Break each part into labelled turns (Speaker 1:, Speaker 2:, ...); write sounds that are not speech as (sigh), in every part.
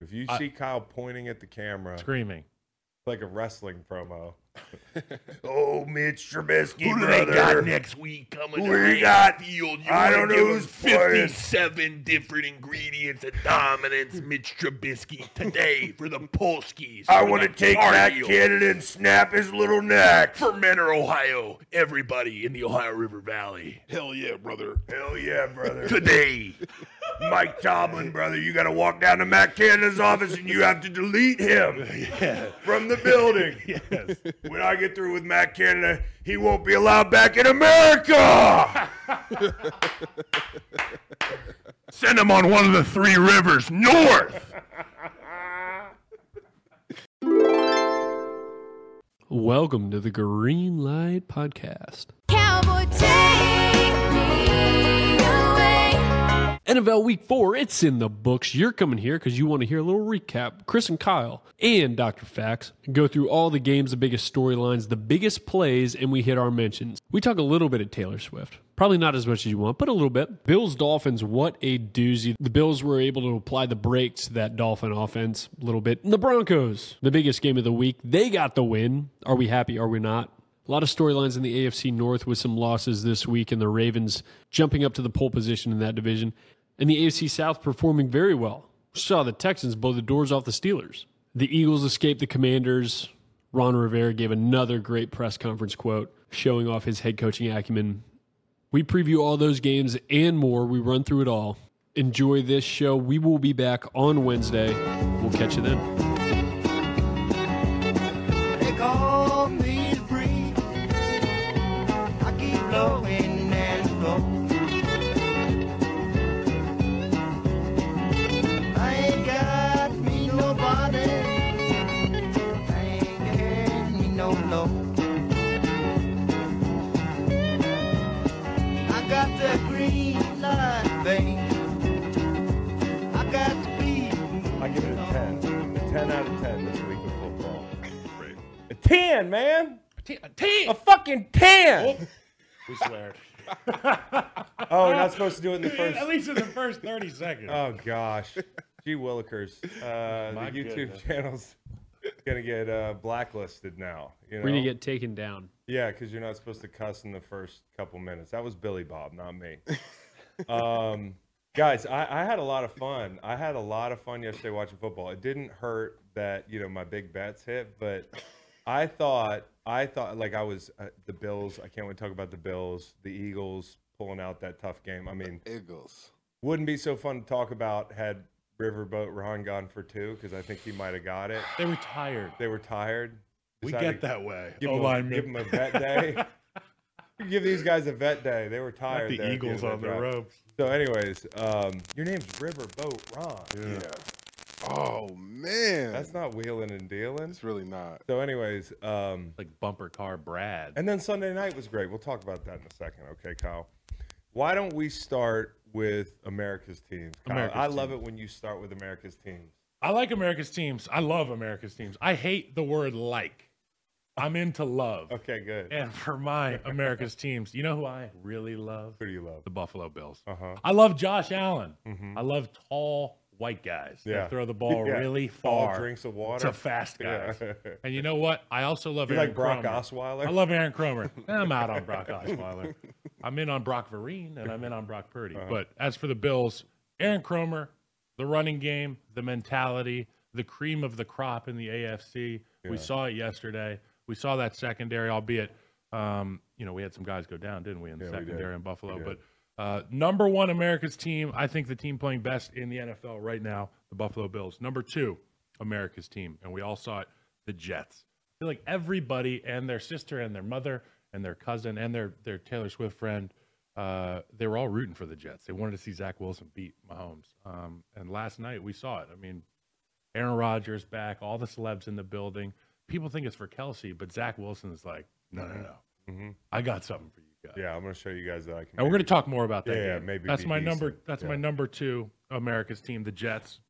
Speaker 1: If you
Speaker 2: I-
Speaker 1: see Kyle pointing at the camera, it's
Speaker 2: Screaming.
Speaker 1: like a wrestling promo. oh, Mitch Trubisky,
Speaker 3: Who do
Speaker 1: brother.
Speaker 3: they got next week coming?
Speaker 1: Who
Speaker 3: to
Speaker 1: we
Speaker 3: Wrigley
Speaker 1: got?
Speaker 3: Field. You
Speaker 1: I
Speaker 3: wanna
Speaker 1: don't know
Speaker 3: give
Speaker 1: who's
Speaker 3: 'em
Speaker 1: playing.
Speaker 3: Fifty-seven different ingredients of dominance, Mitch Trubisky today for the Polskis.
Speaker 1: I
Speaker 3: for
Speaker 1: want to
Speaker 3: the
Speaker 1: take that
Speaker 3: Cardinals,
Speaker 1: cannon and snap his little neck.
Speaker 3: for Menor, Ohio. Everybody in the Ohio River Valley
Speaker 4: Hell yeah, brother.
Speaker 1: Hell yeah, brother.
Speaker 3: today.
Speaker 1: Mike Tomlin, brother, you got to walk down to Matt Cannon's office and you have to delete him from the
Speaker 5: (laughs)
Speaker 1: building.
Speaker 2: Yes.
Speaker 1: When I get through with Matt Canada, he won't be allowed back in
Speaker 5: (laughs)
Speaker 1: America.
Speaker 3: Send him on one of the three rivers north.
Speaker 2: Welcome to the Green Light Podcast.
Speaker 6: Cowboy, take me away.
Speaker 2: NFL Week 4, it's in the books. You're coming here because you want to hear a little recap. Chris and Kyle and Dr. Facts go through all the games, the biggest storylines, the biggest plays, and we hit our mentions. We talk a little bit of Taylor Swift. Probably not as much as you want, but a little bit. Bills Dolphins, what a doozy. The Bills were able to apply the brakes to that Dolphin offense a little bit. And the Broncos, the biggest game of the week, they got the win. Are we happy? Are we not? A lot of storylines in the AFC North with some losses this week and the Ravens jumping up to the pole position in that division. And the AFC South performing very well. Saw the Texans blow the doors off the Steelers. The Eagles escaped the Commanders. Ron Rivera gave another great press conference quote showing off his head coaching acumen. We preview all those games and more. We run through it all. Enjoy this show. We will be back on Wednesday. We'll catch you then.
Speaker 7: They call me the breeze. I keep blowing and blowing. I ain't got me nobody. I ain't got me no love. I got the green light, babe. I got the green.
Speaker 1: I give it a 10. A 10 out of 10 this week of football. A 10, man. A, fucking 10.
Speaker 5: We swear.
Speaker 1: (laughs) Oh, we're not supposed to do it in the
Speaker 5: (laughs)
Speaker 1: first.
Speaker 5: At least in the first 30 seconds.
Speaker 1: Oh, gosh. Gee Willikers. Uh,
Speaker 5: My
Speaker 1: the YouTube
Speaker 5: goodness.
Speaker 1: channel's going to get uh, blacklisted now. You know?
Speaker 2: We're going to get taken down.
Speaker 1: Yeah, because you're not supposed to cuss in the first couple minutes. That was Billy Bob, not me. um, guys, I, I had a lot of fun. I had a lot of fun yesterday watching football. It didn't hurt that you know my big bets hit, but I thought I thought like I was uh, the Bills. I can't wait to talk about the Bills, the Eagles pulling out that tough game. I mean,
Speaker 4: Eagles.
Speaker 1: wouldn't be so fun to talk about had Riverboat Ron gone for two because I think he might have got it.
Speaker 5: They were tired.
Speaker 1: They were tired.
Speaker 5: We
Speaker 1: decided-
Speaker 5: get that way.
Speaker 1: Give,
Speaker 5: Oh,
Speaker 1: them, a,
Speaker 5: linemen.
Speaker 1: give 'em a vet day. You give these guys a vet day. They were
Speaker 5: Got
Speaker 1: tired. there at
Speaker 5: the
Speaker 1: the
Speaker 5: Eagles
Speaker 1: end
Speaker 5: on
Speaker 1: of
Speaker 5: the
Speaker 1: that drive.
Speaker 5: ropes.
Speaker 1: So, anyways, um, your name's Riverboat Ron.
Speaker 4: Yeah. Oh man.
Speaker 1: That's not wheeling and dealing.
Speaker 4: It's really not.
Speaker 1: So, anyways, um,
Speaker 2: Like bumper car Brad.
Speaker 1: and then Sunday night was great. We'll talk about that in a second, okay, Kyle? Why don't we start with America's teams? Kyle,
Speaker 5: America's
Speaker 1: I love it when you start with America's teams.
Speaker 5: I like America's teams. I love America's teams. I hate the word like. I'm into love.
Speaker 1: Okay, good.
Speaker 5: And for
Speaker 1: (laughs)
Speaker 5: my America's teams, you know who I really love?
Speaker 1: Who do you love?
Speaker 5: The Buffalo Bills.
Speaker 1: Uh huh.
Speaker 5: I love Josh Allen.
Speaker 1: Mhm.
Speaker 5: I love tall white guys
Speaker 1: Yeah.
Speaker 5: that throw the
Speaker 1: (laughs)
Speaker 5: ball
Speaker 1: Yeah.
Speaker 5: really
Speaker 1: All
Speaker 5: far
Speaker 1: drinks of water.
Speaker 5: to fast
Speaker 1: yeah.
Speaker 5: guys.
Speaker 1: (laughs)
Speaker 5: And you know what? I also love
Speaker 1: You're
Speaker 5: Aaron
Speaker 1: like Brock
Speaker 5: Cromer.
Speaker 1: Osweiler.
Speaker 5: I love Aaron Cromer.
Speaker 1: (laughs)
Speaker 5: I'm out on Brock Osweiler. I'm in on Brock Vereen and I'm in on Brock Purdy.
Speaker 1: Uh-huh.
Speaker 5: But as for the Bills, Aaron Cromer, the running game, the mentality, the cream of the crop in the AFC. We saw it yesterday. We saw that secondary, albeit um, you know we had some guys go down, didn't we, in the
Speaker 1: Yeah, we did.
Speaker 5: secondary in Buffalo?
Speaker 1: We did.
Speaker 5: But uh, number one, America's team. I think the team playing best in the NFL right now, the Buffalo Bills. Number two, America's team, and we all saw it, the Jets. I feel like everybody and their sister and their mother and their cousin and their their Taylor Swift friend, uh, they were all rooting for the Jets. They wanted to see Zach Wilson beat Mahomes. Um, and last night we saw it. I mean, Aaron Rodgers back, all the celebs in the building. People think it's for Kelsey, but Zach Wilson is like, no, no, no,
Speaker 1: Mhm.
Speaker 5: I got something for you guys.
Speaker 1: Yeah, I'm going to show you guys that I can.
Speaker 5: And we're
Speaker 1: maybe-
Speaker 5: going to talk more about that.
Speaker 1: Yeah,
Speaker 5: game.
Speaker 1: maybe
Speaker 5: that's
Speaker 1: be
Speaker 5: my number.
Speaker 1: decent.
Speaker 5: That's
Speaker 1: Yeah.
Speaker 5: my number two. America's team, the Jets,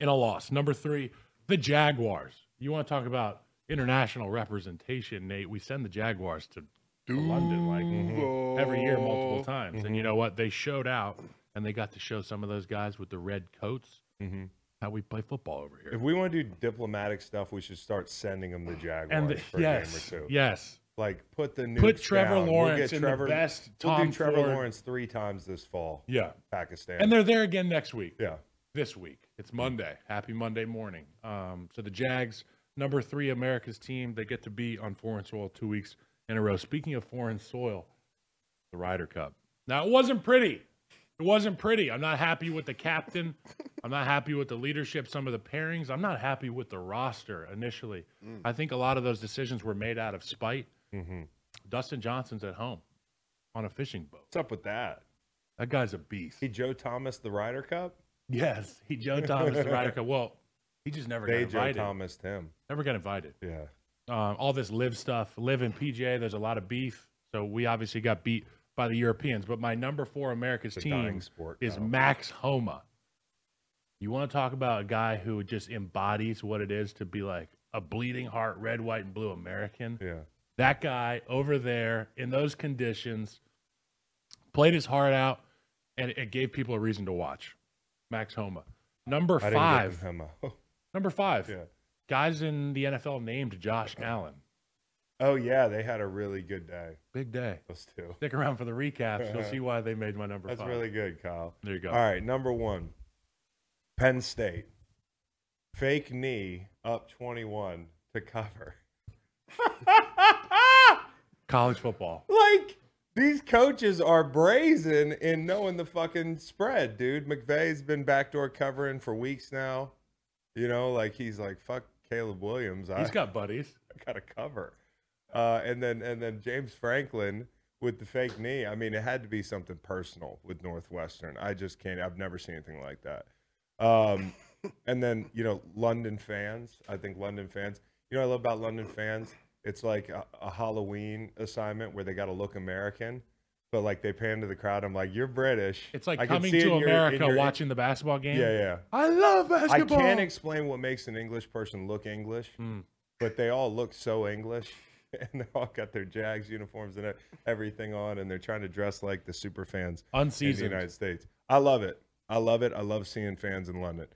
Speaker 5: in a loss. Number three, the Jaguars. You want to talk about international representation, Nate? We send the Jaguars to to London like
Speaker 4: Mm-hmm,
Speaker 5: every year,
Speaker 4: Oh.
Speaker 5: multiple
Speaker 1: Mm-hmm.
Speaker 5: times. And you know what? They showed out, and they got to show some of those guys with the red coats.
Speaker 1: Mhm.
Speaker 5: how we play football over here.
Speaker 1: If we want to do diplomatic stuff, we should start sending them the Jaguars
Speaker 5: and the,
Speaker 1: for
Speaker 5: yes,
Speaker 1: a game or two.
Speaker 5: yes,
Speaker 1: Like put the nukes
Speaker 5: put Trevor
Speaker 1: down.
Speaker 5: Lawrence
Speaker 1: we'll get
Speaker 5: in
Speaker 1: Trevor,
Speaker 5: the best
Speaker 1: We'll
Speaker 5: Tom
Speaker 1: do Trevor
Speaker 5: Ford-
Speaker 1: Lawrence three times this fall.
Speaker 5: Yeah,
Speaker 1: Pakistan.
Speaker 5: and they're there again next week.
Speaker 1: yeah.
Speaker 5: This week, it's Monday. Happy Monday morning. Um, so the Jags, number three America's team, they get to be on foreign soil two weeks in a row. Speaking of foreign soil, the Ryder Cup. Now it wasn't pretty. It wasn't pretty. I'm not happy with the captain. I'm not happy with the leadership, some of the pairings. I'm not happy with the roster initially. I think a lot of those decisions were made out of spite.
Speaker 1: Mm-hmm.
Speaker 5: Dustin Johnson's at home on a fishing boat.
Speaker 1: What's up with that?
Speaker 5: That guy's a beast.
Speaker 1: He Joe Thomas the Ryder Cup.
Speaker 5: yes, he Joe Thomas the Ryder Cup. Well, he just never got
Speaker 1: They Joe
Speaker 5: invited.
Speaker 1: Thomas him.
Speaker 5: Never got invited.
Speaker 1: Yeah.
Speaker 5: Um, all this live stuff, live in PGA. There's a lot of beef, so we obviously got beat by the Europeans. But my number four America's
Speaker 1: The
Speaker 5: team
Speaker 1: dying sport.
Speaker 5: is
Speaker 1: now.
Speaker 5: Max Homa. You want to talk about a guy who just embodies what it is to be like a bleeding heart, red, white, and blue American.
Speaker 1: yeah.
Speaker 5: That guy over there in those conditions played his heart out, and it gave people a reason to watch. Max Homa, number
Speaker 1: I didn't
Speaker 5: five.
Speaker 1: Give him a, (laughs)
Speaker 5: Number five.
Speaker 1: yeah.
Speaker 5: Guys in the NFL named Josh Allen.
Speaker 1: Oh yeah, they had a really good day.
Speaker 5: Big day.
Speaker 1: Those two.
Speaker 5: Stick around for the recaps. You'll see why they made my number
Speaker 1: That's
Speaker 5: five.
Speaker 1: really good, Kyle.
Speaker 5: there you go.
Speaker 1: All right, number one, Penn State. Fake knee up 21 to cover. (laughs)
Speaker 5: College football.
Speaker 1: Like, these coaches are brazen in knowing the fucking spread, dude. McVay's been backdoor covering for weeks now. You know, like he's like, fuck Caleb Williams. I,
Speaker 5: He's got buddies.
Speaker 1: (laughs) I gotta cover. Uh, and then and then James Franklin with the fake knee. I mean, it had to be something personal with Northwestern. I just can't. I've never seen anything like that.
Speaker 5: (laughs)
Speaker 1: Um, and then you know, London fans. I think London fans. You know, what I love about London fans. It's like a, a Halloween assignment where they got to look American, but like they pan to the crowd. I'm like, you're British.
Speaker 5: It's like
Speaker 1: I can
Speaker 5: coming
Speaker 1: see
Speaker 5: to
Speaker 1: in your- in
Speaker 5: America,
Speaker 1: your-
Speaker 5: watching the basketball game.
Speaker 1: Yeah, yeah.
Speaker 5: I love
Speaker 1: I
Speaker 5: basketball.
Speaker 1: can't explain what makes an English person look English,
Speaker 5: Mm.
Speaker 1: but they all look so English, (laughs) and they all got their Jags uniforms and e- everything on, and they're trying to dress like the super fans in the
Speaker 5: Unseasoned.
Speaker 1: United States. I love it. I love it. I love seeing fans in London.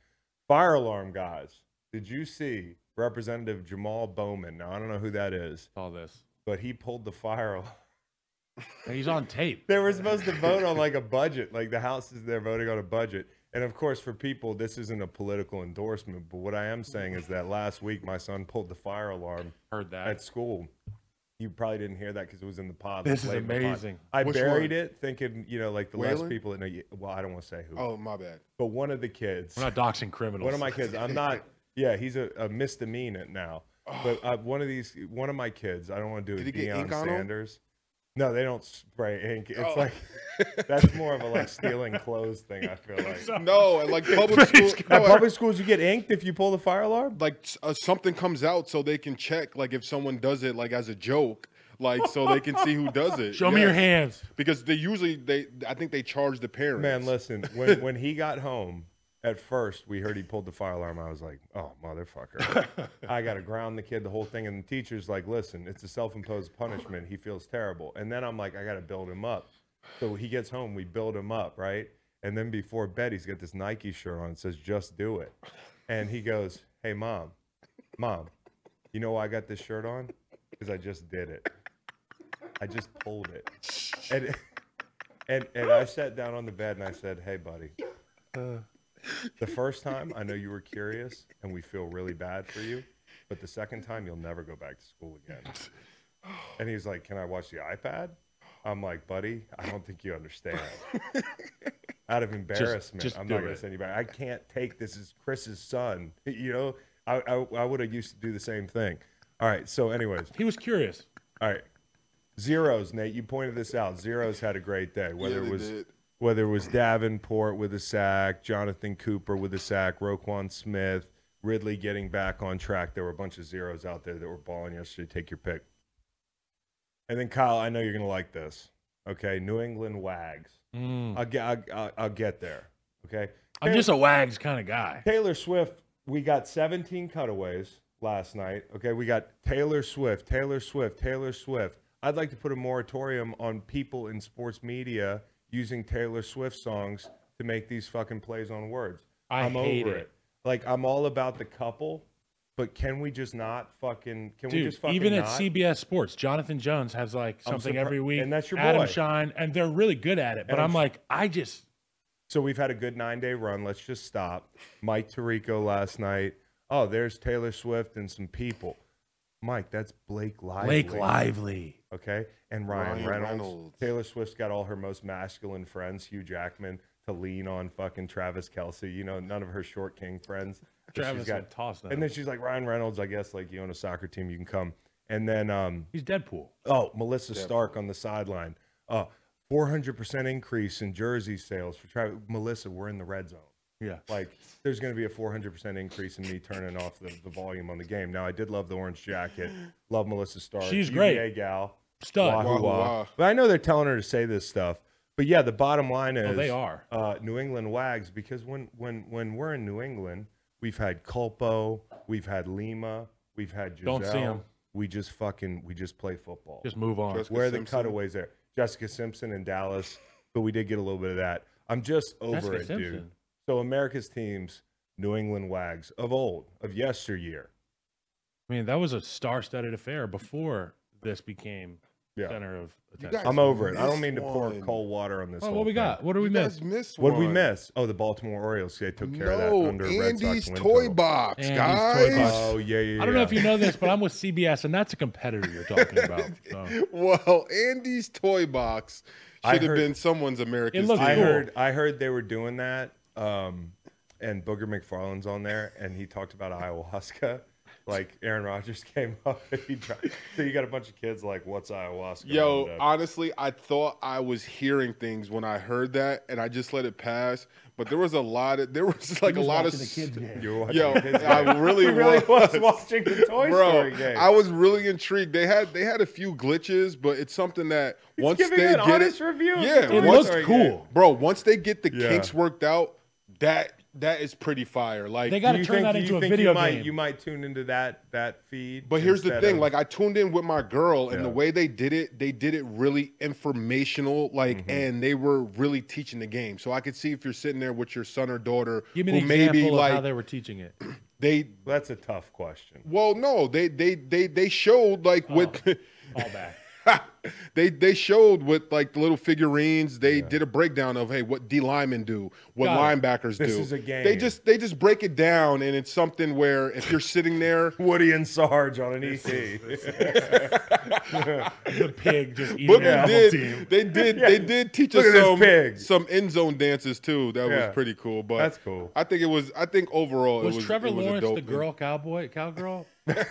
Speaker 1: Fire alarm guys, did you see Representative Jamal Bowman? Now I don't know who that is,
Speaker 5: All this.
Speaker 1: but he pulled the fire (laughs) alarm.
Speaker 5: And he's
Speaker 1: (laughs)
Speaker 5: on tape.
Speaker 1: They were supposed to vote on like a budget, like the House is there voting on a budget. And of course, for people, this isn't a political endorsement. But what I am saying is that last week, my son pulled the fire alarm
Speaker 5: Heard that.
Speaker 1: at school. You probably didn't hear that because it was in the pod.
Speaker 5: This
Speaker 1: like, late
Speaker 5: is
Speaker 1: in the pod.
Speaker 5: amazing.
Speaker 1: I
Speaker 4: Which
Speaker 1: buried
Speaker 4: one?
Speaker 1: it thinking, you know, like the last
Speaker 4: Waylon?
Speaker 1: people that know. You, well, I don't want to say who,
Speaker 4: Oh, my bad.
Speaker 1: but one of the kids.
Speaker 5: We're not doxing criminals.
Speaker 1: One of my kids. I'm not. Yeah, he's a, a misdemeanor now.
Speaker 4: Oh,
Speaker 1: But uh, one of these, one of my kids. I don't want to do
Speaker 4: Did
Speaker 1: it.
Speaker 4: he get
Speaker 1: Deion
Speaker 4: ink on 'em?
Speaker 1: Sanders. No, they don't spray ink. It's
Speaker 4: Oh.
Speaker 1: like (laughs) that's more of a like stealing clothes thing. I feel like.
Speaker 4: No, and like public school,
Speaker 1: At
Speaker 4: (laughs) no, I-
Speaker 1: public schools, you get inked if you pull the fire alarm.
Speaker 4: like s- uh, something comes out so they can check, like if someone does it, like as a joke, like so they can see who does it.
Speaker 5: (laughs) Show me your
Speaker 4: Yes.
Speaker 5: hands.
Speaker 4: because they usually they, I think they charge the parents.
Speaker 1: Man, listen. When when he got home, at first we heard he pulled the fire alarm. I was like, oh motherfucker, I gotta ground the kid, the whole thing. And the teacher's like, listen, it's a self-imposed punishment. He feels terrible. And then I'm like, I gotta build him up. So he gets home, we build him up, right? And then before bed, he's got this Nike shirt on. It says, just do it. And he goes, hey mom, mom, you know why I got this shirt on? Because I just did it. I just pulled it. And and and I sat down on the bed and I said, "Hey, buddy, the first time I know you were curious, and we feel really bad for you, but the second time you'll never go back to school again." And he's like, "Can I watch the iPad?" I'm like, "Buddy, I don't think you understand." Out of embarrassment,
Speaker 5: just
Speaker 1: I'm
Speaker 5: do
Speaker 1: not going
Speaker 5: it.
Speaker 1: to send you back. I can't take this as Chris's son. (laughs) You know, I I, I would have used to do the same thing. All right. So, anyways,
Speaker 5: He was curious.
Speaker 1: all right. Zeros, Nate, you pointed this out. Zeros had a great day. Whether
Speaker 4: they
Speaker 1: it was
Speaker 4: did.
Speaker 1: whether it was Davenport with a sack, Jonathan Cooper with a sack, Roquan Smith, Ridley getting back on track. There were a bunch of zeros out there that were balling yesterday. Take your pick. And then Kyle, I know you're gonna like this. Okay, New England Wags. I'll get I'll, I'll, I'll get there. Okay,
Speaker 5: Hmm. I'm just a wags kind of guy.
Speaker 1: Taylor Swift, we got 17 cutaways last night. Okay, we got Taylor Swift, Taylor Swift, Taylor Swift. I'd like to put a moratorium on people in sports media using Taylor Swift songs to make these fucking plays on words.
Speaker 5: I
Speaker 1: I'm
Speaker 5: hate
Speaker 1: over
Speaker 5: it.
Speaker 1: it. Like I'm all about the couple, but can we just not fucking? Can we
Speaker 5: Dude,
Speaker 1: just fucking
Speaker 5: even at
Speaker 1: not?
Speaker 5: CBS Sports, Jonathan Jones has like
Speaker 1: I'm
Speaker 5: something
Speaker 1: surpri-
Speaker 5: every week.
Speaker 1: and that's your
Speaker 5: Adam
Speaker 1: boy.
Speaker 5: Shine, and they're really good at it. But
Speaker 1: And I'm
Speaker 5: I'm
Speaker 1: s-
Speaker 5: like, I just
Speaker 1: So we've had a good nine day run. Let's just stop. Mike Tirico last night. Oh, there's Taylor Swift and some people. Mike, that's Blake Lively.
Speaker 5: Blake Lively.
Speaker 1: Okay. And Ryan,
Speaker 4: Ryan
Speaker 1: Reynolds.
Speaker 4: Reynolds.
Speaker 1: Taylor Swift's got all her most masculine friends, Hugh Jackman, to lean on fucking Travis Kelsey. You know, none of her short king friends. that she's
Speaker 5: Travis
Speaker 1: got-
Speaker 5: would toss them.
Speaker 1: And then she's like, Ryan Reynolds, I guess, like you own a soccer team, you can come. And then um,
Speaker 5: he's Deadpool.
Speaker 1: Oh, Melissa Stark on the sideline. Uh, 400% increase in jersey sales for Travis. Melissa, we're in the red zone.
Speaker 5: Yeah.
Speaker 1: Like, there's going to be a 400% increase in me turning off the, the volume on the game. Now, I did love the orange jacket. Love Melissa Stark.
Speaker 5: She's
Speaker 1: UVA
Speaker 5: great.
Speaker 1: gal.
Speaker 5: Stud.
Speaker 1: Wah,
Speaker 4: Wah,
Speaker 1: hoo, wah.
Speaker 4: wah.
Speaker 1: But I know they're telling her to say this stuff. But yeah, the bottom line is
Speaker 5: Oh, they are.
Speaker 1: uh, New England wags because when when when we're in New England, we've had Culpo, we've had Lima, we've had Giselle.
Speaker 5: Don't see 'em.
Speaker 1: We just fucking we just play football.
Speaker 5: Just move on.
Speaker 4: Just-
Speaker 1: Where are the
Speaker 4: Simpson.
Speaker 1: cutaways there? Jessica Simpson in Dallas, but we did get a little bit of that. I'm just over
Speaker 5: Jessica
Speaker 1: it, dude.
Speaker 5: Simpson.
Speaker 1: So America's teams, New England Wags of old, of yesteryear.
Speaker 5: I mean, that was a star-studded affair before this became
Speaker 1: Yeah.
Speaker 5: center of
Speaker 4: You
Speaker 5: attention.
Speaker 4: guys-
Speaker 1: I'm over it. I don't
Speaker 4: missed
Speaker 1: mean to pour
Speaker 4: one.
Speaker 1: cold water on this.
Speaker 5: Oh,
Speaker 1: whole
Speaker 5: what we
Speaker 1: thing.
Speaker 5: got? What do we
Speaker 4: You guys
Speaker 5: miss?
Speaker 4: missed
Speaker 1: What did we
Speaker 4: one.
Speaker 1: miss? Oh, the Baltimore Orioles. They took care of
Speaker 4: No,
Speaker 1: that under Red Sox
Speaker 4: Andy's
Speaker 1: win
Speaker 4: toy
Speaker 1: total.
Speaker 4: box,
Speaker 5: Andy's toy
Speaker 4: guys.
Speaker 5: box.
Speaker 1: Oh yeah, yeah.
Speaker 5: I don't know
Speaker 1: yeah.
Speaker 5: if you know this, but
Speaker 1: (laughs)
Speaker 5: I'm with CBS, and that's a competitor you're talking about. So.
Speaker 4: (laughs) Well, Andy's toy box
Speaker 1: I
Speaker 4: should have
Speaker 1: heard-
Speaker 4: been someone's American.
Speaker 5: It looked
Speaker 1: I
Speaker 5: cool.
Speaker 1: heard I heard they were doing that, um, and Booger McFarland's on there, and he talked about ayahuasca. (laughs) Like Aaron Rodgers (laughs) came up, and he tried, so you got a bunch of kids like, "What's ayahuasca?"
Speaker 4: Yo,
Speaker 1: And, uh,
Speaker 4: honestly, I thought I was hearing things when I heard that, and I just let it pass. But there was a lot of there was like a lot of s-
Speaker 1: you were watching
Speaker 4: Yo,
Speaker 1: the kids (laughs)
Speaker 4: I
Speaker 1: game.
Speaker 5: (laughs)
Speaker 4: really
Speaker 1: He really
Speaker 4: was.
Speaker 1: was watching the Toy
Speaker 4: Bro,
Speaker 1: Story game.
Speaker 4: I was really intrigued. They had they had a few glitches, but it's something that once
Speaker 1: giving
Speaker 4: they
Speaker 1: an
Speaker 4: get
Speaker 1: honest
Speaker 4: it,
Speaker 1: review of the
Speaker 4: yeah,
Speaker 1: Toy
Speaker 5: It
Speaker 4: once-
Speaker 5: looks
Speaker 1: Story
Speaker 5: cool.
Speaker 1: game.
Speaker 4: bro. Once they get the
Speaker 1: Yeah.
Speaker 4: kinks worked out, that that is pretty fire. Like
Speaker 5: They
Speaker 1: Do
Speaker 5: got to
Speaker 1: you
Speaker 5: turn
Speaker 1: think,
Speaker 5: that
Speaker 1: do you
Speaker 5: into a
Speaker 1: think
Speaker 5: video
Speaker 1: you might,
Speaker 5: game.
Speaker 1: You might tune into that that feed.
Speaker 4: But here's the
Speaker 1: instead
Speaker 4: thing:
Speaker 1: of-
Speaker 4: like I tuned in with my girl, and the
Speaker 1: Yeah.
Speaker 4: way they did it, they did it really informational, like,
Speaker 1: Mm-hmm.
Speaker 4: and they were really teaching the game. So I could see if you're sitting there with your son or daughter,
Speaker 5: Give me an
Speaker 4: who
Speaker 5: example
Speaker 4: maybe
Speaker 5: of how
Speaker 4: like
Speaker 5: they were teaching it.
Speaker 4: they,
Speaker 1: that's a tough question.
Speaker 4: well, no, they they they they showed like
Speaker 1: Oh.
Speaker 4: with. (laughs)
Speaker 5: All back.
Speaker 4: they they showed with like the little figurines. They did a breakdown of hey, what D linemen do, what
Speaker 5: Got it.
Speaker 4: linebackers
Speaker 1: This
Speaker 4: do.
Speaker 1: is a game.
Speaker 4: They just they just break it down, and it's something where if you're
Speaker 1: (laughs)
Speaker 4: sitting there,
Speaker 1: Woody and Sarge on an E EC.
Speaker 5: The pig just eating
Speaker 4: But
Speaker 5: the whole
Speaker 4: they
Speaker 5: team.
Speaker 4: did, they
Speaker 1: (laughs)
Speaker 4: did, they did teach
Speaker 1: Look
Speaker 4: us
Speaker 1: at this
Speaker 4: some,
Speaker 1: pig.
Speaker 4: some end zone dances too. That
Speaker 1: Yeah.
Speaker 4: was pretty cool. But
Speaker 1: That's cool.
Speaker 4: I think it was. I think overall,
Speaker 5: Was,
Speaker 4: it was
Speaker 5: Trevor
Speaker 4: it was a
Speaker 5: Lawrence
Speaker 4: dope-
Speaker 5: the girl cowboy cowgirl?
Speaker 4: (laughs)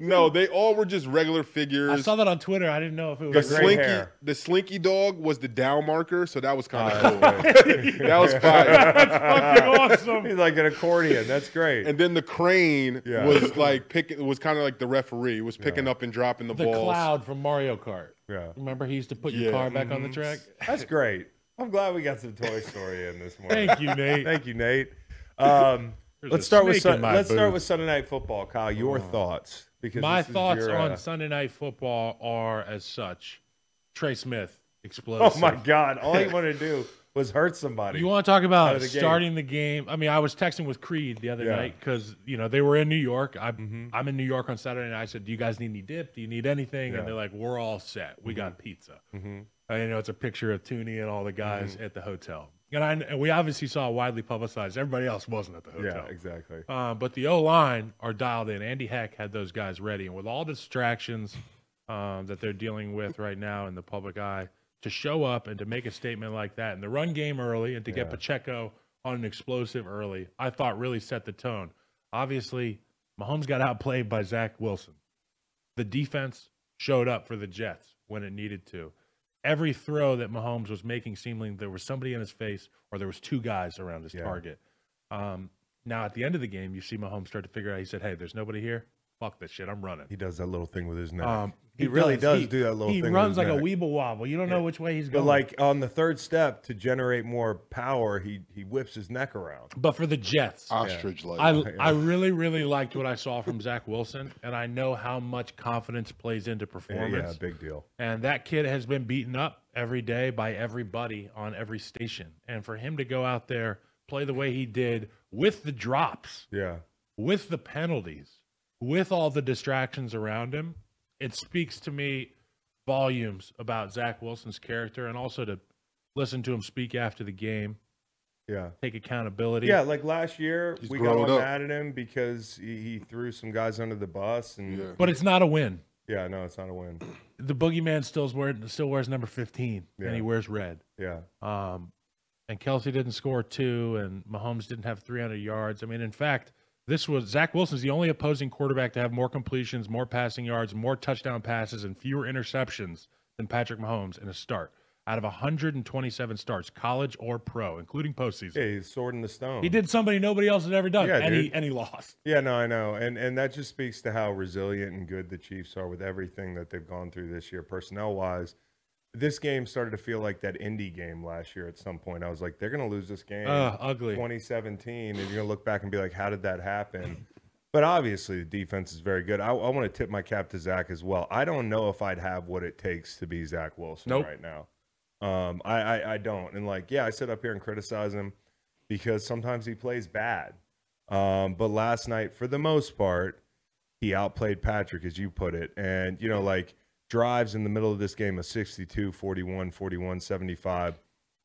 Speaker 4: No, they all were just regular
Speaker 5: I
Speaker 4: figures.
Speaker 5: saw that on Twitter. I didn't know if it
Speaker 4: The
Speaker 5: was
Speaker 1: Great
Speaker 5: (laughs)
Speaker 4: slinky,
Speaker 1: hair. Oh,
Speaker 4: the slinky dog was the down marker, so that was kind of cool. (laughs) that
Speaker 1: (laughs)
Speaker 4: was fire.
Speaker 5: fucking
Speaker 4: (laughs)
Speaker 5: awesome.
Speaker 1: He's like an accordion. That's great.
Speaker 4: And then the crane
Speaker 1: Yeah.
Speaker 4: (laughs) was like picking, was kind of like the referee was picking up and dropping the,
Speaker 5: The
Speaker 4: balls.
Speaker 5: cloud from Mario Kart.
Speaker 1: yeah.
Speaker 5: Remember, he used to put
Speaker 4: Yeah.
Speaker 5: your car back on the track.
Speaker 1: That's great. I'm glad we got some Toy Story in this morning.
Speaker 5: (laughs) Thank you, Nate.
Speaker 1: Thank you, Nate. Um,
Speaker 5: There's
Speaker 1: let's
Speaker 5: a
Speaker 1: start with
Speaker 5: snake in
Speaker 1: Sun-
Speaker 5: my
Speaker 1: let's start
Speaker 5: boot.
Speaker 1: with Sunday Night Football, Kyle. Your thoughts? Because
Speaker 5: My
Speaker 1: this is
Speaker 5: thoughts
Speaker 1: your,
Speaker 5: on
Speaker 1: uh,
Speaker 5: Sunday Night Football are as such: Trey Smith explodes.
Speaker 1: (laughs) Oh my God! All
Speaker 5: (laughs)
Speaker 1: he wanted to do was hurt somebody.
Speaker 5: You want to talk
Speaker 1: Out
Speaker 5: about
Speaker 1: of the game.
Speaker 5: starting the game? I mean, I was texting with Creed the other
Speaker 1: Yeah. Mm-hmm.
Speaker 5: night because you know they were in New York. I'm I'm in New York on Saturday, and I said, "Do you guys need any dip? Do you need anything?"
Speaker 1: Yeah. Mm-hmm.
Speaker 5: And they're like, "We're all set. We got pizza." And, you know, it's a picture of Tooney and all the guys
Speaker 1: Mm-hmm.
Speaker 5: at the hotel. And, I, and we obviously saw widely publicized. Everybody else wasn't at the hotel.
Speaker 1: yeah, exactly.
Speaker 5: Uh, but the O line are dialed in. Andy Heck had those guys ready, and with all the distractions um, that they're dealing with right now in the public eye, to show up and to make a statement like that in the run game early and to get Pacheco on an explosive early, I thought really set the tone. Obviously, Mahomes got outplayed by Zach Wilson. The defense showed up for the Jets when it needed to. Every throw that Mahomes was making seemed like there was somebody in his face or there was two guys around his
Speaker 1: Yeah.
Speaker 5: target. Um, now at the end of the game, you see Mahomes start to figure out. He said, "Hey, there's nobody here. Fuck this shit. I'm running."
Speaker 1: He does that little thing with his neck.
Speaker 5: Um,
Speaker 1: he, really does
Speaker 5: he-
Speaker 1: do that little
Speaker 5: He
Speaker 1: thing. with
Speaker 5: runs
Speaker 1: his
Speaker 5: like a
Speaker 1: neck.
Speaker 5: weeble wobble. You don't know which way he's
Speaker 1: But
Speaker 5: going.
Speaker 1: like on the third step to generate more power, he he whips his neck around.
Speaker 5: but for the Jets,
Speaker 1: Oh,
Speaker 4: ostrich like.
Speaker 5: I I really really liked what I saw from Zach Wilson, and I know how much confidence plays into
Speaker 1: Yeah,
Speaker 5: performance.
Speaker 1: yeah, big deal.
Speaker 5: And that kid has been beaten up every day by everybody on every station. And for him to go out there, play the way he did with the drops,
Speaker 1: Yeah.
Speaker 5: with the penalties, with all the distractions around him, it speaks to me volumes about Zach Wilson's character and also to listen to him speak after the game,
Speaker 1: Yeah.
Speaker 5: take accountability.
Speaker 1: Yeah, like last year,
Speaker 4: He's
Speaker 1: we got
Speaker 4: grown
Speaker 1: all
Speaker 4: up.
Speaker 1: mad at him because he, he threw some guys under the bus, and yeah,
Speaker 4: Yeah.
Speaker 5: But it's not a win.
Speaker 1: no, it's not a win.
Speaker 5: The boogeyman still wears still wears number fifteen,
Speaker 1: Yeah.
Speaker 5: and he wears red.
Speaker 1: Yeah,
Speaker 5: Um, and Kelsey didn't score two, and Mahomes didn't have 300 yards. I mean, in fact, this was Zach Wilson's the only opposing quarterback to have more completions, more passing yards, more touchdown passes, and fewer interceptions than Patrick Mahomes in a start out of 127 starts, college or pro, including postseason.
Speaker 1: yeah, he's sword in the stone.
Speaker 5: He did something nobody else had ever done,
Speaker 1: Yeah,
Speaker 5: and he
Speaker 1: dude.
Speaker 5: and he lost.
Speaker 1: Yeah, no, I know, and and that just speaks to how resilient and good the Chiefs are with everything that they've gone through this year, personnel wise. This game started to feel like that indie game last year. At some point, I was like, they're gonna lose this game.
Speaker 5: Ugh, ugly.
Speaker 1: 2017 and you're gonna look back and be like how did that happen but obviously the defense is very good i, I want to tip my cap to zach as well i don't know if i'd have what it takes to be zach wilson
Speaker 5: Nope.
Speaker 1: right now um, I, I, I don't and like yeah i sit up here and criticize him because sometimes he plays bad um, but last night for the most part he outplayed patrick as you put it and you know like drives in the middle of this game of 62 41 41 75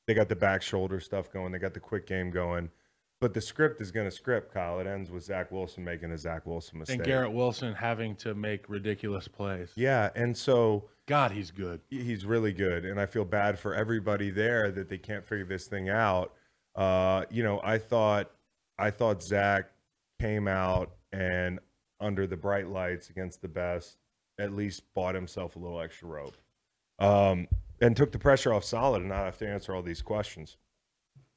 Speaker 1: they got the back shoulder stuff going. They got the quick game going. But the script is going to script, Kyle. It ends with Zach Wilson making a Zach Wilson mistake.
Speaker 5: And Garrett Wilson having to make ridiculous plays.
Speaker 1: Yeah. And so
Speaker 5: God, he's good.
Speaker 1: he- he's really good. And I feel bad for everybody there that they can't figure this thing out. Uh, you know, I thought I thought Zach came out and under the bright lights against the best, at least bought himself a little extra rope. Um, and took the pressure off solid and not have to answer all these questions.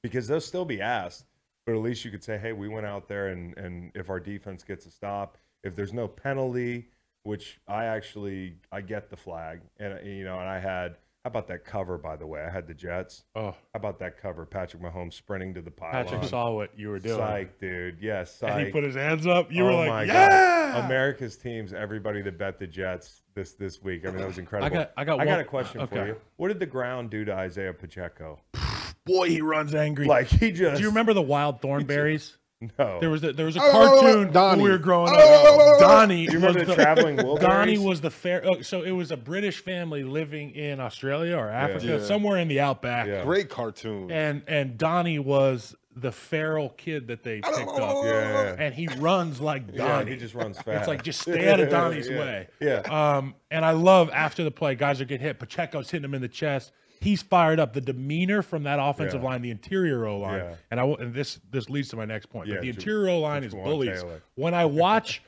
Speaker 1: Because they'll still be asked, but at least you could say, hey, we went out there and and if our defense gets a stop, if there's no penalty, which I actually I get the flag. And uh, you know, and I had how about that cover by the way? I had the Jets.
Speaker 5: Oh,
Speaker 1: How about that cover? Patrick Mahomes sprinting to the pylon.
Speaker 5: Patrick saw what you were doing.
Speaker 1: Psych, dude. Yes, psych.
Speaker 5: And he put his hands up. You were
Speaker 1: Oh
Speaker 5: like,
Speaker 1: my God.
Speaker 5: yeah.
Speaker 1: America's teams, everybody that bet the Jets this this week. I mean, that was incredible.
Speaker 5: got- I got
Speaker 1: I
Speaker 5: one-
Speaker 1: got a question for
Speaker 5: okay.
Speaker 1: you. What did the ground do to Isaiah Pacheco?
Speaker 5: Boy, he runs angry.
Speaker 1: Like he just.
Speaker 5: do you remember the wild thornberries?
Speaker 1: No.
Speaker 5: There was a, there was a
Speaker 4: Oh, oh, oh,
Speaker 5: cartoon when
Speaker 4: Donnie.
Speaker 5: we were growing
Speaker 4: Oh,
Speaker 5: up. Donnie.
Speaker 1: Do you remember
Speaker 5: was (laughs)
Speaker 1: the traveling Wilburys?
Speaker 5: Donnie was the fair. Oh, so it was a British family living in Australia or Africa,
Speaker 4: Yeah.
Speaker 5: somewhere in the outback.
Speaker 1: Yeah.
Speaker 4: Great cartoon.
Speaker 5: And and Donnie was the feral kid that they picked up,
Speaker 1: Yeah, yeah, yeah.
Speaker 5: and he runs like
Speaker 1: yeah,
Speaker 5: Donnie.
Speaker 1: he just runs fast.
Speaker 5: It's like just stay out of
Speaker 1: (laughs)
Speaker 5: Donnie's
Speaker 1: Yeah.
Speaker 5: way.
Speaker 1: Yeah.
Speaker 5: Um, and I love after the play, guys are getting hit. Pacheco's hitting him in the chest. He's fired up. The demeanor from that offensive
Speaker 1: Yeah. line,
Speaker 5: line, the interior O line,
Speaker 1: Yeah.
Speaker 5: and I will- and this this leads to my next point.
Speaker 1: Yeah,
Speaker 5: but the
Speaker 1: Ju-
Speaker 5: interior O line is
Speaker 1: Juwan
Speaker 5: bullies.
Speaker 1: Taylor.
Speaker 5: When I watch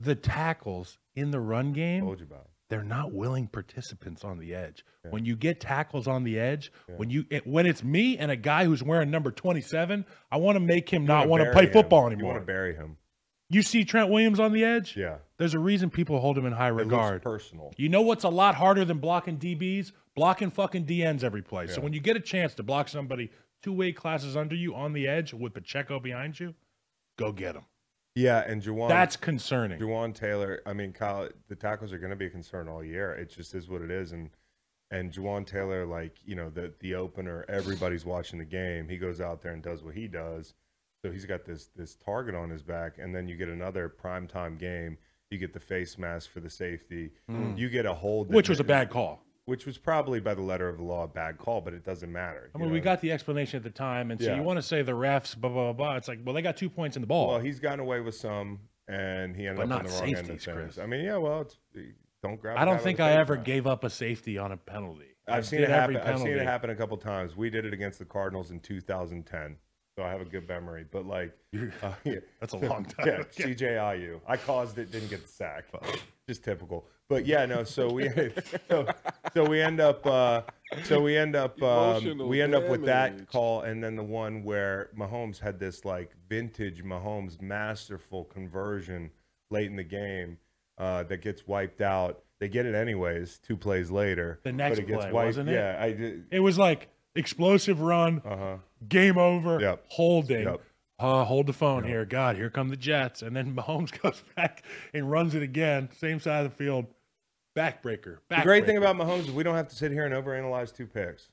Speaker 5: the tackles in the run game,
Speaker 1: Told you about. it.
Speaker 5: they're not willing participants on the edge. When you get tackles on the edge, when you it, when it's me and a guy who's wearing number twenty seven, I want to make him not
Speaker 1: You wanna
Speaker 5: want to
Speaker 1: bury
Speaker 5: play
Speaker 1: him.
Speaker 5: football
Speaker 1: You
Speaker 5: anymore.
Speaker 1: want to bury him?
Speaker 5: You see Trent Williams on the edge?
Speaker 1: Yeah.
Speaker 5: There's a reason people hold him in high
Speaker 1: It looks
Speaker 5: regard.
Speaker 1: personal.
Speaker 5: You know what's a lot harder than blocking DBs? Blocking fucking DNs every play. So
Speaker 1: Yeah.
Speaker 5: when you get a chance to block somebody two way classes under you on the edge with Pacheco behind you, go get him.
Speaker 1: Yeah, and Juwan.
Speaker 5: That's concerning.
Speaker 1: Juwan Taylor, I mean, Kyle, the tackles are going to be a concern all year. It just is what it is. And and Juwan Taylor, like you know, the the opener, everybody's watching the game. He goes out there and does what he does. So he's got this this target on his back. And then you get another primetime game. You get the face mask for the safety. You get a hold, that-
Speaker 5: Which was a bad call.
Speaker 1: which was probably by the letter of the law a bad call, but it doesn't matter.
Speaker 5: I
Speaker 1: you
Speaker 5: mean,
Speaker 1: know?
Speaker 5: we got the explanation at the time, and so
Speaker 1: Yeah.
Speaker 5: you want to say the refs, blah blah blah. blah. It's like, well, they got two points in the ball.
Speaker 1: Well, he's gotten away with some, and he ended
Speaker 5: But
Speaker 1: up on
Speaker 5: not
Speaker 1: the wrong end of
Speaker 5: safeties,
Speaker 1: things.
Speaker 5: Chris.
Speaker 1: I mean, yeah, well, it's, eh, don't grab. a
Speaker 5: I
Speaker 1: guy
Speaker 5: don't
Speaker 1: by
Speaker 5: think
Speaker 1: the
Speaker 5: I
Speaker 1: face
Speaker 5: ever
Speaker 1: mask.
Speaker 5: gave up a safety on a penalty. I
Speaker 1: I've seen
Speaker 5: did
Speaker 1: it happen.
Speaker 5: every
Speaker 1: I've seen it
Speaker 5: penalty.
Speaker 1: happen a couple times. We did it against the Cardinals in 2010, so I have a good memory. But like, uh, (laughs) yeah,
Speaker 5: That's a (laughs) long time.
Speaker 1: yeah, CJIU. I caused it, didn't get the sack. Just typical. But yeah, no. So we (laughs) so, so we end up uh, so we end up um,
Speaker 4: Emotional
Speaker 1: we end up with that
Speaker 4: damage.
Speaker 1: call, and then the one where Mahomes had this like vintage Mahomes masterful conversion late in the game uh, that gets wiped out. They get it anyways. Two plays later,
Speaker 5: The next
Speaker 1: but it gets
Speaker 5: play,
Speaker 1: wiped.
Speaker 5: wasn't it?
Speaker 1: Yeah, I did.
Speaker 5: It was like explosive run,
Speaker 1: Uh huh.
Speaker 5: game over,
Speaker 1: Yep.
Speaker 5: holding.
Speaker 1: Yep.
Speaker 5: Uh, hold the phone here. God, here come the Jets. And then (laughs) Mahomes goes back and runs it again, same side of the field. Backbreaker.
Speaker 1: The great thing
Speaker 5: backbreaker.
Speaker 1: about Mahomes is we don't have to sit here and overanalyze two picks.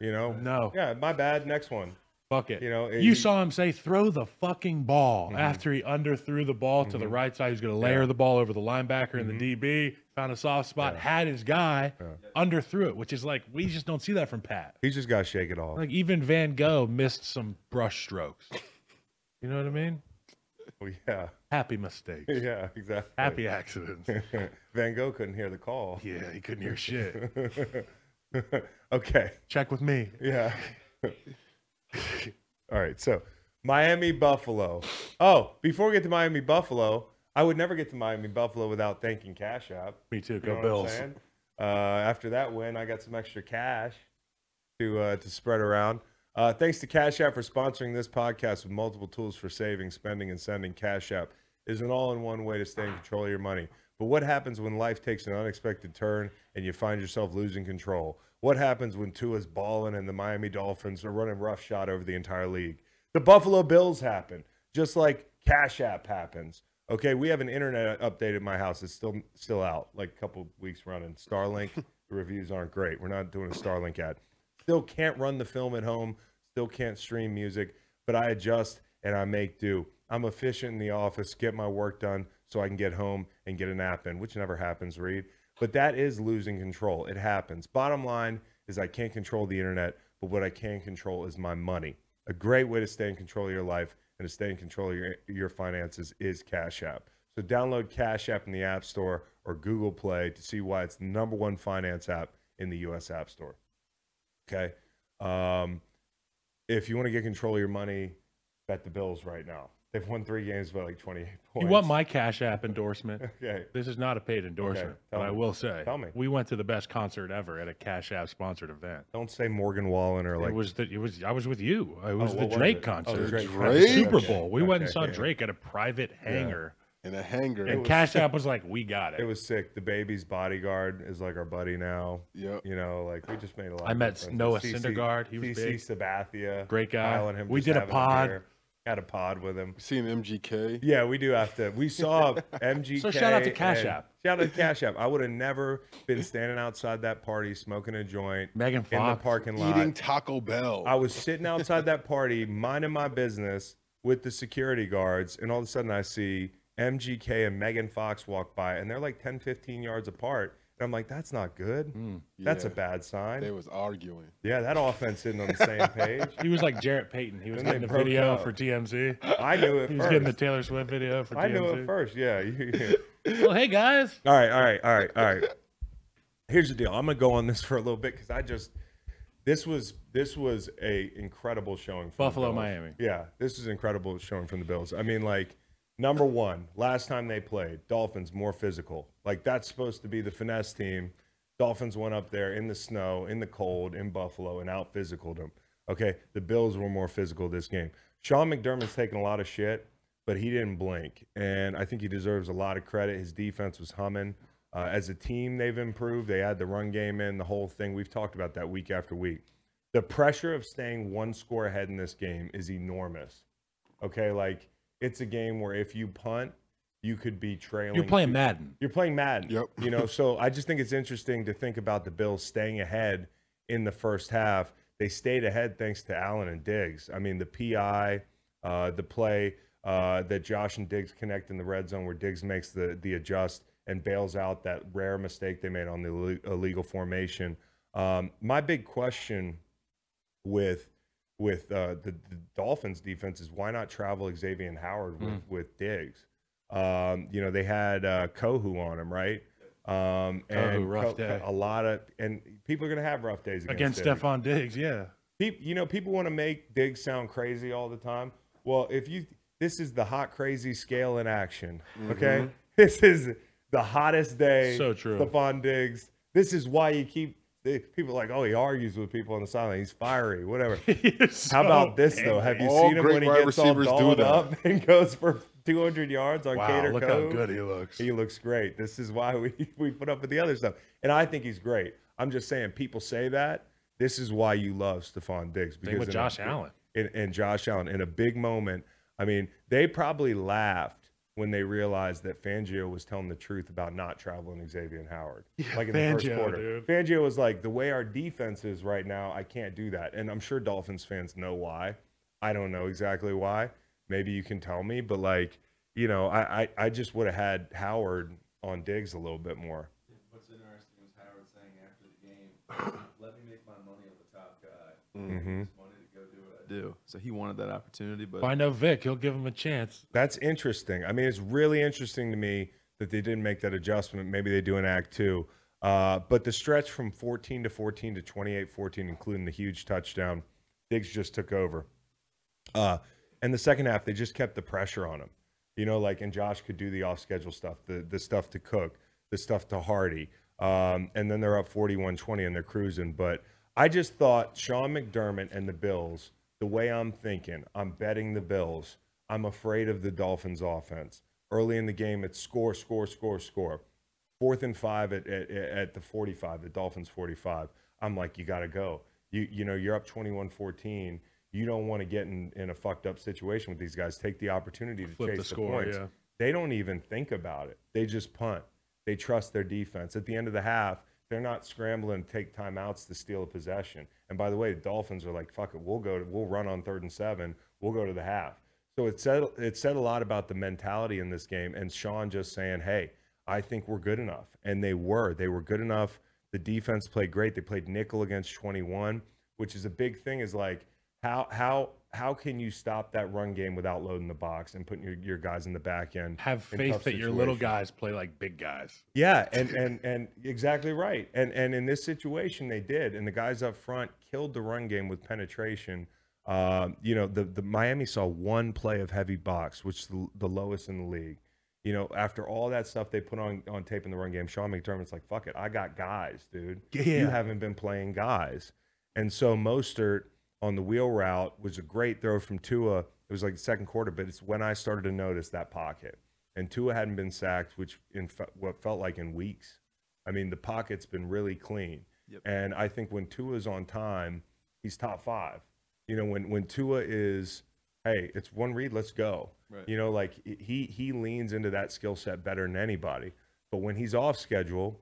Speaker 1: You know?
Speaker 5: No.
Speaker 1: Yeah, my bad. Next one.
Speaker 5: Fuck it.
Speaker 1: You Mm-hmm. know, it-
Speaker 5: you
Speaker 1: he-
Speaker 5: saw him say, "Throw the fucking ball." After he underthrew the ball to the
Speaker 1: Mm-hmm.
Speaker 5: right side, he's going to layer the ball over the linebacker and the DB. Found a soft spot, had his guy, underthrew it, which is like we just don't see that from Pat.
Speaker 1: He just got to shake it off.
Speaker 5: Like even Van Gogh missed some brush strokes. You know what I mean?
Speaker 1: Well, (laughs) yeah,
Speaker 5: Happy mistakes,
Speaker 1: (laughs) yeah, exactly. (laughs)
Speaker 5: happy accidents.
Speaker 1: Van Gogh couldn't hear the call.
Speaker 5: Yeah, he couldn't hear (laughs) shit.
Speaker 1: (laughs) okay.
Speaker 5: Check with me.
Speaker 1: Yeah. (laughs) All right. So Miami Buffalo. Oh, before we get to Miami Buffalo, I would never get to Miami Buffalo without thanking Cash App.
Speaker 5: Me too.
Speaker 1: You know
Speaker 5: Go
Speaker 1: what I'm
Speaker 5: Bills.
Speaker 1: saying? Uh, after that win, I got some extra cash to uh, to spread around. Uh, thanks to Cash App for sponsoring this podcast with multiple tools for saving, spending, and sending. Cash App is an all-in-one way to stay in control of your money. But what happens when life takes an unexpected turn and you find yourself losing control? What happens when Tua's balling and the Miami Dolphins are running roughshod over the entire league? The Buffalo Bills happen, just like Cash App happens. Okay, we have an internet update at my house. It's still still out, like a couple weeks running. Starlink (laughs) the reviews aren't great. We're not doing a Starlink ad. Still can't run the film at home. Still can't stream music. But I adjust and I make do. I'm efficient in the office. Get my work done so I can get home and get a nap in, which never happens. Reed, but that is losing control. It happens. Bottom line is I can't control the internet, but what I can control is my money. A great way to stay in control of your life and to stay in control of your, your finances is Cash App. So download Cash App in the App Store or Google Play to see why it's the number one finance app in the US App Store. Okay. Um, if you want to get control of your money, bet the Bills right now. They've won three games by like (laughs) 28 points.
Speaker 5: You want my Cash
Speaker 1: (laughs)
Speaker 5: App endorsement?
Speaker 1: Okay.
Speaker 5: This is not a paid endorsement,
Speaker 1: tell
Speaker 5: but I
Speaker 1: me.
Speaker 5: will say,
Speaker 1: Tell me.
Speaker 5: we went to the best concert ever at a Cash App sponsored event.
Speaker 1: Don't say Morgan Wallen or like
Speaker 5: it was the, it was I was with you. It was
Speaker 1: what
Speaker 5: the
Speaker 1: was
Speaker 5: Drake
Speaker 1: it? Oh,
Speaker 5: concert,
Speaker 1: the Drake
Speaker 5: at
Speaker 4: concert.
Speaker 5: Super
Speaker 1: Okay,
Speaker 5: Bowl. We went and
Speaker 1: okay,
Speaker 5: saw
Speaker 1: yeah.
Speaker 5: Drake at a private hangar,
Speaker 4: in a hangar.
Speaker 5: and
Speaker 1: (laughs)
Speaker 5: Cash App was like, "We got it."
Speaker 1: it was sick. The baby's bodyguard is like our buddy now.
Speaker 4: Yep.
Speaker 1: You know, like we just made a lot.
Speaker 5: I
Speaker 1: of
Speaker 5: met
Speaker 1: difference.
Speaker 5: Noah
Speaker 1: CC
Speaker 5: Syndergaard. He was
Speaker 1: CC
Speaker 5: big.
Speaker 1: Sabathia,
Speaker 5: Great guy.
Speaker 1: Kyle and him
Speaker 5: We
Speaker 1: just
Speaker 5: did a
Speaker 1: having
Speaker 5: pod.
Speaker 1: beer. Had a pod with him.
Speaker 4: Seeing MGK.
Speaker 1: Yeah, we do have to. We
Speaker 5: (laughs)
Speaker 1: saw MGK.
Speaker 5: So shout out to Cash
Speaker 1: and-
Speaker 5: App.
Speaker 1: Shout out to
Speaker 5: (laughs)
Speaker 1: Cash App. I would have never been standing outside that party smoking a joint
Speaker 5: Megan
Speaker 1: in the
Speaker 5: Fox.
Speaker 1: parking lot.
Speaker 4: Eating Taco Bell.
Speaker 1: I was sitting outside that party, minding my business with the security guards, and all of a sudden I see MGK and Megan Fox walk by, and they're like 10, 15 yards apart. And I'm like, that's not good. That's a
Speaker 4: Hmm, Yeah.
Speaker 1: bad sign.
Speaker 4: They was arguing.
Speaker 1: yeah, that offense isn't on the
Speaker 4: (laughs)
Speaker 1: same page.
Speaker 5: He was like Jarrett Payton. He was
Speaker 1: Then they
Speaker 5: getting the
Speaker 1: broke
Speaker 5: video
Speaker 1: up.
Speaker 5: for TMZ.
Speaker 1: I knew it
Speaker 5: He was getting the
Speaker 1: first.
Speaker 5: Taylor Swift video for TMZ.
Speaker 1: I knew it first. Yeah. (laughs) you-
Speaker 5: Well, hey guys,
Speaker 1: All right, all right, all right, all right. Here's the deal. I'm gonna go on this (laughs) for a little bit because I just this was this was a incredible showing. From the
Speaker 5: Buffalo,
Speaker 1: Bills.
Speaker 5: Miami.
Speaker 1: Yeah, this is incredible showing from the Bills. I mean, like number one, last time they played, Dolphins more physical. Like that's supposed to be the finesse team. Dolphins went up there in the snow, in the cold, in Buffalo, and out physicaled them. Okay, the Bills were more physical this game. Sean McDermott's taking a lot of shit, but he didn't blink, and I think he deserves a lot of credit. His defense was humming. Uh, as a team, they've improved. They had the run game in the whole thing. We've talked about that week after week. The pressure of staying one score ahead in this game is enormous. Okay, like it's a game where if you punt, you could be trailing.
Speaker 5: you're playing Madden.
Speaker 1: You're playing Madden.
Speaker 4: Yep.
Speaker 1: you know, so I just think it's interesting to think about the Bills staying ahead in the first half. They stayed ahead thanks to Allen and Diggs. I mean, the PI, uh, the play uh, that Josh and Diggs connect in the red zone, where Diggs makes the the adjust and bails out that rare mistake they made on the ille- illegal formation. Um, my big question with with uh, the, the Dolphins defense is why not travel Xavier and Howard with
Speaker 5: Hmm.
Speaker 1: with Diggs? Um, you know they had uh, Kohu on him, right? Um, and
Speaker 5: Kohu, rough day.
Speaker 1: a lot of and people are gonna have rough days against,
Speaker 5: Against
Speaker 1: Diggs.
Speaker 5: Stephon Diggs, yeah.
Speaker 1: Peop- you know, people want to make Diggs sound crazy all the time. Well, if you, this is the hot crazy scale in action.
Speaker 4: Mm-hmm.
Speaker 1: Okay, (laughs) this is the hottest day.
Speaker 5: So true.
Speaker 1: Stephon Diggs. This is why you keep they- people like, oh, he argues with people on the sideline. He's fiery,
Speaker 5: (laughs)
Speaker 1: whatever. How about this though? Have you
Speaker 4: All
Speaker 1: seen him
Speaker 4: great
Speaker 1: when he
Speaker 4: wide
Speaker 1: gets all
Speaker 4: receivers do
Speaker 1: dolled
Speaker 4: that.
Speaker 1: up (laughs) and goes for 200 yards on
Speaker 5: Wow,
Speaker 1: Cater
Speaker 5: look
Speaker 1: Cove?
Speaker 5: how good he looks.
Speaker 1: He looks great. This is why we, (laughs) we put up with the other stuff. And I think he's great. I'm just saying, people say that. This is why you love Stephon Diggs.
Speaker 5: Same with
Speaker 1: in a-
Speaker 5: Josh Allen.
Speaker 1: And, and Josh Allen in a big moment. I mean, they probably laughed when they realized that Fangio was telling the truth about not traveling Xavier and Howard. like in the
Speaker 5: Fangio,
Speaker 1: first quarter.
Speaker 5: dude.
Speaker 1: Fangio was like, the way our defense is right now, I can't do that. And I'm sure Dolphins fans know why. I don't know exactly why. Maybe you can tell me, but like, you know, I I, I just would have had Howard on Diggs a little bit more.
Speaker 8: What's interesting was Howard saying after the game,
Speaker 1: (laughs)
Speaker 8: "Let me make my money on the top guy."
Speaker 1: Mhm.
Speaker 8: Wanted to go do what I do, so he wanted that opportunity, but
Speaker 5: Find out Vic. He'll give him a chance.
Speaker 1: That's interesting. I mean, it's really interesting to me that they didn't make that adjustment. Maybe they do an act two. Uh, but the stretch from 14 to 14 to 28 14, including the huge touchdown, Diggs just took over. Uh, and the second half, they just kept the pressure on him. You know, like, and Josh could do the off schedule stuff, the, the stuff to Cook, the stuff to Hardy. Um, and then they're up 41 20 and they're cruising. But I just thought Sean McDermott and the Bills, the way I'm thinking, I'm betting the Bills. I'm afraid of the Dolphins offense. Early in the game, it's score, score, score, score fourth and five at, at, at the 45 the dolphins 45 i'm like you gotta go you you know you're up 21-14 you don't want to get in, in a fucked up situation with these guys take the opportunity to
Speaker 5: Flip the
Speaker 1: chase the,
Speaker 5: score,
Speaker 1: points
Speaker 5: yeah.
Speaker 1: they don't even think about it they just punt they trust their defense at the end of the half they're not scrambling to take timeouts to steal a possession and by the way the dolphins are like fuck it we'll go to, we'll run on third and seven we'll go to the half so it said it said a lot about the mentality in this game and sean just saying hey I think we're good enough. And they were. They were good enough. The defense played great. They played nickel against 21, which is a big thing is like how how how can you stop that run game without loading the box and putting your, your guys in the back end?
Speaker 5: Have
Speaker 1: in
Speaker 5: faith
Speaker 1: tough
Speaker 5: that your little
Speaker 1: situations?
Speaker 5: guys play like big guys.
Speaker 1: Yeah, and and and exactly right. And and in this situation, they did, and the guys up front killed the run game with penetration. Um, you know, the the Miami saw one play of heavy box, which is the, the lowest in the league. You know, after all that stuff they put on on tape in the run game, Sean McDermott's like, "Fuck it, I got guys, dude. You haven't been playing guys." And so Mostert on the wheel route was a great throw from Tua. It was like the second quarter, but it's when I started to notice that pocket. And Tua hadn't been sacked, which in fe- what felt like in weeks. I mean, the pocket's been really clean.
Speaker 8: Yep.
Speaker 1: And I think when Tua's on time, he's top five. You know, when when Tua is, hey, it's one read, let's go.
Speaker 8: Right.
Speaker 1: You know, like he he leans into that skill set better than anybody. But when he's off schedule,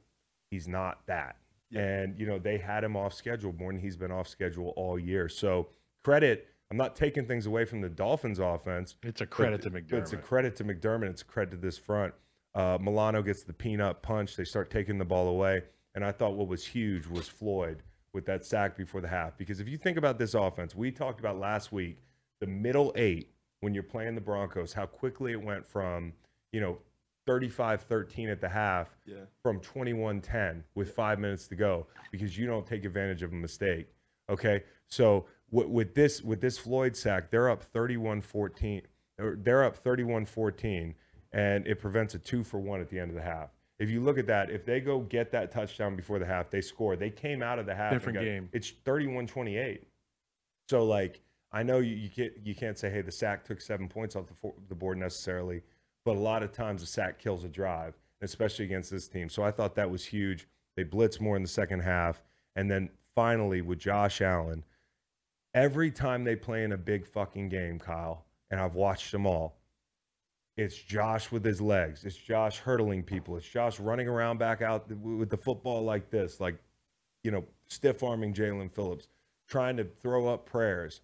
Speaker 1: he's not that.
Speaker 8: Yeah.
Speaker 1: And you know, they had him off schedule more than he's been off schedule all year. So credit, I'm not taking things away from the Dolphins offense.
Speaker 5: It's a
Speaker 1: but-
Speaker 5: credit to
Speaker 1: but It's a
Speaker 5: McDermott.
Speaker 1: credit to McDermott. It's a credit to this front. Uh, Milano gets the peanut punch. They start taking the ball away. And I thought what was huge was Floyd with that sack before the half. Because if you think about this offense, we talked about last week the middle eight when you're playing the Broncos, how quickly it went from, you know, 35 13 at the half
Speaker 8: Yeah.
Speaker 1: from 21 10 with five minutes to go because you don't take advantage of a mistake. Okay. So with, with this with this Floyd sack, they're up 31 14. They're up 31 14, and it prevents a two for one at the end of the half. If you look at that, if they go get that touchdown before the half, they score. They came out of the half. and
Speaker 5: Different
Speaker 1: got-
Speaker 5: game.
Speaker 1: It's 31 28. So like I know you, you can't you can't say hey the sack took seven points off the, fo- the board necessarily, but a lot of times the sack kills a drive, especially against this team. So I thought that was huge. They blitz more in the second half, and then finally with Josh Allen, every time they play in a big fucking game, Kyle, and I've watched them all. It's Josh with his legs. It's Josh hurdling people. It's Josh running around back out th- with the football like this, like you know, stiff arming Jalen Phillips, trying to throw up prayers.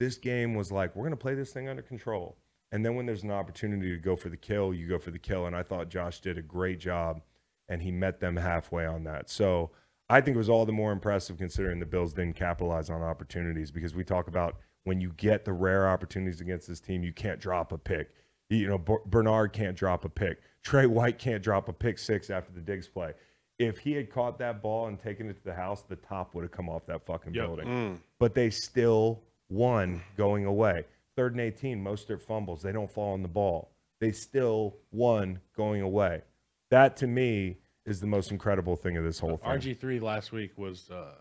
Speaker 1: This game was like, we're going to play this thing under control. And then when there's an opportunity to go for the kill, you go for the kill. And I thought Josh did a great job and he met them halfway on that. So I think it was all the more impressive considering the Bills didn't capitalize on opportunities because we talk about when you get the rare opportunities against this team, you can't drop a pick. You know, Ber- Bernard can't drop a pick. Trey White can't drop a pick six after the Diggs play. If he had caught that ball and taken it to the house, the top would have come off that fucking
Speaker 5: Yep.
Speaker 1: building. But they still won going away. Third and 18, most their fumbles, they don't fall on the ball. They still won going away. That to me is the most incredible thing of this whole thing.
Speaker 5: RG three last week was uh,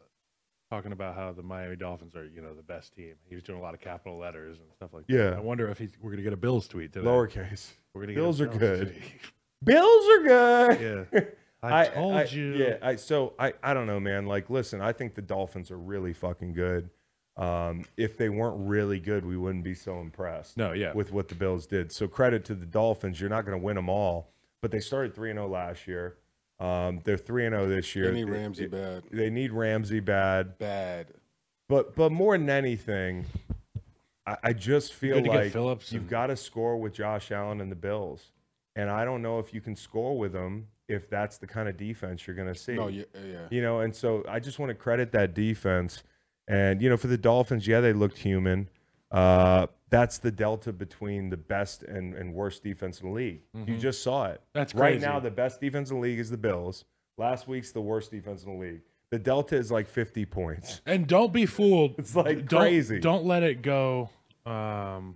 Speaker 5: talking about how the Miami Dolphins are, you know, the best team. He was doing a lot of capital letters and stuff like that.
Speaker 1: Yeah.
Speaker 5: I wonder if he's, we're gonna get a Bills tweet today.
Speaker 1: Lowercase.
Speaker 5: we're gonna
Speaker 1: Bills are good.
Speaker 5: tweet. (laughs)
Speaker 1: Bills are good.
Speaker 5: yeah, (laughs) I, told you.
Speaker 1: Yeah, I so I I don't know, man. Like, listen, I think the Dolphins are really fucking good. Um, if they weren't really good, we wouldn't be so impressed.
Speaker 5: No, yeah.
Speaker 1: with what the Bills did. So credit to the Dolphins. You're not going to win them all, but they started three and zero last year. Um, they're three and zero this year.
Speaker 4: Any
Speaker 1: They-
Speaker 4: Ramsey
Speaker 1: They,
Speaker 4: bad,
Speaker 1: they need Ramsey bad,
Speaker 4: bad.
Speaker 1: but but more than anything, I, I just feel
Speaker 5: Good to get
Speaker 1: like
Speaker 5: Phillips
Speaker 1: you've
Speaker 5: and-
Speaker 1: got to score with Josh Allen and the Bills, and I don't know if you can score with them if that's the kind of defense you're going to see.
Speaker 4: No, yeah, yeah.
Speaker 1: You know, and so I just want to credit that defense. And you know, for the Dolphins, yeah, they looked human. Uh, that's the delta between the best and, and worst defense in the league. You just saw it.
Speaker 5: Mm-hmm. That's
Speaker 1: right
Speaker 5: crazy.
Speaker 1: now. The best defense in the league is the Bills. Last week's the worst defense in the league. The delta is like 50 points. (laughs)
Speaker 5: And don't be fooled.
Speaker 1: It's like
Speaker 5: don't,
Speaker 1: crazy.
Speaker 5: Don't let it go um,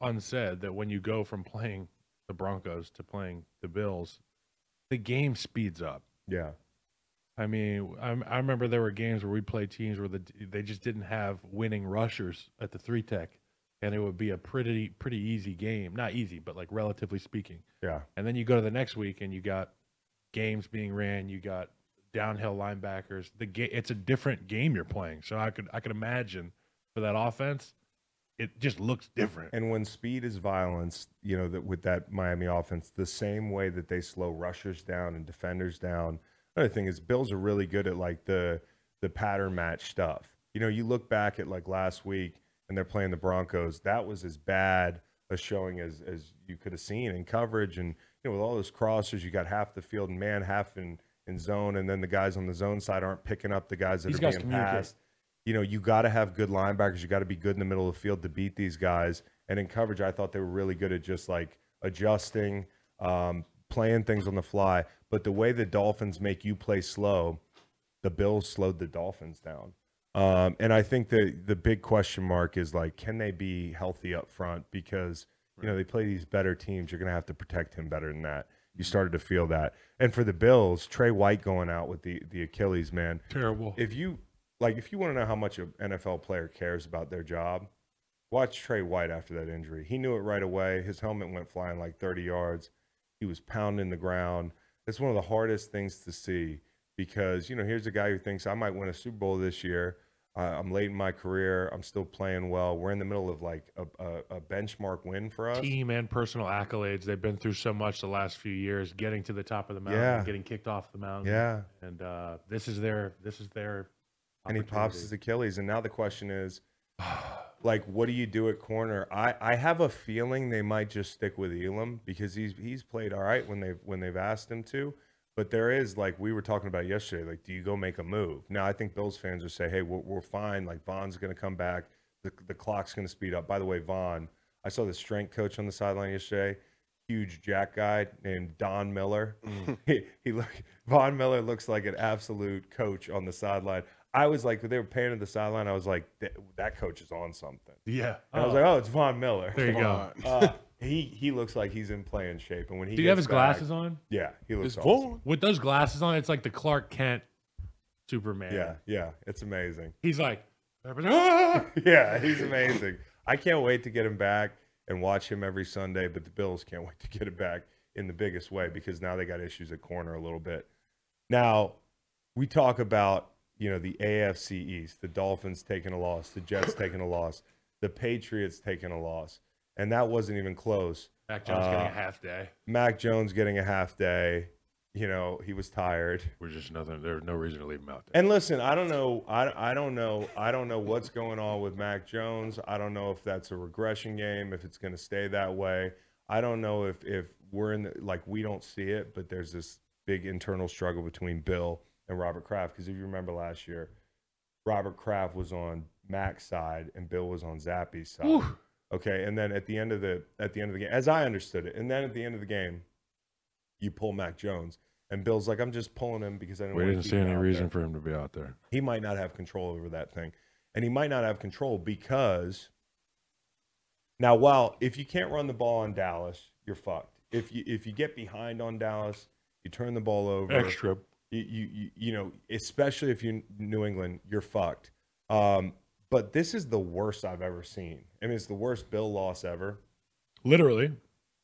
Speaker 5: unsaid that when you go from playing the Broncos to playing the Bills, the game speeds up.
Speaker 1: Yeah,
Speaker 5: I mean, I, I remember there were games where we played teams where the, they just didn't have winning rushers at the three tech, and it would be a pretty pretty easy game. Not easy, but like relatively speaking.
Speaker 1: yeah,
Speaker 5: And then you go to the next week and you got games being ran, you got downhill linebackers. The ga- it's a different game you're playing. So I could I could imagine for that offense, it just looks different.
Speaker 1: and when speed is violence, you know that with that Miami offense, the same way that they slow rushers down and defenders down. Another thing is Bills are really good at like the the pattern match stuff. You know, you look back at like last week and they're playing the Broncos. That was as bad a showing as as you could have seen in coverage and you know with all those crossers, you got half the field in man, half in in zone, and then the guys on the zone side aren't picking up the guys that
Speaker 5: These
Speaker 1: are
Speaker 5: guys
Speaker 1: being
Speaker 5: communicate.
Speaker 1: passed you know, you got to have good linebackers. You got to be good in the middle of the field to beat these guys. And in coverage, I thought they were really good at just like adjusting, um, playing things on the fly. But the way the Dolphins make you play slow, the Bills slowed the Dolphins down. Um, and I think the the big question mark is like, can they be healthy up front? Because you know they play these better teams. You're going to have to protect him better than that. You started to feel that. And for the Bills, Trey White going out with the the Achilles, man
Speaker 5: Terrible.
Speaker 1: if you like if you want to know how much an NFL player cares about their job, watch Trey White after that injury. He knew it right away. His helmet went flying like 30 yards. He was pounding the ground. It's one of the hardest things to see because, you know, here's a guy who thinks I might win a Super Bowl this year. I- I'm late in my career. I'm still playing well. We're in the middle of like a, a, a benchmark win for us.
Speaker 5: Team and personal accolades. They've been through so much the last few years, getting to the top of the mountain,
Speaker 1: Yeah.
Speaker 5: getting kicked off the mountain.
Speaker 1: Yeah.
Speaker 5: And uh, this is their this is their
Speaker 1: and he pops his
Speaker 5: opportunity.
Speaker 1: Achilles. And now the question is, like, what do you do at corner? I, I have a feeling they might just stick with Elam because he's he's played all right when they've when they've asked him to. But there is like we were talking about yesterday. Like, do you go make a move? Now I think Bills fans would say, hey, we're, we're fine. Like Vaughn's going to come back. The the clock's going to speed up. By the way, Vaughn, I saw the strength coach on the sideline yesterday. Huge jack guy named Don Miller.
Speaker 5: Mm.
Speaker 1: (laughs) he, he look Von Miller looks like an absolute coach on the sideline. I was like, they were painting the sideline. I was like, that, that coach is on something.
Speaker 5: (sighs) Yeah.
Speaker 1: And I was
Speaker 5: Oh,
Speaker 1: like, oh, it's Von Miller.
Speaker 5: there you go.
Speaker 1: (laughs) Uh, he he looks like he's in playing shape. And when he
Speaker 5: Do you have
Speaker 1: gets
Speaker 5: his
Speaker 1: back-
Speaker 5: glasses on?
Speaker 1: Yeah, he looks
Speaker 4: It's
Speaker 1: awesome.
Speaker 4: Vaughn.
Speaker 5: With those glasses on, it's like the Clark Kent Superman.
Speaker 1: Yeah, yeah, it's amazing.
Speaker 5: He's like, (laughs) "Ah!"
Speaker 1: (laughs) Yeah, he's amazing. I can't wait to get him back and watch him every Sunday. But the Bills can't (laughs) wait to get him back in the biggest way because now they got issues at corner a little bit. Now we talk about you know the AFC East, the Dolphins taking a loss, the Jets taking a loss, the Patriots taking a loss, and that wasn't even close.
Speaker 5: Mac Jones getting
Speaker 1: Uh,
Speaker 5: a half day.
Speaker 1: Mac Jones getting a half day. You know he was tired.
Speaker 5: We're just nothing. There's no reason to leave him out there.
Speaker 1: And listen, I don't know. I, I don't know. I don't know what's going on with Mac Jones. I don't know if that's a regression game, if it's going to stay that way. I don't know if if we're in the, like we don't see it, but there's this big internal struggle between Bill and Robert Kraft because if you remember last year, Robert Kraft was on Mac's side and Bill was on Zappy's side. Okay, and then at the end of the at the end of the game, as I understood it, and then at the end of the game, you pull Mac Jones, and Bill's like, "I'm just pulling him because I didn't."
Speaker 5: we
Speaker 1: wanna
Speaker 5: didn't
Speaker 1: keep
Speaker 5: see
Speaker 1: him
Speaker 5: any
Speaker 1: out
Speaker 5: reason
Speaker 1: there."
Speaker 5: for him to be out there.
Speaker 1: he might not have control over that thing. And he might not have control because now while if you can't run the ball on Dallas, you're fucked. If you if you get behind on Dallas, you turn the ball over
Speaker 5: Extra.
Speaker 1: you, you, you- you know, especially if you're New England, you're fucked. Um, but this is the worst I've ever seen. I mean, it's the worst Bill loss ever.
Speaker 5: Literally.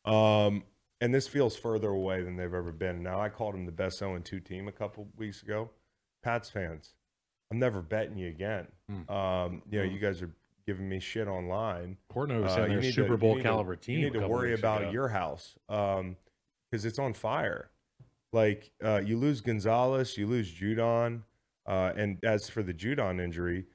Speaker 1: Um, and this feels further away than they've ever been. Now, I called them the best 0 2 team a couple weeks ago. Pats fans, I'm never betting you again.
Speaker 5: Hmm.
Speaker 1: Um, you know, you guys are giving me shit online.
Speaker 5: Portnoy was
Speaker 1: Uh,
Speaker 5: saying
Speaker 1: you
Speaker 5: they're
Speaker 1: need
Speaker 5: a
Speaker 1: to-
Speaker 5: Super
Speaker 1: you
Speaker 5: Bowl
Speaker 1: need to-
Speaker 5: caliber
Speaker 1: You
Speaker 5: team. a
Speaker 1: need to
Speaker 5: couple
Speaker 1: worry
Speaker 5: weeks
Speaker 1: about
Speaker 5: ago.
Speaker 1: your house because it's on fire. Like uh, you lose Gonzalez, you lose Judon, uh, and as for the Judon injury,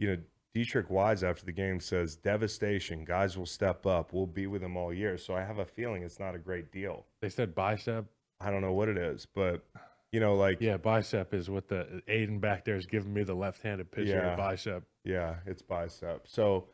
Speaker 1: you know Dietrich Wise after the game says, "Devastation. Guys will step up. We'll be with them all year." So I have a feeling it's not a great deal.
Speaker 5: They said bicep.
Speaker 1: I don't know what it is, but you know, like yeah,
Speaker 5: Yeah, bicep is what the Aiden back there is giving me the left-handed picture
Speaker 1: Yeah.
Speaker 5: of bicep.
Speaker 1: it's bicep. So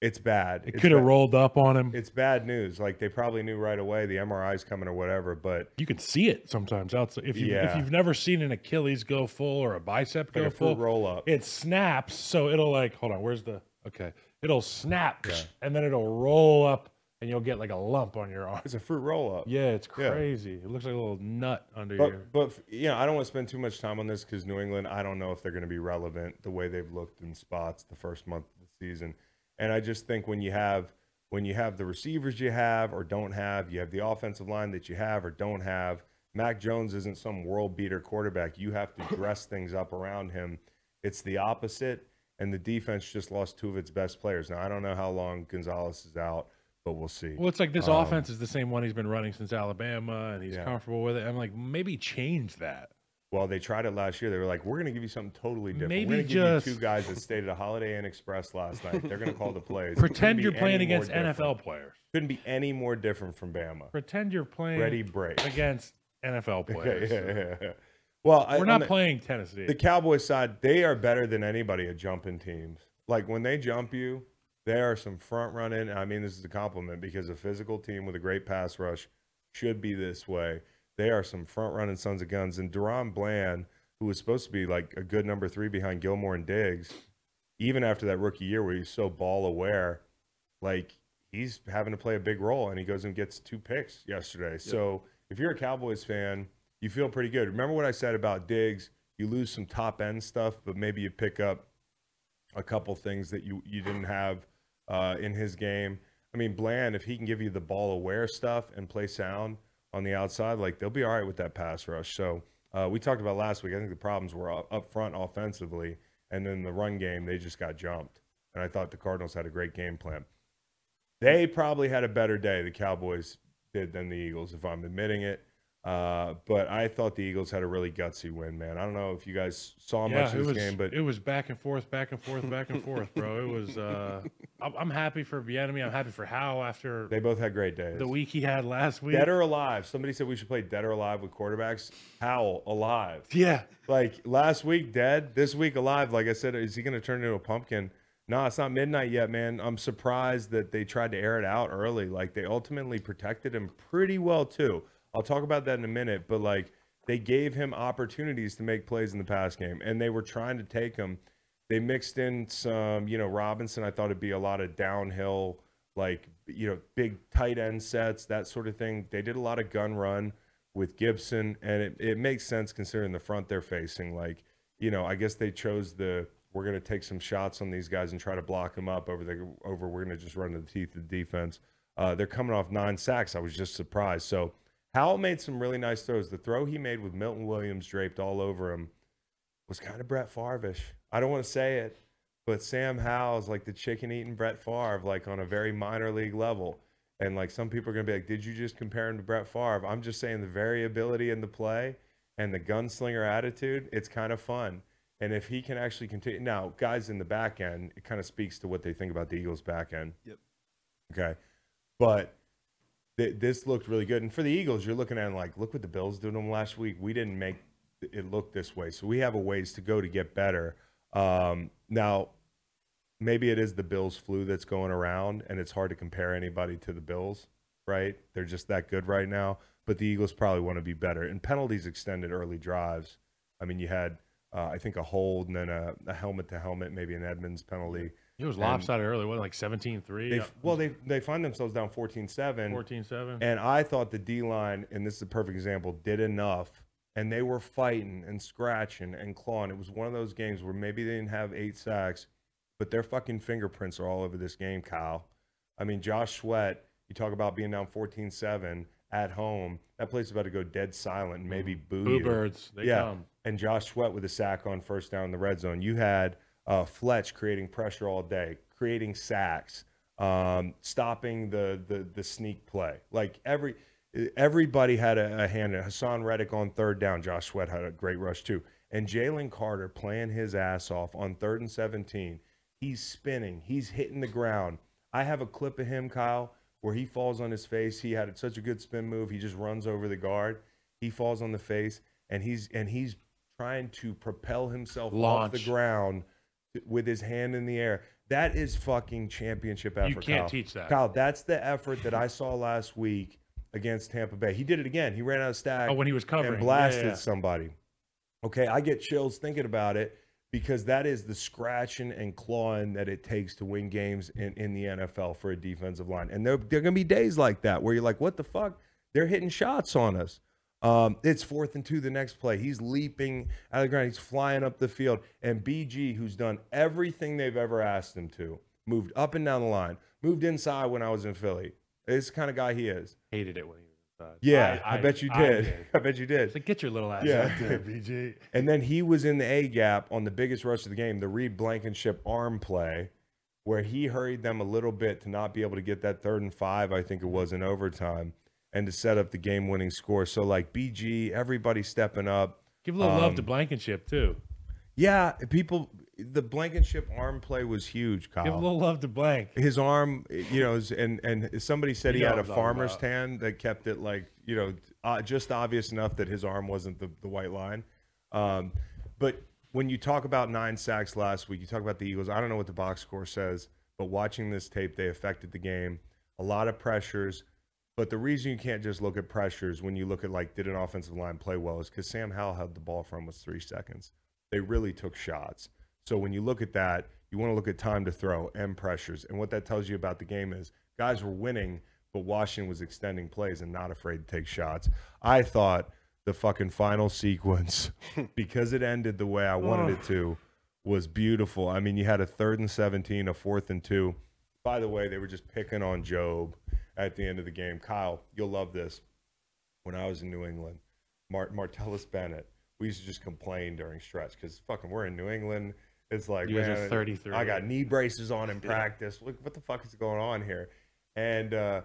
Speaker 1: it's bad.
Speaker 5: It
Speaker 1: It's
Speaker 5: could have
Speaker 1: ba-
Speaker 5: rolled up on him.
Speaker 1: It's bad news. Like they probably knew right away the MRI's coming or whatever, but
Speaker 5: you can see it sometimes outside. If you if
Speaker 1: Yeah.
Speaker 5: you've never seen an Achilles go full or a bicep go
Speaker 1: like a
Speaker 5: full,
Speaker 1: fruit roll up.
Speaker 5: it snaps. So it'll like hold on, where's the okay? It'll snap and then it'll roll up, and you'll get like a lump on your (laughs) arm.
Speaker 1: It's a fruit roll up.
Speaker 5: Yeah, it's
Speaker 1: Yeah.
Speaker 5: crazy. It looks like a little nut under your.
Speaker 1: But, but you know, I don't want to spend too much time on this because New England, I don't know if they're going to be relevant the way they've looked in spots the first month of the season. And I just think when you have when you have the receivers you have or don't have, you have the offensive line that you have or don't have. Mac Jones isn't some world beater quarterback. You have to dress things up around him. It's the opposite, and the defense just lost two of its best players. Now I don't know how long Gonzalez is out, but we'll see.
Speaker 5: Well, it's like this offense is the same one he's been running since Alabama, and he's
Speaker 1: Yeah.
Speaker 5: comfortable with it. I'm like, maybe change that.
Speaker 1: Well, they tried it last year. They were like, "We're going to give you something totally different.
Speaker 5: Maybe
Speaker 1: we're going to
Speaker 5: just-
Speaker 1: give you two guys that stayed at a Holiday Inn Express last night. They're going to
Speaker 5: (laughs)
Speaker 1: call the plays. Couldn't
Speaker 5: Pretend you're
Speaker 1: be
Speaker 5: playing
Speaker 1: any more
Speaker 5: against
Speaker 1: different.
Speaker 5: NFL players.
Speaker 1: Couldn't be any more different from Bama.
Speaker 5: Pretend you're playing
Speaker 1: Ready break. (laughs)
Speaker 5: against NFL
Speaker 1: Yeah,
Speaker 5: players.
Speaker 1: yeah, yeah. Well, I,
Speaker 5: We're
Speaker 1: on
Speaker 5: not
Speaker 1: the,
Speaker 5: playing Tennessee.
Speaker 1: the Cowboys side. They are better than anybody at jumping teams. Like when they jump you, they are some front running. I mean, this is a compliment because a physical team with a great pass rush should be this way. They are some front running sons of guns. And Deron Bland, who was supposed to be like a good number three behind Gilmore and Diggs, even after that rookie year where he's so ball aware, like he's having to play a big role and he goes and gets two picks yesterday. So if you're a Cowboys fan, you feel pretty good. Remember what I said about Diggs? You lose some top end stuff, but maybe you pick up a couple things that you, you didn't have uh, in his game. I mean, Bland, if he can give you the ball aware stuff and play sound on the outside, like they'll be all right with that pass rush. So uh, we talked about last week. I think the problems were up, up front offensively, and then the run game they just got jumped. And I thought the Cardinals had a great game plan. They probably had a better day. The Cowboys did than the Eagles, if I'm admitting it. Uh, but I thought the Eagles had a really gutsy win, man. I don't know if you guys saw much of
Speaker 5: it
Speaker 1: this
Speaker 5: was,
Speaker 1: game, but
Speaker 5: it was back and forth, back and forth, back and forth, bro. It was. Uh, I'm, I'm happy for Bienemy. I'm happy for Howe after
Speaker 1: they both had great days.
Speaker 5: the week he had last week.
Speaker 1: Dead or alive. Somebody said we should play dead or alive with quarterbacks. Howell alive.
Speaker 5: yeah,
Speaker 1: Like last week dead, this week alive. Like I said, is he going to turn into a pumpkin? nah, it's not midnight yet, man. I'm surprised that they tried to air it out early. Like they ultimately protected him pretty well too. I'll talk about that in a minute, but like they gave him opportunities to make plays in the pass game, and they were trying to take him. They mixed in some, you know, Robinson. I thought it'd be a lot of downhill, like you know, big tight end sets, that sort of thing. They did a lot of gun run with Gibson, and it, it makes sense considering the front they're facing. Like, you know, I guess they chose the we're going to take some shots on these guys and try to block them up over the over. We're going to just run to the teeth of the defense. Uh, they're coming off nine sacks. I was just surprised. So Howell made some really nice throws. The throw he made with Milton Williams draped all over him was kind of Brett Favre-ish. I don't want to say it, but Sam Howell's like the chicken eating Brett Favre, like on a very minor league level. And like some people are gonna be like, did you just compare him to Brett Favre? I'm just saying the variability in the play and the gunslinger attitude, it's kind of fun. And if he can actually continue now, guys in the back end, it kind of speaks to what they think about the Eagles back end. Yep. Okay. But th- this looked really good. And for the Eagles, you're looking at it like, look what the Bills did to them last week. We didn't make it look this way. So we have a ways to go to get better. Um, now, maybe it is the Bills flu that's going around, and it's hard to compare anybody to the Bills, right? They're just that good right now. But the Eagles probably want to be better. And penalties extended early drives. I mean, you had, uh, I think, a hold and then a, a helmet to helmet, maybe an Edmonds penalty.
Speaker 5: it was lopsided early. What like 17-3,
Speaker 1: They,
Speaker 5: yeah,
Speaker 1: Well, they they find themselves down 14 7.
Speaker 5: 14-7.
Speaker 1: And I thought the D line, and this is a perfect example, did enough. And they were fighting and scratching and clawing. It was one of those games where maybe they didn't have eight sacks, but their fucking fingerprints are all over this game, Kyle. I mean, Josh Sweat, you talk about being down 14 7 at home. That place is about to go dead silent and maybe boo
Speaker 5: Boo
Speaker 1: you.
Speaker 5: birds, they come.
Speaker 1: And Josh Sweat with a sack on first down in the red zone. You had uh, Fletch creating pressure all day, creating sacks, um, stopping the, the the sneak play. Like every everybody had a, a hand in it. Hassan Reddick on third down. Josh Sweat had a great rush too. And Jalen Carter playing his ass off on third and 17. He's spinning. He's hitting the ground. I have a clip of him, Kyle, where he falls on his face. He had such a good spin move. He just runs over the guard. He falls on the face, and he's and he's trying to propel himself off the
Speaker 5: Launch.
Speaker 1: ground with his hand in the air. That is fucking championship effort.
Speaker 5: can't
Speaker 1: Kyle.
Speaker 5: teach that.
Speaker 1: Kyle, that's the effort that I saw last week against Tampa Bay. He did it again. He ran out of stack
Speaker 5: Oh, when he was covering.
Speaker 1: and
Speaker 5: Yeah,
Speaker 1: blasted
Speaker 5: yeah, yeah.
Speaker 1: somebody. Okay, I get chills thinking about it because that is the scratching and clawing that it takes to win games in, in the NFL for a defensive line. And there, there are going to be days like that where you're like, what the fuck? They're hitting shots on us. Um, it's fourth and two the next play. He's leaping out of the ground. He's flying up the field. And BG, who's done everything they've ever asked him to, moved up and down the line, moved inside when I was in Philly. It's the kind of guy he is.
Speaker 5: Hated it when he was inside.
Speaker 1: Yeah, I, bet you
Speaker 5: I
Speaker 1: did. (laughs) I bet you did.
Speaker 5: It's like, get your little ass
Speaker 1: Yeah.
Speaker 5: out there, BG.
Speaker 1: And then he was in the A gap on the biggest rush of the game, the Reed Blankenship arm play, where he hurried them a little bit to not be able to get that third and five, I think it was in overtime, and to set up the game winning score. So, like BG, everybody stepping up.
Speaker 5: Give a little
Speaker 1: Um,
Speaker 5: love to Blankenship, too.
Speaker 1: Yeah, people, the Blankenship arm play was huge, Kyle.
Speaker 5: Give a little love to Blank.
Speaker 1: his arm, you know, is- and and somebody said
Speaker 5: You
Speaker 1: he
Speaker 5: know
Speaker 1: had a
Speaker 5: what I'm talking
Speaker 1: farmer's
Speaker 5: about.
Speaker 1: tan that kept it like you know uh, just obvious enough that his arm wasn't the, the white line. Um, but when you talk about nine sacks last week, you talk about the Eagles. I don't know what the box score says, but watching this tape, they affected the game. A lot of pressures. But the reason you can't just look at pressures when you look at like did an offensive line play well is because Sam Howell held the ball for almost three seconds. They really took shots. So when you look at that, you want to look at time to throw and pressures. And what that tells you about the game is guys were winning, but Washington was extending plays and not afraid to take shots. I thought the fucking final sequence, (laughs) because it ended the way I wanted it to, was beautiful. I mean, you had a third and 17, a fourth and two. By the way, they were just picking on Job at the end of the game. Kyle, you'll love this. When I was in New England, Mart- Martellus Bennett, we used to just complain during stretch because fucking we're in New England. It's like
Speaker 5: You guys are
Speaker 1: man,
Speaker 5: 33.
Speaker 1: I got knee braces on in practice. Look, what the fuck is going on here? And uh,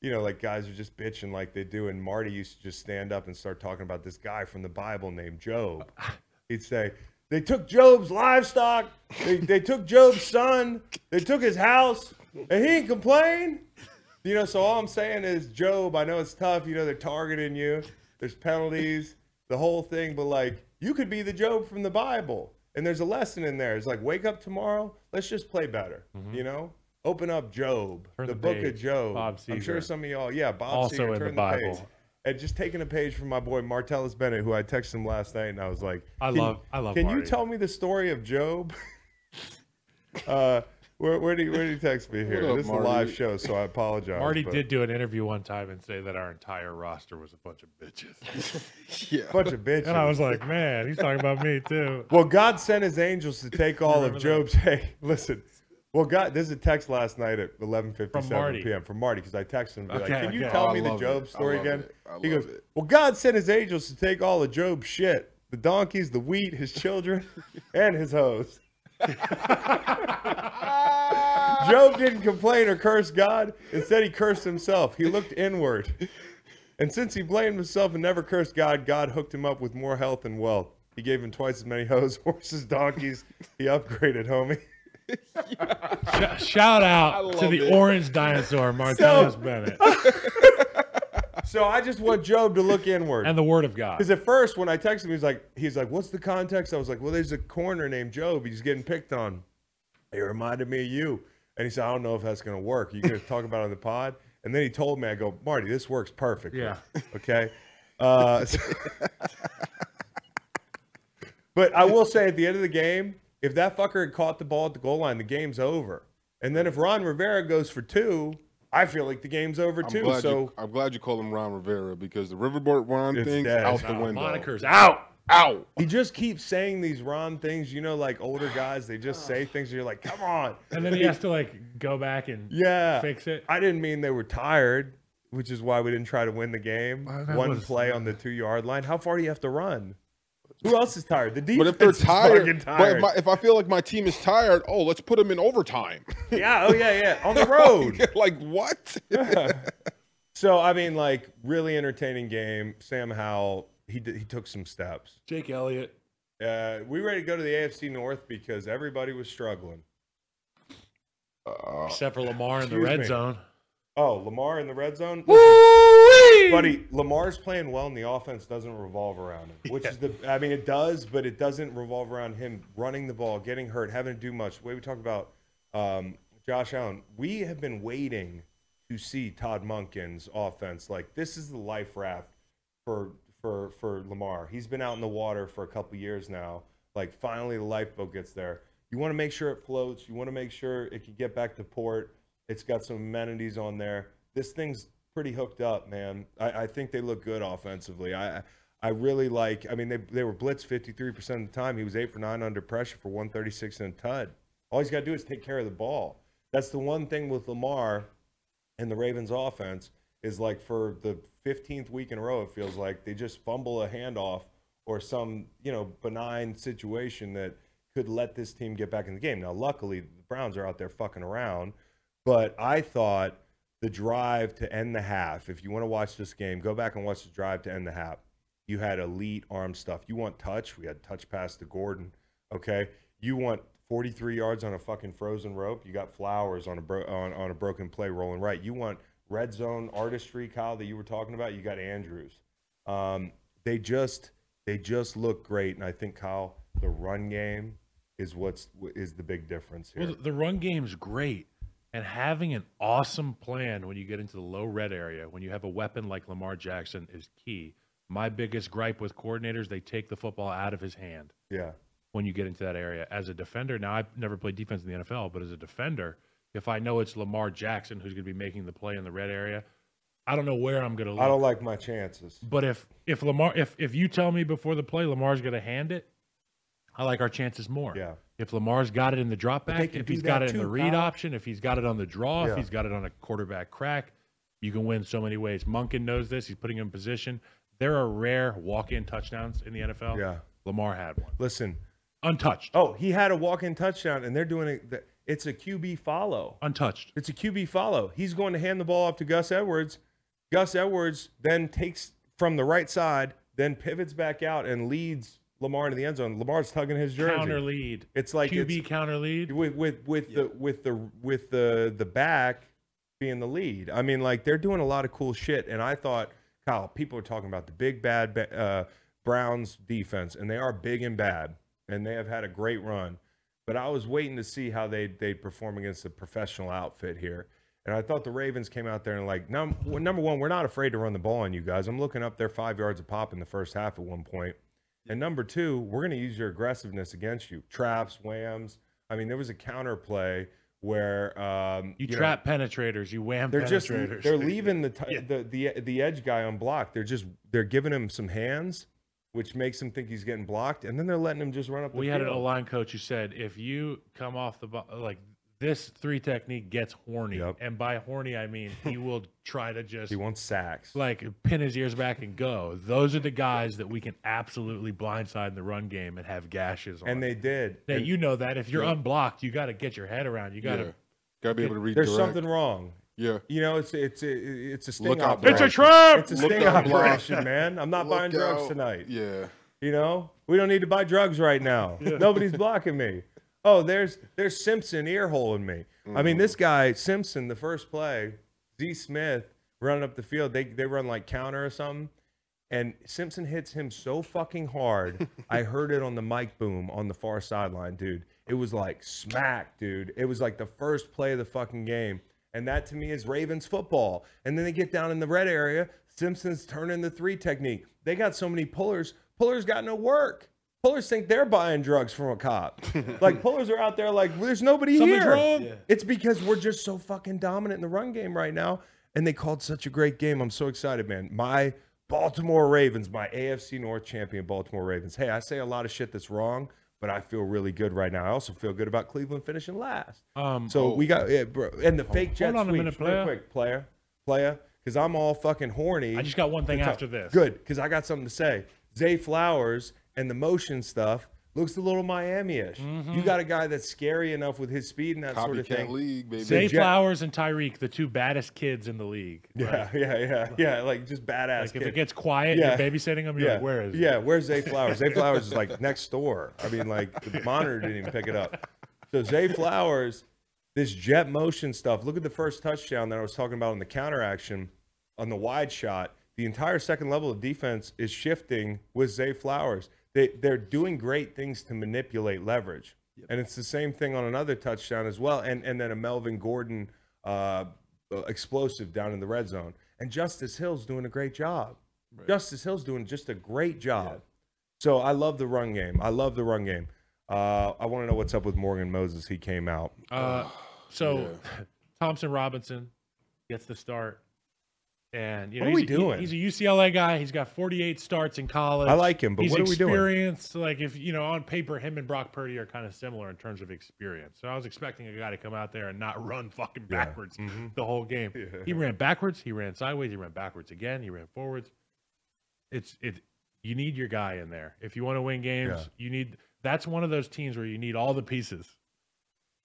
Speaker 1: you know, like guys are just bitching like they do. And Marty used to just stand up and start talking about this guy from the Bible named Job. He'd say, They took Job's livestock, they, they took Job's son, they took his house, and he didn't complain. You know, so all I'm saying is, Job, I know it's tough, you know, they're targeting you, there's penalties, the whole thing, but like you could be the Job from the Bible. And there's a lesson in there. It's like, wake up tomorrow, let's just play better. You know? Open up Job,
Speaker 5: Mm-hmm. Turn
Speaker 1: the,
Speaker 5: the
Speaker 1: book of
Speaker 5: page.
Speaker 1: Job.
Speaker 5: Bob
Speaker 1: I'm sure
Speaker 5: Seger.
Speaker 1: some of y'all, yeah, Bob
Speaker 5: Also
Speaker 1: Seger,
Speaker 5: in the
Speaker 1: turn
Speaker 5: Bible.
Speaker 1: page. And just taking a page from my boy Martellus Bennett, who I texted him last night, and I was like,
Speaker 5: I
Speaker 1: "Can-
Speaker 5: love- I love
Speaker 1: Can you
Speaker 5: Marty.
Speaker 1: tell me the story of Job? (laughs) uh, where where do you, where do you text me here?
Speaker 4: What up,
Speaker 1: this is a
Speaker 4: Marty?
Speaker 1: live show, so I apologize.
Speaker 5: Marty
Speaker 1: but-
Speaker 5: did do an interview one time and say that our entire roster was a bunch of bitches.
Speaker 4: (laughs) Yeah.
Speaker 1: bunch of bitches.
Speaker 5: (laughs) and I was like, man, he's talking about me, too.
Speaker 1: Well, God sent his angels to
Speaker 5: (laughs)
Speaker 1: take all of Job's. Hey, listen. Well, God, this is a text last night at 11:57
Speaker 5: From Marty.
Speaker 1: p.m. from Marty because I texted him. and be like,
Speaker 5: Okay,
Speaker 1: Can you
Speaker 5: okay.
Speaker 1: tell
Speaker 4: Oh, I
Speaker 1: me the
Speaker 4: love
Speaker 1: Job
Speaker 4: it. I
Speaker 1: story
Speaker 4: love
Speaker 1: again?
Speaker 4: it. I
Speaker 1: He
Speaker 4: love
Speaker 1: goes,
Speaker 4: it.
Speaker 1: Well, God sent his angels to take all of Job's shit: the donkeys, the wheat, his
Speaker 4: (laughs)
Speaker 1: children, and his hoes. Job didn't complain or curse God. Instead, he cursed himself. He looked inward. And since he blamed himself and never cursed God, God hooked him up with more health and wealth. He gave him twice as many (laughs) hoes, horses, donkeys. He upgraded, homie.
Speaker 5: Sh- shout out to
Speaker 4: love
Speaker 5: the
Speaker 4: it.
Speaker 5: orange dinosaur, Martellus Bennett,
Speaker 1: So I just want Job to look inward.
Speaker 5: and the Word of God.
Speaker 1: Because at first, when I texted him, he's like, he's like, what's the context? I was like, well, there's a corner named Job. He's getting picked on. It reminded me of you. And he said, I don't know if that's going to work. Are you going to talk about it on the pod? And then he told me, I go, Marty, this works perfectly.
Speaker 5: Yeah.
Speaker 1: (laughs) Okay. Uh, (laughs) so- but I will say at the end of the game, if that fucker had caught the ball at the goal line, the game's over. And then if Ron Rivera goes for two, I feel like the game's over
Speaker 4: I'm
Speaker 1: too.
Speaker 4: glad,
Speaker 1: so
Speaker 4: you, I'm glad you call him Ron Rivera because the Riverboat Ron
Speaker 1: It's
Speaker 4: thing's
Speaker 1: dead.
Speaker 4: out
Speaker 1: It's
Speaker 4: the window.
Speaker 5: Uh, Monikers out.
Speaker 4: Ow!
Speaker 1: He just keeps saying these Ron things. You know, like older guys, they just say things. And you're like, come on.
Speaker 5: And then he has to like go back and
Speaker 1: Yeah.
Speaker 5: fix it.
Speaker 1: I didn't mean they were tired, which is why we didn't try to win the game.
Speaker 5: that
Speaker 1: One
Speaker 5: was-
Speaker 1: play on the two yard line. How far do you have to run? Who else is tired? The defense
Speaker 4: But if they're
Speaker 1: is fucking
Speaker 4: tired, but
Speaker 1: tired.
Speaker 4: if, my, if I feel like my team is tired, oh, let's put them in overtime.
Speaker 1: (laughs) yeah. Oh yeah. Yeah.
Speaker 4: (laughs)
Speaker 1: On the road.
Speaker 4: like
Speaker 1: (laughs)
Speaker 4: what?
Speaker 1: So I mean, like, really entertaining game. Sam Howell, he did, he took some steps.
Speaker 5: Jake Elliott.
Speaker 1: Uh, we ready to go to the AFC North because everybody was struggling.
Speaker 4: Oh,
Speaker 5: except for Lamar in the
Speaker 1: Excuse
Speaker 5: red
Speaker 1: me.
Speaker 5: zone.
Speaker 1: Oh, Lamar in the red zone? Buddy, Lamar's playing well and the offense doesn't revolve around him. Which is the I mean it does, but it doesn't revolve around him running the ball, getting hurt, having to do much. The way we talked about um, Josh Allen, we have been waiting to see Todd Munkin's offense. Like this is the life raft for for for Lamar. He's been out in the water for a couple years now. Like finally the lifeboat gets there. You want to make sure it floats. You want to make sure it can get back to port. It's got some amenities on there. This thing's pretty hooked up, man. I, I think they look good offensively. I I really like. I mean, they they were blitzed 53% of the time. He was eight for nine under pressure for 136 and a tud. All he's got to do is take care of the ball. That's the one thing with Lamar and the Ravens offense is like for the 15th week in a row, it feels like they just fumble a handoff or some, you know, benign situation that could let this team get back in the game. Now, luckily, the Browns are out there fucking around, but I thought the drive to end the half, if you want to watch this game, go back and watch the drive to end the half. You had elite arm stuff. You want touch? We had touch pass to Gordon. Okay. You want 43 yards on a fucking frozen rope. You got Flowers on a bro- on, on a broken play rolling right. You want red zone artistry, Kyle, that you were talking about. You got Andrews. Um, they just they just look great, and I think Kyle, the run game is what's is the big difference here.
Speaker 5: Well, th- the run game's great, and having an awesome plan when you get into the low red area, when you have a weapon like Lamar Jackson, is key. My biggest gripe with coordinators, they take the football out of his hand
Speaker 1: yeah,
Speaker 5: when you get into that area. As a defender, now I've never played defense in the NFL, but as a defender, if I know it's Lamar Jackson who's going to be making the play in the red area, I don't know where I'm going to look.
Speaker 1: I don't like my chances.
Speaker 5: But if if Lamar if if you tell me before the play Lamar's going to hand it, I like our chances more.
Speaker 1: Yeah.
Speaker 5: If Lamar's got it in the drop
Speaker 1: they
Speaker 5: back,
Speaker 1: can
Speaker 5: if
Speaker 1: do
Speaker 5: he's got
Speaker 1: that
Speaker 5: it in the
Speaker 1: too,
Speaker 5: read
Speaker 1: Kyle.
Speaker 5: option, if he's got it on the draw,
Speaker 1: Yeah.
Speaker 5: if he's got it on a quarterback crack, you can win so many ways. Munkin knows this. He's putting him in position. There are rare walk-in touchdowns in the NFL.
Speaker 1: Yeah.
Speaker 5: Lamar had one.
Speaker 1: Listen,
Speaker 5: Untouched.
Speaker 1: oh, he had a walk-in touchdown, and they're doing it. It's a QB follow.
Speaker 5: Untouched.
Speaker 1: It's a QB follow. He's going to hand the ball off to Gus Edwards. Gus Edwards then takes from the right side, then pivots back out and leads Lamar into the end zone. Lamar's tugging his jersey.
Speaker 5: Counter lead.
Speaker 1: It's like
Speaker 5: QB
Speaker 1: it's-
Speaker 5: counter lead.
Speaker 1: with with with the with the with the the back being the lead. I mean, like they're doing a lot of cool shit. And I thought, Kyle, people are talking about the big bad ba- uh, Browns defense, and they are big and bad, and they have had a great run. But I was waiting to see how they they perform against a professional outfit here. And I thought the Ravens came out there and like num- well, number one, we're not afraid to run the ball on you guys. I'm looking up their five yards a pop in the first half at one point. And number two, we're going to use your aggressiveness against you. Traps, whams. I mean, there was a counter play where um,
Speaker 5: You
Speaker 1: know,
Speaker 5: trap penetrators. You wham
Speaker 1: they're
Speaker 5: penetrators.
Speaker 1: just
Speaker 5: (laughs)
Speaker 1: they're leaving the, t- the the the edge guy unblocked. They're just they're giving him some hands, which makes him think he's getting blocked, and then they're letting him just run up. The
Speaker 5: we had an
Speaker 1: field.
Speaker 5: line coach who said if you come off the bo- like this three technique gets horny
Speaker 1: Yep.
Speaker 5: and by horny i mean
Speaker 1: (laughs)
Speaker 5: he will try to just
Speaker 1: He wants sacks.
Speaker 5: like pin his ears back and go those are the guys that we can absolutely blindside in the run game and have gashes on
Speaker 1: and they did.
Speaker 5: now,
Speaker 1: And
Speaker 5: you know that if you're unblocked you got to get your head around you got to
Speaker 4: Yeah. Gotta be able to read.
Speaker 1: there's something wrong.
Speaker 4: Yeah.
Speaker 1: You know, it's it's a, it's a sting
Speaker 4: Look out,
Speaker 1: operation.
Speaker 4: It's a
Speaker 5: trap!
Speaker 1: It's a
Speaker 4: Look
Speaker 1: sting
Speaker 4: out, Brock.
Speaker 1: operation, man. I'm not buying
Speaker 4: Look
Speaker 1: drugs
Speaker 4: out.
Speaker 1: tonight.
Speaker 4: Yeah.
Speaker 1: You know, we don't need to buy drugs right
Speaker 4: (laughs)
Speaker 1: now. Nobody's blocking me. Oh, there's there's Simpson ear holing me. I mean,
Speaker 4: Mm.
Speaker 1: this guy Simpson, the first play, Z Smith running up the field. They they run like counter or something, and Simpson hits him so fucking hard. I heard it on the mic boom on the far sideline, dude. It was like smack, dude. It was like the first play of the fucking game. And that to me is Ravens football. And then they get down in the red area. Simpson's turning the three technique. They got so many pullers. Pullers got no work. Pullers think they're buying drugs from a cop. like pullers are out there like there's nobody
Speaker 5: Something's
Speaker 1: here.
Speaker 5: wrong.
Speaker 1: It's because we're just so fucking dominant in the run game right now. And they called such a great game. I'm so excited, man. My Baltimore Ravens, my AFC North champion Baltimore Ravens. Hey, I say a lot of shit that's wrong, but I feel really good right now. I also feel good about Cleveland finishing last.
Speaker 5: um
Speaker 1: So we got yeah, bro, and the fake jet
Speaker 5: Hold on a
Speaker 1: sweeps.
Speaker 5: minute,
Speaker 1: Real
Speaker 5: player.
Speaker 1: quick, player, player, because I'm all fucking horny.
Speaker 5: i just got one thing
Speaker 1: It's all-
Speaker 5: after this
Speaker 1: Good, because I got something to say. Zay Flowers and the motion stuff looks a little Miami-ish.
Speaker 5: Mm-hmm.
Speaker 1: You got a guy that's scary enough with his speed and that
Speaker 4: Copycat
Speaker 1: sort of thing.
Speaker 4: league, baby.
Speaker 5: Zay
Speaker 1: Jet-
Speaker 5: Flowers and Tyreek, the two baddest kids in the league.
Speaker 1: Yeah, yeah, yeah, yeah. Like just badass.
Speaker 5: Like if
Speaker 1: kid.
Speaker 5: it gets quiet,
Speaker 1: Yeah.
Speaker 5: you're babysitting them. You're
Speaker 1: yeah,
Speaker 5: like, where is? he?
Speaker 1: yeah, where's Zay Flowers?
Speaker 5: (laughs)
Speaker 1: Zay Flowers is like next door. I mean, like the monitor didn't even pick it up. So Zay Flowers this jet motion stuff. Look at the first touchdown that I was talking about on the counter action on the wide shot. The entire second level of defense is shifting with Zay Flowers. They they're doing great things to manipulate leverage, and it's the same thing on another touchdown as well. And and then a Melvin Gordon uh, uh, explosive down in the red zone. And Justice Hill's doing a great job. Justice Hill's doing just a great job. So I love the run game. I love the run game. Uh, I want to know what's up with Morgan Moses. He came out.
Speaker 5: Uh, so (sighs) Thompson Robinson gets the start. And you know,
Speaker 1: What are
Speaker 5: he's
Speaker 1: we
Speaker 5: a- he-
Speaker 1: doing?
Speaker 5: he's a UCLA guy. He's got 48 starts in college.
Speaker 1: I like him, but
Speaker 5: he's
Speaker 1: what are we doing?
Speaker 5: experienced. Like if you know, on paper, him and Brock Purdy are kind of similar in terms of experience. So I was expecting a guy to come out there and not (laughs) run fucking backwards
Speaker 1: Mm-hmm.
Speaker 5: the whole game. He ran backwards. He ran sideways. He ran backwards again. He ran forwards. It's it. You need your guy in there if you want to win games. You need. That's one of those teams where you need all the pieces.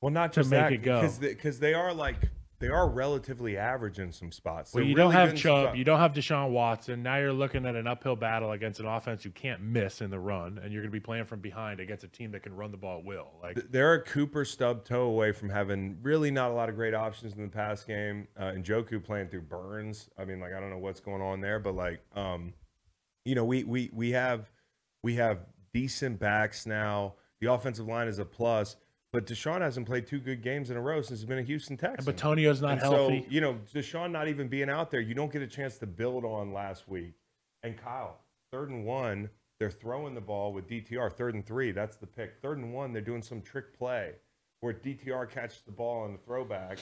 Speaker 1: Well, not
Speaker 5: to
Speaker 1: just
Speaker 5: make
Speaker 1: that,
Speaker 5: it go.
Speaker 1: because because they, are like they are relatively average in some spots.
Speaker 5: Well,
Speaker 1: They're
Speaker 5: you don't
Speaker 1: really
Speaker 5: have
Speaker 1: good in some
Speaker 5: Chubb,
Speaker 1: spots.
Speaker 5: you don't have Deshaun Watson. Now you're looking at an uphill battle against an offense you can't miss in the run, and you're going to be playing from behind against a team that can run the ball at will. Like,
Speaker 1: Th- They're a Cooper stub toe away from having really not a lot of great options in the pass game. Uh, and Joku playing through Burns. I mean, like I don't know what's going on there, but like, um, you know, we we we have we have decent backs now. The offensive line is a plus, but Deshaun hasn't played two good games in a row since he's been a Houston Texan.
Speaker 5: and Batonio's not
Speaker 1: And
Speaker 5: healthy.
Speaker 1: So, you know, Deshaun not even being out there, you don't get a chance to build on last week. And Kyle, third and one, they're throwing the ball with DTR. Third and three, that's the pick. Third and one, they're doing some trick play where DTR catches the ball on the throwback.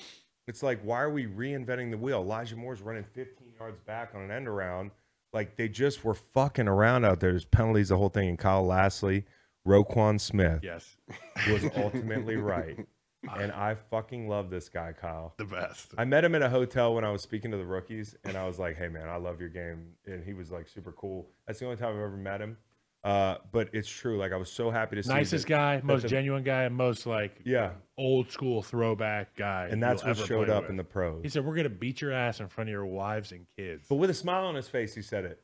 Speaker 1: It's like, why are we reinventing the wheel? Elijah Moore's running 15 yards back on an end around. Like they just were fucking around out there. There's penalties, the whole thing. And Kyle Lastly, Roquan Smith
Speaker 5: yes,
Speaker 1: was
Speaker 5: (laughs)
Speaker 1: ultimately right. And I fucking love this guy, Kyle.
Speaker 3: The best.
Speaker 1: I met him at a hotel when I was speaking to the rookies, and I was like, "Hey, man, I love your game," and he was like, "Super cool." That's the only time I've ever met him. Uh, but it's true. Like I was so happy to see
Speaker 5: nicest
Speaker 1: that-
Speaker 5: guy, most
Speaker 1: the-
Speaker 5: genuine guy, and most like
Speaker 1: Yeah,
Speaker 5: old school throwback guy.
Speaker 1: and that's
Speaker 5: you'll
Speaker 1: what
Speaker 5: ever
Speaker 1: showed
Speaker 5: play
Speaker 1: up
Speaker 5: with.
Speaker 1: in the pros.
Speaker 5: He said, "We're going to beat your ass in front of your wives and kids."
Speaker 1: but with a smile on his face, he said it.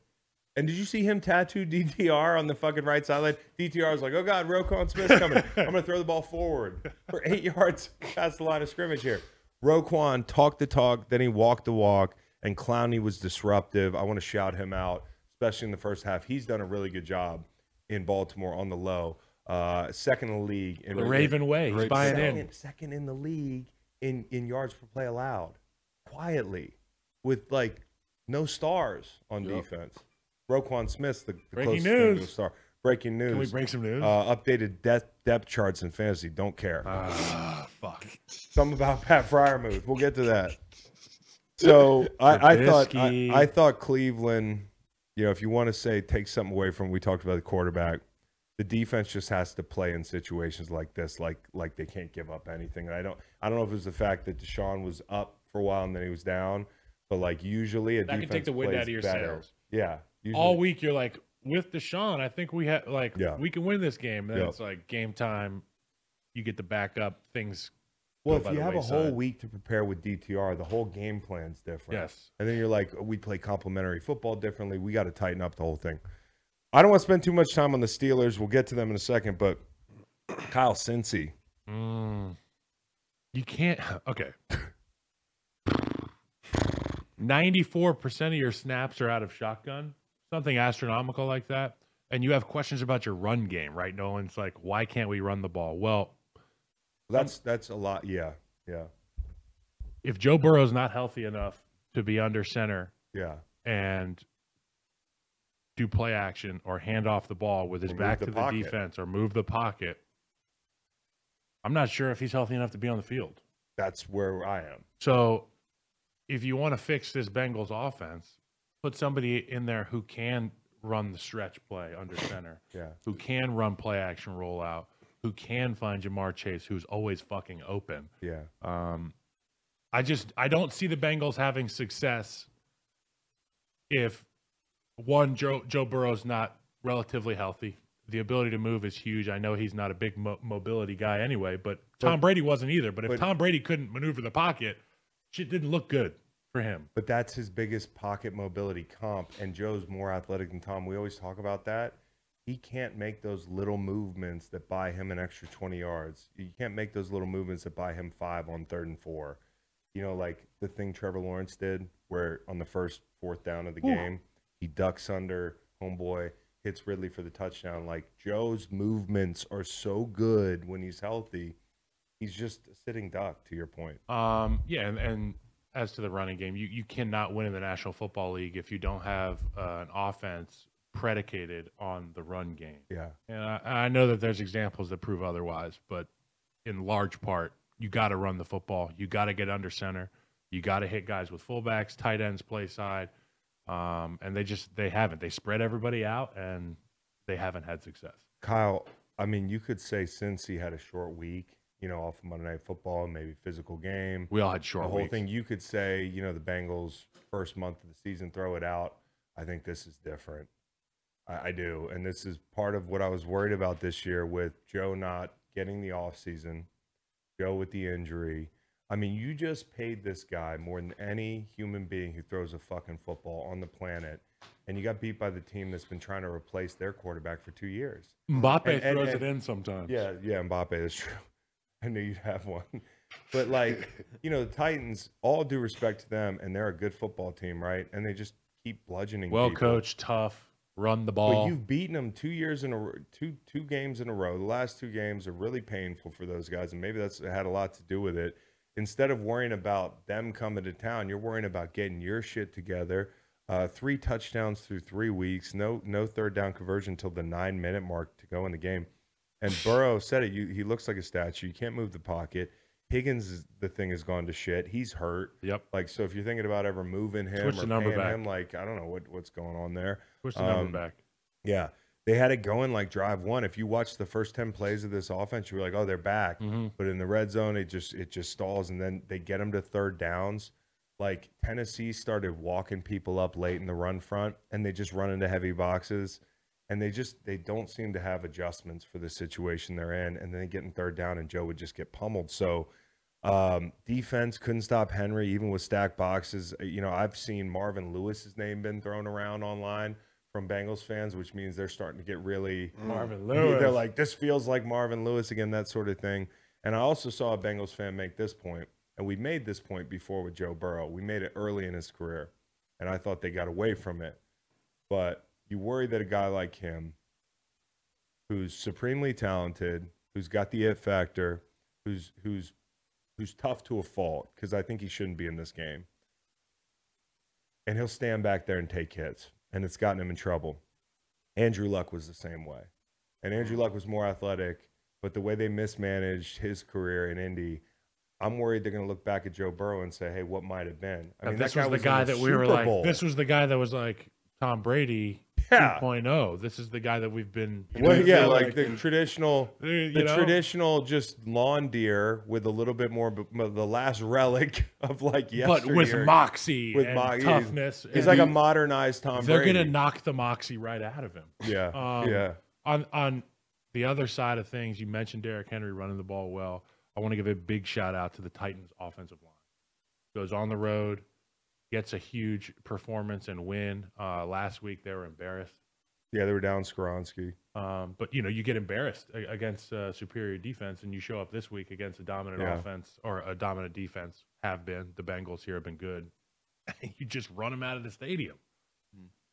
Speaker 1: And did you see him tattoo (laughs) DTR on the fucking right sideline? DTR was like, "Oh God, Roquan Smith's coming. I'm gonna throw the ball forward for eight yards past the line of scrimmage here." Roquan talked the talk, then he walked the walk, and Clowney was disruptive. I want to shout him out, especially in the first half. He's done a really good job in Baltimore on the low, uh, second in the league in
Speaker 5: the Raven way, he's
Speaker 4: Great
Speaker 5: buying
Speaker 1: second,
Speaker 5: in.
Speaker 1: second in the league in in yards per play allowed, quietly, with like no stars on defense. Roquan Smith's the, the
Speaker 5: Breaking
Speaker 1: closest thing to a
Speaker 5: news.
Speaker 1: star. Breaking news.
Speaker 5: Can we break some news?
Speaker 1: Uh, updated depth depth charts in fantasy. Don't care.
Speaker 5: Ah, (sighs) Fuck.
Speaker 1: Something about Pat Fryer move. We'll get to that. So I, I thought I,
Speaker 5: Trubisky.
Speaker 1: I thought Cleveland. You know, if you want to say take something away from, we talked about the quarterback. The defense just has to play in situations like this, like like they can't give up anything. And I don't I don't know if it was the fact that Deshaun was up for a while and then he was down, but like usually a
Speaker 5: That can
Speaker 1: defense
Speaker 5: take the wind
Speaker 1: plays
Speaker 5: out of your
Speaker 1: better.
Speaker 5: sails.
Speaker 1: Yeah, usually.
Speaker 5: All week, you're like, with Deshaun, I think we have like
Speaker 1: Yeah.
Speaker 5: we can win this game. Then
Speaker 1: Yep.
Speaker 5: it's like game time. You get the backup. Things
Speaker 1: Well,
Speaker 5: go
Speaker 1: if
Speaker 5: by
Speaker 1: you
Speaker 5: the
Speaker 1: have a
Speaker 5: wayside.
Speaker 1: whole week to prepare with DTR, the whole game plan's different.
Speaker 5: Yes.
Speaker 1: And then you're like, we play complementary football differently. We got to tighten up the whole thing. I don't want to spend too much time on the Steelers. We'll get to them in a second, but Kyle Cincy.
Speaker 5: Mm. You can't. (laughs) Okay. 94% of your snaps are out of shotgun, something astronomical like that. And you have questions about your run game, right, Nolan? It's like, why can't we run the ball? Well,
Speaker 1: That's that's a lot. Yeah. Yeah.
Speaker 5: if Joe Burrow's not healthy enough to be under center
Speaker 1: Yeah.
Speaker 5: and do play action or hand off the ball with his
Speaker 1: Or move
Speaker 5: back
Speaker 1: the
Speaker 5: to the
Speaker 1: pocket.
Speaker 5: defense or move the pocket, I'm not sure if he's healthy enough to be on the field.
Speaker 1: That's where I am.
Speaker 5: So, if you want to fix this Bengals offense, put somebody in there who can run the stretch play under center,
Speaker 1: Yeah.
Speaker 5: who can run play action rollout, who can find Jamar Chase, who's always fucking open.
Speaker 1: Yeah.
Speaker 5: Um, I just I don't see the Bengals having success if one Joe Joe Burrow's not relatively healthy. The ability to move is huge. I know he's not a big mo- mobility guy anyway, but Tom Brady wasn't either. But if
Speaker 1: but-
Speaker 5: Tom Brady couldn't maneuver the pocket, shit didn't look good for him.
Speaker 1: But that's his biggest pocket mobility comp, and Joe's more athletic than Tom. We always talk about that. he can't make those little movements that buy him an extra 20 yards. You can't make those little movements that buy him five on third and four. You know, like the thing Trevor Lawrence did, where on the first fourth down of the game, he ducks under homeboy, hits Ridley for the touchdown. Like Joe's movements are so good when he's healthy. He's just a sitting duck, to your point.
Speaker 5: Um, yeah, and, and as to the running game, you, you cannot win in the National Football League if you don't have uh, an offense predicated on the run game.
Speaker 1: Yeah.
Speaker 5: And I, I know that there's examples that prove otherwise, but in large part, you got to run the football. You got to get under center. You got to hit guys with fullbacks, tight ends, play side, um, and they just they haven't. They spread everybody out, and they haven't had success.
Speaker 1: Kyle, I mean, you could say since he had a short week, you know, off of Monday Night Football, maybe physical game,
Speaker 5: We all had
Speaker 1: the
Speaker 5: short
Speaker 1: whole
Speaker 5: weeks.
Speaker 1: thing. You could say, you know, the Bengals first month of the season, throw it out. I think this is different. I, I do, and this is part of what I was worried about this year with Joe not getting the off season, Joe with the injury. I mean, you just paid this guy more than any human being who throws a fucking football on the planet, and you got beat by the team that's been trying to replace their quarterback for two years.
Speaker 5: Mbappe
Speaker 1: And- and-
Speaker 5: throws
Speaker 1: and-
Speaker 5: it in sometimes.
Speaker 1: Yeah, yeah, Mbappe. That's true. (laughs) I knew you'd have one. But like, you know, the Titans. All due respect to them, and they're a good football team, right? And they just keep bludgeoning.
Speaker 5: well
Speaker 1: people.
Speaker 5: coached, tough, run the
Speaker 1: But
Speaker 5: ball.
Speaker 1: you've beaten them two years in a row, two two games in a row. The last two games are really painful for those guys, and maybe that's had a lot to do with it. Instead of worrying about them coming to town, you're worrying about getting your shit together. Uh, three touchdowns through three weeks, no no third down conversion till the nine minute mark to go in the game.
Speaker 5: (sighs)
Speaker 1: And Burrow said it. You, he looks like a statue. You can't move the pocket. Higgins, is- the thing has gone to shit. He's hurt.
Speaker 5: yep.
Speaker 1: Like so, if you're thinking about ever moving him
Speaker 5: Switch
Speaker 1: or
Speaker 5: the number
Speaker 1: paying
Speaker 5: back.
Speaker 1: him, like I don't know what what's going on there.
Speaker 5: Push the number
Speaker 1: um,
Speaker 5: back.
Speaker 1: Yeah. They had it going like drive one. If you watch the first ten plays of this offense, you were like, "Oh, they're back."
Speaker 5: Mm-hmm.
Speaker 1: But in the red zone, it just it just stalls, and then they get them to third downs. Like Tennessee started walking people up late in the run front, and they just run into heavy boxes, and they just they don't seem to have adjustments for the situation they're in, and then they get in third down, and Joe would just get pummeled. So um, defense couldn't stop Henry, even with stacked boxes. Uh, You know, I've seen Marvin Lewis's name been thrown around online from Bengals fans, which means they're starting to get really.
Speaker 5: Marvin
Speaker 1: They're like, this feels like Marvin Lewis again, that sort of thing. And I also saw a Bengals fan make this point, and we made this point before with Joe Burrow. We made it early in his career, and I thought they got away from it. But you worry that a guy like him, who's supremely talented, who's got the it factor, who's who's who's tough to a fault, because I think he shouldn't be in this game. And he'll stand back there and take hits, and it's gotten him in trouble. Andrew Luck was the same way, and Andrew Luck was more athletic, but the way they mismanaged his career in Indy. I'm worried they're going to look back at Joe Burrow and say, "Hey, what might have been?" I
Speaker 5: this
Speaker 1: that
Speaker 5: was the
Speaker 1: in
Speaker 5: guy that we were
Speaker 1: Super
Speaker 5: like.
Speaker 1: Bowl.
Speaker 5: This was the guy that was like Tom Brady
Speaker 1: Yeah.
Speaker 5: 2.0. oh. This is the guy that we've been.
Speaker 1: (laughs) Well,
Speaker 4: I
Speaker 1: yeah,
Speaker 4: feel
Speaker 1: like,
Speaker 4: like
Speaker 1: the traditional,
Speaker 5: Uh, you
Speaker 1: the
Speaker 5: know?
Speaker 1: traditional just lawn deer with a little bit more, b- m- the last relic (laughs) of like yesterday.
Speaker 5: but with moxie
Speaker 1: with
Speaker 5: and
Speaker 1: mo- he's-
Speaker 5: toughness.
Speaker 1: He's
Speaker 5: and
Speaker 1: like a modernized Tom
Speaker 5: they're
Speaker 1: Brady.
Speaker 5: gonna knock the moxie right out of him.
Speaker 1: yeah,
Speaker 5: um,
Speaker 1: yeah.
Speaker 5: On on the other side of things, you mentioned Derrick Henry running the ball well. I want to give a big shout out to the Titans offensive line. Goes on the road, gets a huge performance and win. Uh, last week they were embarrassed.
Speaker 1: Yeah, they were down Skoronsky.
Speaker 5: Um, but you know, you get embarrassed a- against uh, superior defense, and you show up this week against a dominant
Speaker 1: Yeah.
Speaker 5: offense or a dominant defense. Have been the Bengals here have been good. (laughs) you just run them out of the stadium.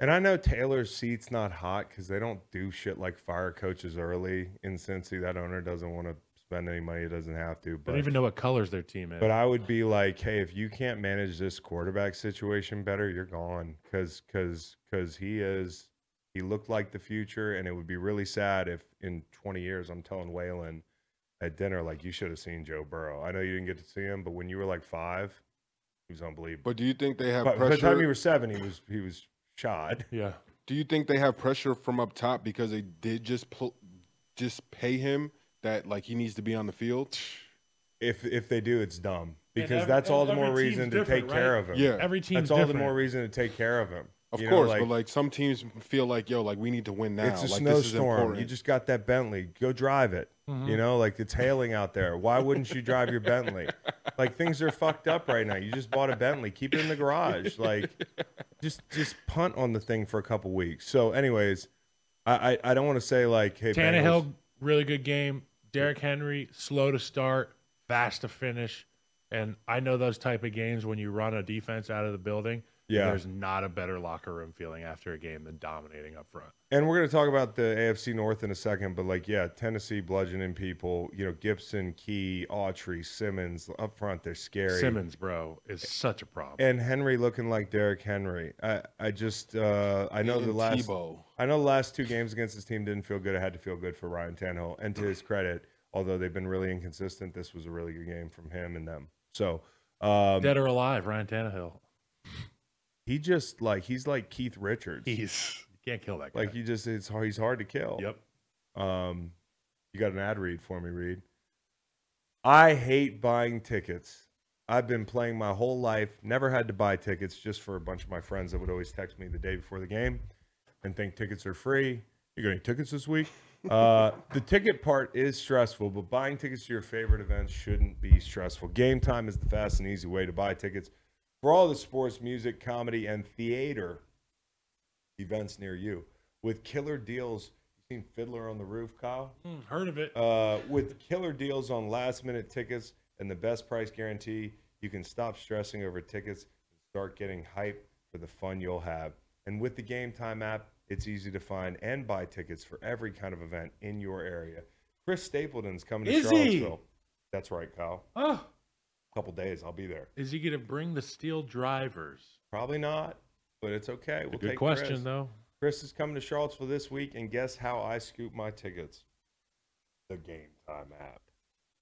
Speaker 1: And I know Taylor's seat's not hot because they don't do shit like fire coaches early in Cincy. That owner doesn't want to spend any money; he doesn't have to.
Speaker 5: They
Speaker 1: But
Speaker 5: don't even know what colors their team is.
Speaker 1: But I would be like, hey, if you can't manage this quarterback situation better, you're gone. Cause cause cause he is he looked like the future and it would be really sad if in twenty years I'm telling Waylon at dinner, like you should have seen Joe Burrow. I know you didn't get to see him, but when you were like five, he was unbelievable.
Speaker 4: But do you think they have
Speaker 1: But by the
Speaker 4: pressure?
Speaker 1: time you were seven, he was he was shod.
Speaker 5: yeah,
Speaker 4: Do you think they have pressure from up top because they did just pl- just pay him that like he needs to be on the
Speaker 1: (laughs)
Speaker 4: field?
Speaker 1: (sighs) If if they do, it's dumb. Because
Speaker 5: every-
Speaker 1: that's all
Speaker 5: and
Speaker 1: the more
Speaker 5: every team's
Speaker 1: reason to take
Speaker 5: different,
Speaker 1: care
Speaker 5: right?
Speaker 1: of him.
Speaker 4: Yeah.
Speaker 5: every team.
Speaker 1: That's all the more reason to take care of him.
Speaker 4: Of
Speaker 1: You know,
Speaker 4: course, but like some teams feel like yo, like we need to win now.
Speaker 1: It's a
Speaker 4: like, this is
Speaker 1: snowstorm. You
Speaker 4: important.
Speaker 1: just got that Bentley. Go drive it. You know, like it's hailing out there. Why wouldn't you drive your Bentley? Like things are fucked up right now. You just bought a Bentley. Keep it in the garage. Like just just punt on the thing for a couple weeks. So, anyways, I- I I, I don't want to say like hey
Speaker 5: Tannehill,
Speaker 1: Bengals-
Speaker 5: really good game. Derrick Henry, slow to start, fast to finish. And I know those type of games when you run a defense out of the building.
Speaker 1: Yeah.
Speaker 5: There's not a better locker room feeling after a game than dominating up front.
Speaker 1: And we're going to talk about the AFC North in a second, but like, yeah, Tennessee bludgeoning people. You know, Gibson, Key, Autry, Simmons up front. They're scary.
Speaker 5: Simmons, bro, is such a problem.
Speaker 1: and Henry looking like Derrick Henry. I I just uh, I know the
Speaker 4: And
Speaker 1: last
Speaker 4: Tebow.
Speaker 1: I know the last two games against this team didn't feel good. It had to feel good for Ryan Tannehill, and to his credit, although they've been really inconsistent, this was a really good game from him and them. So um,
Speaker 5: Dead or alive, Ryan Tannehill.
Speaker 1: he just like he's like Keith Richards.
Speaker 5: He's you can't kill that guy.
Speaker 1: like you just it's hard, he's hard to kill.
Speaker 5: yep.
Speaker 1: Um, you got an ad read for me, Reed. I hate buying tickets. I've been playing my whole life, never had to buy tickets just for a bunch of my friends that would always text me the day before the game and think tickets are free. You got any tickets this week? Uh, the ticket part is stressful, but buying tickets to your favorite events shouldn't be stressful. Game time is the fast and easy way to buy tickets for all the sports, music, comedy, and theater events near you with killer deals. You seen Fiddler on the Roof, Kyle?
Speaker 5: Hmm, heard of it.
Speaker 1: Uh, with killer deals on last minute tickets and the best price guarantee, you can stop stressing over tickets and start getting hype for the fun you'll have. And with the Game Time app, it's easy to find and buy tickets for every kind of event in your area. Chris Stapleton's coming to
Speaker 5: Is he?
Speaker 1: Charlottesville. That's right, Kyle.
Speaker 5: oh.
Speaker 1: couple days, I'll be there.
Speaker 5: Is he gonna bring the steel drivers?
Speaker 1: Probably not, but it's okay. We'll
Speaker 5: Good
Speaker 1: take
Speaker 5: question
Speaker 1: Chris.
Speaker 5: though.
Speaker 1: Chris is coming to Charlottesville this week, and guess how I scooped my tickets? The Game Time app.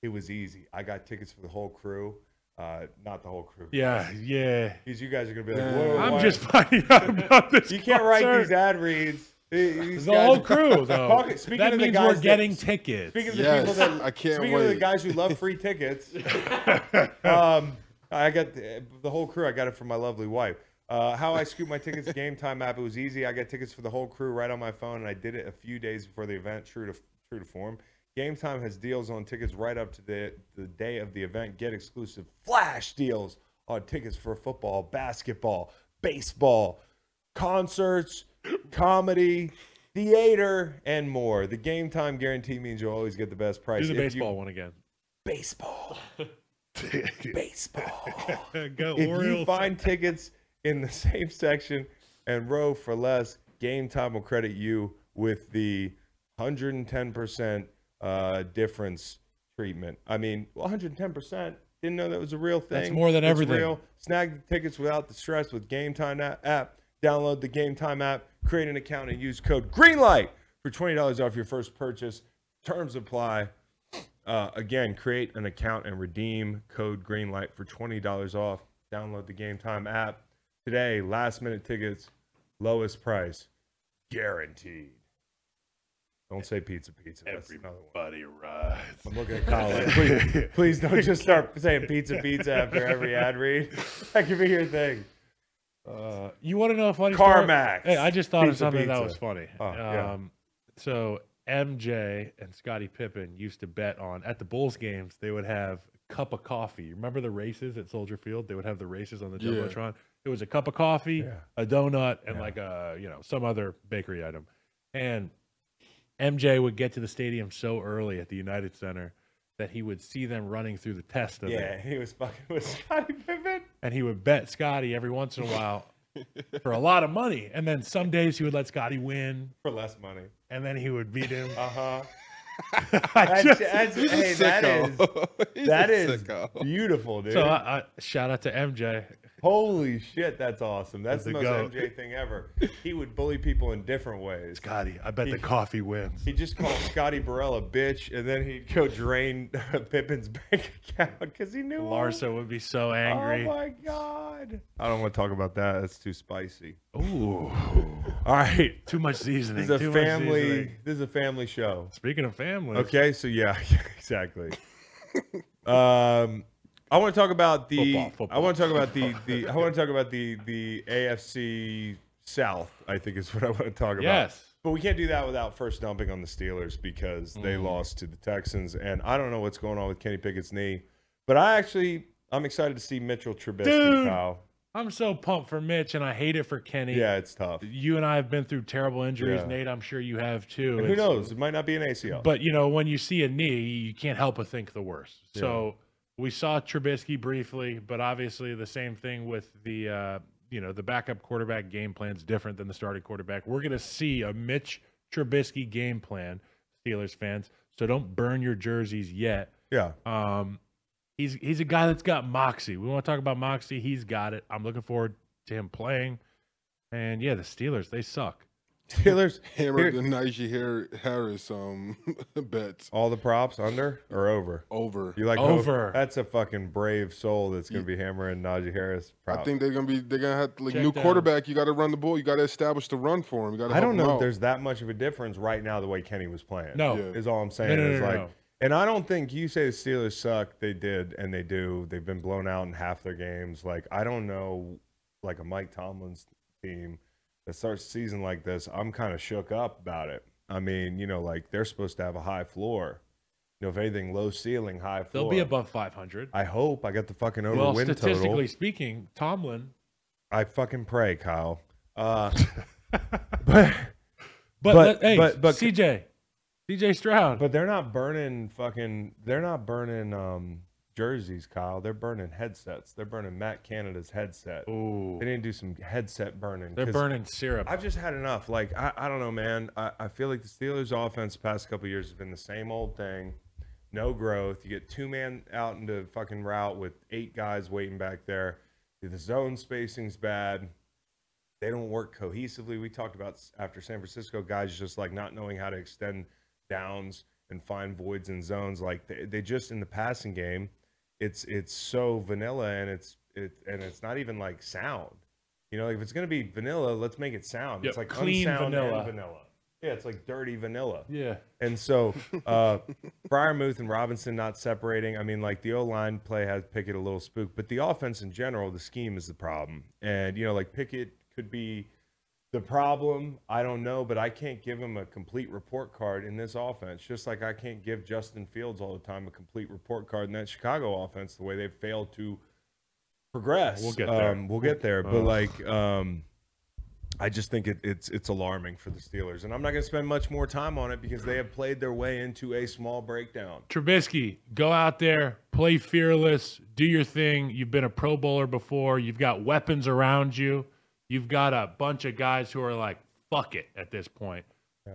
Speaker 1: It was easy. I got tickets for the whole crew. Uh, not the whole crew.
Speaker 5: Yeah, yeah.
Speaker 1: Because you guys are going to be like, whoa.
Speaker 5: I'm
Speaker 1: why-
Speaker 5: just finding out about this.
Speaker 1: You can't write these
Speaker 5: concert.
Speaker 1: ad reads.
Speaker 5: (laughs)
Speaker 1: These
Speaker 5: The
Speaker 1: guys-
Speaker 5: whole crew, though.
Speaker 1: Talking- speaking
Speaker 5: that
Speaker 1: of the
Speaker 5: means
Speaker 1: guys
Speaker 5: we're
Speaker 1: that-
Speaker 5: getting
Speaker 1: (laughs)
Speaker 5: tickets.
Speaker 1: Speaking of the
Speaker 4: Yes,
Speaker 1: people that
Speaker 4: I can't
Speaker 1: speaking of the
Speaker 4: wait.
Speaker 1: guys who
Speaker 4: (laughs)
Speaker 1: love free tickets, um, I got the, the whole crew. I got it from my lovely wife. Uh, how I scooped my tickets game time app. It was easy. I got tickets for the whole crew right on my phone, and I did it a few days before the event. True to true to form. Game time has deals on tickets right up to the the day of the event. Get exclusive flash deals on tickets for football, basketball, baseball concerts, comedy, theater, and more. The game time guarantee means you'll always get the best price.
Speaker 5: Do the
Speaker 1: If you-
Speaker 5: baseball one again.
Speaker 1: baseball. baseball.
Speaker 5: (laughs) Go
Speaker 1: if you find tickets in the (laughs) same section and row for less, Game Time will credit you with the 110% uh, difference treatment. I mean, 110%. Didn't know that was a real thing.
Speaker 5: That's more than
Speaker 1: It's
Speaker 5: everything.
Speaker 1: real. Snag the tickets without the stress with Game Time a- app. Download the Game Time app, create an account, and use code GREENLIGHT for $20 off your first purchase. Terms apply. Uh, again, create an account and redeem code Greenlight for twenty dollars off. Download the Game Time app today. Last minute tickets, lowest price, guaranteed. Don't say pizza, pizza. That's another one.
Speaker 5: Everybody rides.
Speaker 1: I'm looking at Kyle. like,
Speaker 5: (laughs)
Speaker 1: please, please don't just start saying pizza, pizza after every ad read. (laughs) That could be your thing.
Speaker 5: Uh, you want to know a funny
Speaker 1: CarMax.
Speaker 5: Story? Hey, I just thought of
Speaker 1: Pizza,
Speaker 5: something that
Speaker 1: pizza.
Speaker 5: was funny.
Speaker 1: Oh, yeah.
Speaker 5: um, So MJ and Scottie Pippen used to bet on at the Bulls games. They would have a cup of coffee. Remember the races at Soldier Field? They would have the races on the
Speaker 4: Yeah.
Speaker 5: jumbotron. It was a cup of coffee,
Speaker 1: Yeah.
Speaker 5: a donut, and
Speaker 1: Yeah.
Speaker 5: like a you know some other bakery item. And MJ would get to the stadium so early at the United Center that he would see them running through the test of it
Speaker 1: Yeah, he was fucking with Scotty Pippen.
Speaker 5: and he would bet Scotty every once in a while
Speaker 1: (laughs)
Speaker 5: for a lot of money. And then some days he would let Scotty win,
Speaker 1: For less money.
Speaker 5: and then he would beat
Speaker 1: (laughs)
Speaker 5: him.
Speaker 1: Uh
Speaker 5: (laughs)
Speaker 1: huh.
Speaker 5: I
Speaker 1: That's,
Speaker 5: just-
Speaker 1: that's,
Speaker 4: He's a
Speaker 1: hey, that is
Speaker 5: (laughs)
Speaker 4: sicko. He's a
Speaker 1: that is
Speaker 4: (laughs) sicko.
Speaker 1: beautiful, dude.
Speaker 5: so I, I, shout out to MJ.
Speaker 1: Holy shit, that's awesome. That's the
Speaker 5: He's
Speaker 1: most
Speaker 5: the goat.
Speaker 1: MJ thing
Speaker 5: (laughs)
Speaker 1: ever. He would bully people in different ways.
Speaker 5: Scotty, I bet the coffee wins.
Speaker 1: He'd just call Scotty Burrell a bitch, and then he'd go drain (laughs) Pippin's bank account because he knew. all-
Speaker 5: Larsa would be so
Speaker 1: Oh
Speaker 5: angry.
Speaker 1: my god! I don't want to talk about that. That's too spicy. (laughs)
Speaker 5: Ooh,
Speaker 1: All right,
Speaker 5: too much seasoning.
Speaker 1: this is
Speaker 5: too
Speaker 1: a
Speaker 5: much
Speaker 1: family.
Speaker 5: seasoning.
Speaker 1: This is a family show.
Speaker 5: Speaking of family,
Speaker 1: Okay, so yeah, (laughs) exactly. um, I want to talk about the.
Speaker 5: Football, football,
Speaker 1: I want to talk about
Speaker 5: (laughs)
Speaker 1: the the. I want to talk about the the AFC South. I think is (laughs) what I want to talk about.
Speaker 5: Yes.
Speaker 1: But we can't do that without first dumping on the Steelers because
Speaker 5: Mm.
Speaker 1: they lost to the Texans, and I don't know what's going on with Kenny Pickett's knee, but I actually I'm excited to see Mitchell Trubisky.
Speaker 5: Dude.
Speaker 1: Kyle.
Speaker 5: I'm so pumped for Mitch, and I hate it for Kenny.
Speaker 1: Yeah, it's tough.
Speaker 5: You and I have been through terrible injuries,
Speaker 1: Yeah.
Speaker 5: Nate. I'm sure you have too.
Speaker 1: And who
Speaker 5: It's-
Speaker 1: knows? It might not be an ACL.
Speaker 5: But you know, when you see a knee, you can't help but think the worst. So we saw Trubisky briefly, but obviously the same thing with the uh, you know the backup quarterback game plan is different than the starting quarterback. We're gonna see a Mitch Trubisky game plan, Steelers fans. So don't burn your jerseys yet.
Speaker 1: yeah,
Speaker 5: Um, he's he's a guy that's got moxie. We want to talk about moxie. He's got it. I'm looking forward to him playing. And yeah, the Steelers they suck.
Speaker 1: Taylor's here-
Speaker 4: Hammer the Najee Har- Harris um, (laughs) bets
Speaker 1: all the props under or over.
Speaker 4: over.
Speaker 1: You like
Speaker 5: Over.
Speaker 1: That's a fucking brave soul that's gonna be hammering Najee Harris. Props.
Speaker 4: I think they're gonna be they're gonna have to, like
Speaker 5: Check
Speaker 4: new
Speaker 5: down.
Speaker 4: quarterback. You got to run the ball. You got to establish the run for him. You got to.
Speaker 1: I don't know if there's that much of a difference right now the way Kenny was playing.
Speaker 5: No,
Speaker 4: Yeah.
Speaker 1: is all I'm saying.
Speaker 5: No, no,
Speaker 1: is
Speaker 5: no, no,
Speaker 1: like,
Speaker 5: no.
Speaker 1: and I don't think you say the Steelers suck. They did, and they do. They've been blown out in half their games. Like I don't know, like a Mike Tomlin's team that starts the season like this. I'm kind of shook up about it. I mean, you know, like they're supposed to have a high floor. You know, if anything, low ceiling, high floor.
Speaker 5: they'll be above 500.
Speaker 1: I hope I got the fucking over
Speaker 5: Well,
Speaker 1: win
Speaker 5: statistically
Speaker 1: total.
Speaker 5: speaking, Tomlin.
Speaker 1: I fucking pray, Kyle.
Speaker 5: (laughs)
Speaker 1: Uh, but
Speaker 5: But
Speaker 1: But-
Speaker 5: let- hey,
Speaker 1: but- but-
Speaker 5: CJ, CJ Stroud.
Speaker 1: But they're not burning fucking. They're not burning um jerseys, Kyle. They're burning headsets. They're burning Matt Canada's headset.
Speaker 5: Ooh,
Speaker 1: They need to do some headset burning.
Speaker 5: they're
Speaker 1: 'cause
Speaker 5: burning syrup.
Speaker 1: I've just had enough. Like I, I don't know, man. I, I feel like the Steelers' offense the past couple years has been the same old thing. No growth. You get two man out into fucking route with eight guys waiting back there. The zone spacing's bad. They don't work cohesively. We talked about s- after San Francisco guys just like not knowing how to extend downs and find voids and zones. Like they, they just in the passing game, it's it's so vanilla and it's it and it's not even like sound. You know, like if it's gonna be vanilla, let's make it sound.
Speaker 5: Yeah,
Speaker 1: it's like
Speaker 5: clean
Speaker 1: unsound
Speaker 5: vanilla.
Speaker 1: And vanilla. Yeah, it's like dirty vanilla.
Speaker 5: yeah,
Speaker 1: And so uh Fryermuth and Robinson not separating. I mean, like the O line play has Pickett a little spooked, but the offense in general, the scheme is the problem. And you know, like Pickett could be the problem. I don't know, but I can't give him a complete report card in this offense. Just like I can't give Justin Fields all the time a complete report card in that Chicago offense, the way they failed to progress.
Speaker 5: We'll get there.
Speaker 1: Um, we'll get there.
Speaker 5: Uh.
Speaker 1: But like um I just think it, it's it's alarming for the Steelers, and I'm not going to spend much more time on it because they have played their way into a small breakdown.
Speaker 5: Trubisky, go out there, play fearless, do your thing. You've been a Pro Bowler before. You've got weapons around you. You've got a bunch of guys who are like, "Fuck it" at this point.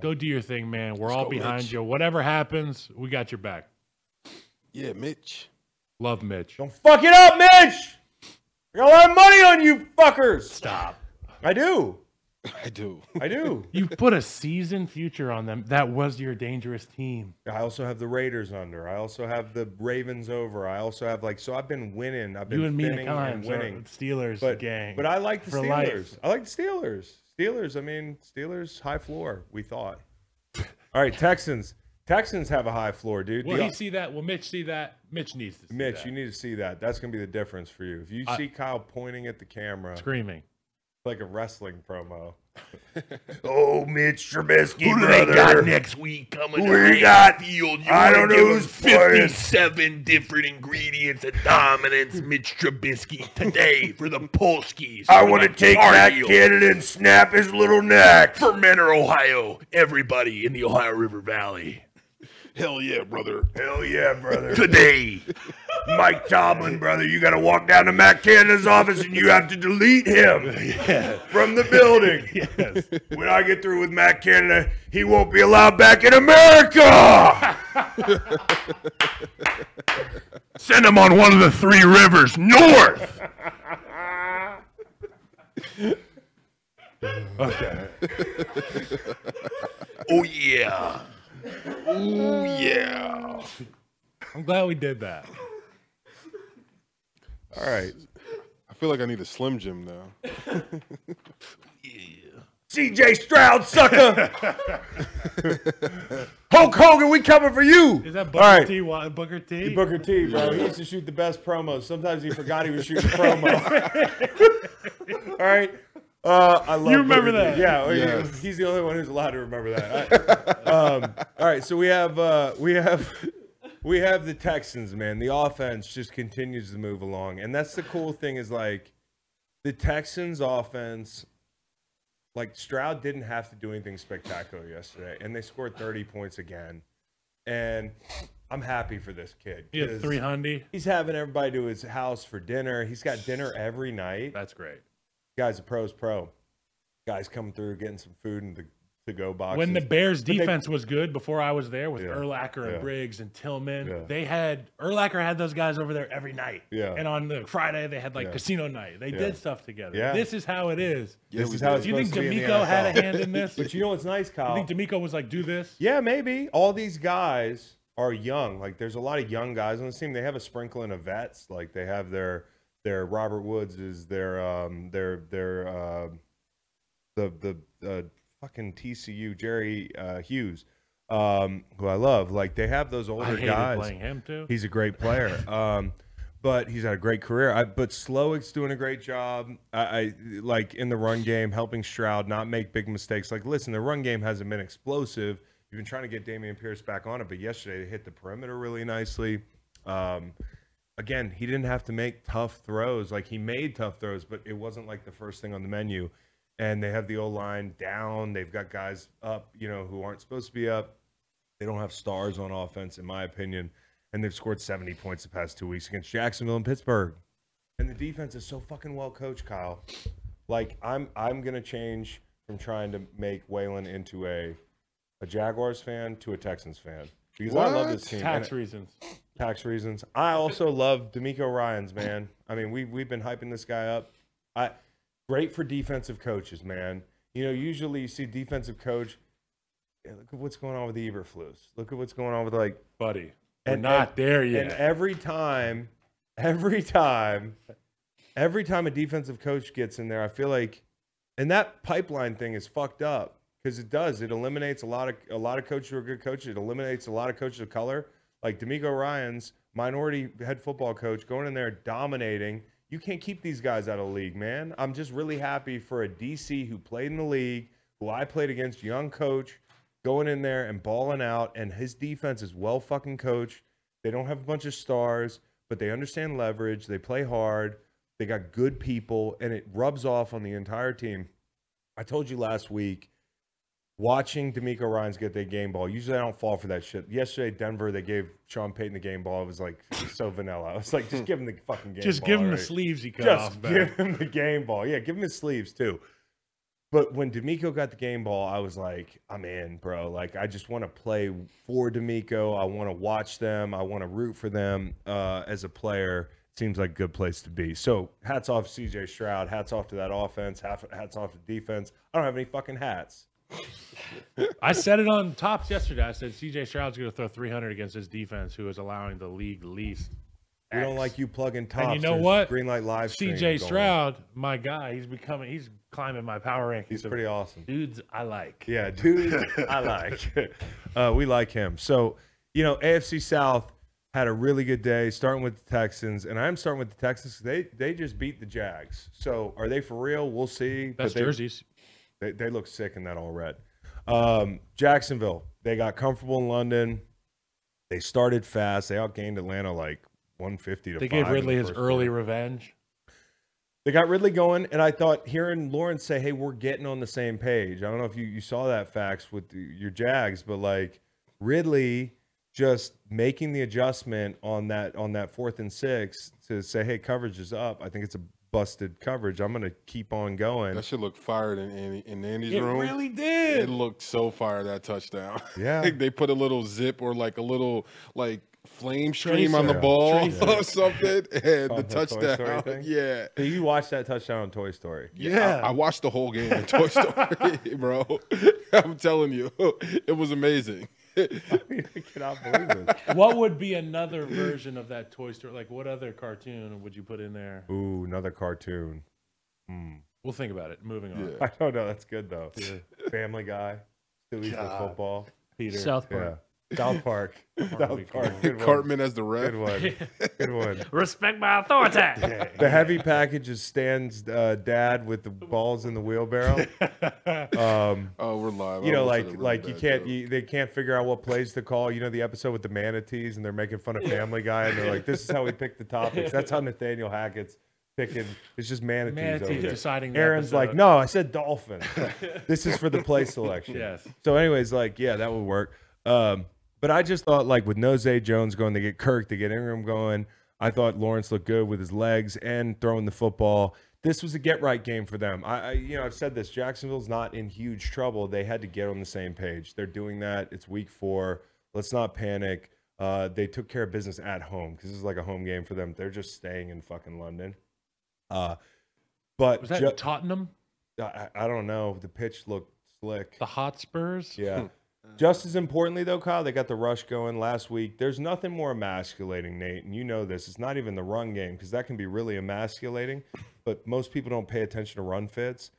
Speaker 5: Go do your thing, man. We're all
Speaker 4: go,
Speaker 5: behind
Speaker 4: Mitch.
Speaker 5: you. Whatever happens, we got your back.
Speaker 4: Yeah, Mitch. (laughs)
Speaker 5: Love Mitch.
Speaker 1: Don't fuck it up, Mitch. I got a lot of money on you fuckers.
Speaker 5: Stop.
Speaker 1: I do.
Speaker 4: I do.
Speaker 1: I do.
Speaker 5: You put a season future on them. That was your dangerous team.
Speaker 1: I also have the Raiders under. I also have the Ravens over. I also have like so I've been winning. I've been
Speaker 5: you and me at
Speaker 1: thinning
Speaker 5: times
Speaker 1: and
Speaker 5: are
Speaker 1: winning.
Speaker 5: Steelers
Speaker 1: But
Speaker 5: gang.
Speaker 1: but I like the
Speaker 5: for
Speaker 1: Steelers.
Speaker 5: life.
Speaker 1: I like the Steelers. Steelers. I mean Steelers high floor. We thought. All right, Texans. Texans have a high floor, dude.
Speaker 5: will
Speaker 1: The-
Speaker 5: he see that? Will Mitch see that? Mitch needs to see
Speaker 1: Mitch,
Speaker 5: that.
Speaker 1: you need to see that. That's gonna be the difference for you. If you
Speaker 5: I-
Speaker 1: see Kyle pointing at the camera
Speaker 5: screaming.
Speaker 1: like a wrestling promo,
Speaker 3: Oh, Mitch Trubisky,
Speaker 8: Who do
Speaker 3: brother.
Speaker 8: they got next week coming?
Speaker 3: Who
Speaker 8: to
Speaker 3: we got?
Speaker 8: Field. You
Speaker 3: I
Speaker 8: wanna
Speaker 3: don't know
Speaker 8: give
Speaker 3: who's
Speaker 8: 'em
Speaker 3: playing.
Speaker 8: 57 different ingredients of dominance, Mitch Trubisky, today for the Polskis.
Speaker 3: I
Speaker 8: for
Speaker 3: want to
Speaker 8: the
Speaker 3: take
Speaker 8: Tar
Speaker 3: that
Speaker 8: Heels,
Speaker 3: cannon and snap his little neck.
Speaker 8: For Menor, Ohio. Everybody in the Ohio River Valley.
Speaker 4: Hell yeah, brother.
Speaker 3: Hell yeah, brother.
Speaker 8: Today.
Speaker 3: Mike Tomlin, brother, you got to walk down to Matt Cannon's office and you have to delete
Speaker 8: (laughs)
Speaker 3: him from the building. Yes. When I get through with Matt Canada, he won't be allowed back in America.
Speaker 8: Send him on one of the three rivers north.
Speaker 3: Oh yeah. Oh yeah.
Speaker 5: I'm glad we did that.
Speaker 1: all right.
Speaker 4: I feel like I need a Slim Jim now.
Speaker 1: CJ Stroud, sucker.
Speaker 8: (laughs)
Speaker 1: Hulk Hogan, we coming for you.
Speaker 5: Is that Booker
Speaker 1: All right.
Speaker 5: T? Wa- Booker T?
Speaker 1: Booker T, bro. He used to shoot the best promos. Sometimes he forgot he was shooting promo. all right. Uh, I love
Speaker 5: You remember
Speaker 1: Booker T.
Speaker 5: that?
Speaker 1: Yeah, well, he-
Speaker 4: Yes.
Speaker 1: he's the only one who's allowed to remember that. I- um, all right, so we have uh, we have we have the Texans, man. The offense just continues to move along, and that's the cool thing is like the Texans offense, like Stroud didn't have to do anything spectacular yesterday, and they scored 30 points again. And I'm happy for this kid.
Speaker 5: He had
Speaker 1: 'cause
Speaker 5: three hundred.
Speaker 1: He's having everybody to his house for dinner. He's got dinner every night.
Speaker 5: That's great.
Speaker 1: Guy's a pro's pro. Guys coming through, getting some food and the to go boxes.
Speaker 5: When the Bears
Speaker 1: they-
Speaker 5: defense was good before I was there with
Speaker 1: Yeah,
Speaker 5: Erlacher and
Speaker 1: yeah.
Speaker 5: Briggs and Tillman,
Speaker 1: Yeah.
Speaker 5: they had Erlacher had those guys over there every night.
Speaker 1: Yeah.
Speaker 5: And on the Friday they had like
Speaker 1: Yeah.
Speaker 5: casino night. They
Speaker 1: Yeah.
Speaker 5: did stuff together.
Speaker 1: Yeah.
Speaker 5: This is how it is.
Speaker 1: this is how it's
Speaker 5: Do you think
Speaker 1: supposed to be in the
Speaker 5: D'Amico had a
Speaker 1: NFL.
Speaker 5: hand in this?
Speaker 1: But you know what's nice, Kyle?
Speaker 5: I think D'Amico was like, do this.
Speaker 1: Yeah, maybe. All these guys are young. Like there's a lot of young guys on this team. They have a sprinkling of vets. Like they have their their Robert Woods is their um their their uh, the the uh, fucking TCU Jerry uh, Hughes um who I love. Like they have those
Speaker 5: I
Speaker 1: older
Speaker 5: hated
Speaker 1: guys.
Speaker 5: playing him too.
Speaker 1: He's a great player. Um, but he's had a great career. I, but Slowick's doing a great job. I, I like in the run game, helping Stroud not make big mistakes. Like, listen, the run game hasn't been explosive. You've been trying to get Damian Pierce back on it, but yesterday they hit the perimeter really nicely. Um, again, he didn't have to make tough throws. Like he made tough throws, but it wasn't like the first thing on the menu. And they have the O line down. They've got guys up, you know, who aren't supposed to be up. They don't have stars on offense, in my opinion, and they've scored 70 points the past two weeks against Jacksonville and Pittsburgh. And the defense is so fucking well coached, Kyle. Like I'm, I'm gonna change from trying to make Waylon into a, a Jaguars fan to a Texans fan because I love this
Speaker 4: What?
Speaker 1: team. And-
Speaker 5: Tax reasons.
Speaker 1: tax reasons. I also love D'Amico Ryan's man. I mean, we we've been hyping this guy up. I great for defensive coaches, man. You know, usually you see defensive coach. "Yeah, look at what's going on with the Eberflus. Look at what's going on with like.
Speaker 5: Buddy. We're
Speaker 1: And-
Speaker 5: not
Speaker 1: and-
Speaker 5: there yet.
Speaker 1: And every time, every time, every time a defensive coach gets in there, I feel like, and that pipeline thing is fucked up because it does. It eliminates a lot of a lot of coaches who are good coaches. It eliminates a lot of coaches of color, like D'Amico Ryan's minority head football coach going in there dominating. You can't keep these guys out of the league, man. I'm just really happy for a DC who played in the league, who I played against, young coach, going in there and balling out. And his defense is well fucking coached. They don't have a bunch of stars, but they understand leverage. They play hard. They got good people, and it rubs off on the entire team. I told you last week, watching D'Amico Ryan's get that game ball. Usually, I don't fall for that shit. Yesterday, Denver, they gave Sean Payton the game ball. It was like so vanilla. I was like,
Speaker 5: (laughs)
Speaker 1: just give him the fucking game.
Speaker 5: Just
Speaker 1: ball
Speaker 5: give him the
Speaker 1: already.
Speaker 5: sleeves he cut
Speaker 1: Just
Speaker 5: off.
Speaker 1: give
Speaker 5: Back.
Speaker 1: him the game ball. Yeah, give him his sleeves too. But when D'Amico got the game ball, I was like, I'm in, bro. Like, I just want to play for D'Amico. I want to watch them. I want to root for them uh, as a player. Seems like a good place to be. So, hats off CJ Stroud. Hats off to that offense. Half, hats off to defense. I don't have any fucking hats.
Speaker 5: I said it on tops yesterday. I said CJ Stroud's going to throw 300 against his defense, who is allowing the league least.
Speaker 1: We don't
Speaker 5: X.
Speaker 1: like you plugging tops.
Speaker 5: And you know
Speaker 1: There's
Speaker 5: what?
Speaker 1: Green light live stream going.
Speaker 5: CJ Stroud, my guy, he's becoming, he's climbing my power rankings.
Speaker 1: He's
Speaker 5: of
Speaker 1: pretty awesome.
Speaker 5: dudes I like.
Speaker 1: Yeah, dude, I like.
Speaker 5: (laughs)
Speaker 1: Uh, we like him. So, you know, AFC South had a really good day, starting with the Texans, and I'm starting with the Texans. They they just beat the Jags. So, are they for real? We'll see.
Speaker 5: Best
Speaker 1: they,
Speaker 5: jerseys.
Speaker 1: They, they look sick in that all red. Um, Jacksonville, they got comfortable in London. They started fast. They outgained Atlanta like 150 to.
Speaker 5: They
Speaker 1: five
Speaker 5: gave
Speaker 1: in the
Speaker 5: Ridley his
Speaker 1: first
Speaker 5: early
Speaker 1: quarter.
Speaker 5: revenge.
Speaker 1: They got Ridley going, and I thought hearing Lauren say, "Hey, we're getting on the same page." I don't know if you, you saw that fax with the- your Jags, but like Ridley just making the adjustment on that on that fourth and six to say, "Hey, coverage is up. I think it's a busted coverage. I'm going to keep on going."
Speaker 4: That should look fired in Andy, in Andy's
Speaker 5: It
Speaker 4: room.
Speaker 5: really
Speaker 4: It
Speaker 5: did.
Speaker 4: looked so fire that touchdown. (laughs)
Speaker 1: Yeah.
Speaker 4: Like, they put a little zip or like a little like flame stream on the
Speaker 5: Tracer.
Speaker 4: ball (laughs)
Speaker 5: Tracer.
Speaker 4: or something, and the
Speaker 1: From the Toy Story
Speaker 4: touchdown.
Speaker 1: thing?
Speaker 4: (laughs) Yeah.
Speaker 1: So you watched that touchdown on Toy Story. (laughs)
Speaker 4: Yeah, I, I watched the whole game in Toy Story, bro. (laughs) I'm telling you, (laughs) it was amazing. (laughs)
Speaker 1: I mean, I cannot believe it.
Speaker 5: what would be another version of that Toy Story? Like, what other cartoon would you put in there?
Speaker 1: Ooh, another cartoon.
Speaker 5: We'll think about it. Moving on.
Speaker 1: I don't know. That's good though. Family Guy, Stewie for football.
Speaker 5: Peter.
Speaker 2: South
Speaker 1: Yeah,
Speaker 2: Park.
Speaker 1: South Park. South Park. Good one.
Speaker 4: Cartman as the ref.
Speaker 1: Good
Speaker 5: (laughs)
Speaker 1: one. Good one.
Speaker 2: Respect my authority.
Speaker 1: The heavy package is Stan's uh, dad with the balls in the
Speaker 5: (laughs)
Speaker 1: wheelbarrow. Um,
Speaker 4: Oh, we're live.
Speaker 1: you
Speaker 4: I
Speaker 1: know,
Speaker 4: almost said a
Speaker 1: like
Speaker 4: really
Speaker 1: like you
Speaker 4: bad
Speaker 1: can't
Speaker 4: joke.
Speaker 1: you, they can't figure out what plays to call. You know the episode with the
Speaker 5: (laughs)
Speaker 1: manatees and they're making fun of Family Guy and they're like, "This is how we pick the topics." That's how Nathaniel Hackett's picking. It's just manatees.
Speaker 5: Manatees
Speaker 1: over there.
Speaker 5: deciding the
Speaker 1: Aaron's like,
Speaker 5: episode.
Speaker 1: no, I said dolphin.
Speaker 5: (laughs)
Speaker 1: this is for the play selection.
Speaker 5: Yes.
Speaker 1: So, anyways, like, yeah, that would work. Um, but I just thought, like, with Jose Jones going to get Kirk, to get Ingram going, I thought Lawrence looked good with his legs and throwing the football. This was a get right game for them. I, I, you know, I've said this. Jacksonville's not in huge trouble. They had to get on the same page. They're doing that. It's week four. Let's not panic. Uh, they took care of business at home because this is like a home game for them. They're just staying in fucking London. Uh, but
Speaker 5: Was that
Speaker 1: Ju-
Speaker 5: Tottenham?
Speaker 1: I, I don't know. The pitch looked
Speaker 2: (laughs)
Speaker 1: slick.
Speaker 5: The Hotspurs?
Speaker 1: Yeah. Just as importantly, though, Kyle, they got the rush going last week. There's nothing more emasculating, Nate, and you know this. It's not even the run game because that can be really emasculating, but most people don't pay attention to run fits.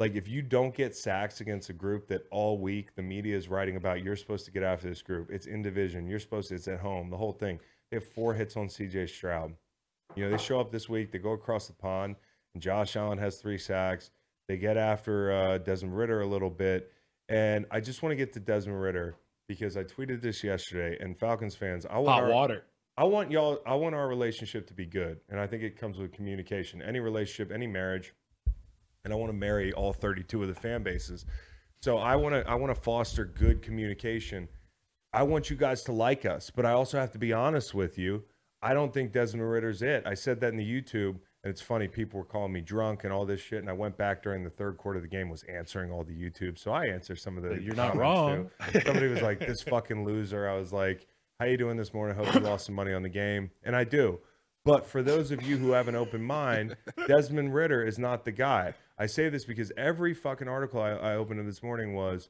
Speaker 1: Like, if you don't get sacks against a group that all week the media is writing about, you're supposed to get after this group. It's in division. You're supposed to, it's at home, the whole thing. They have four hits on CJ Stroud. You know, they show up this week, they go across the pond, and Josh Allen has three sacks. They get after uh, Desmond Ritter a little bit. And I just want to get to Desmond Ritter because I tweeted this yesterday, and Falcons fans, I want
Speaker 5: Hot
Speaker 1: our,
Speaker 5: water.
Speaker 1: I want y'all I want our relationship to be good. And I think it comes with communication. Any relationship, any marriage. And I want to marry all 32 of the fan bases. So I want to I want to foster good communication. I want you guys to like us, but I also have to be honest with you. I don't think Desmond Ritter's it. I said that in the YouTube, and it's funny. People were calling me drunk and all this shit, and I went back during the third quarter of the game, was answering all the YouTube. So I answer some of the.
Speaker 5: You're not
Speaker 1: comments, too. Somebody was like, "This fucking loser." I was like, "How you doing this morning? Hope you lost some money on the game," and I do. But for those of you who have an open mind, Desmond Ritter is not the guy. I say this because every fucking article I, I opened up this morning was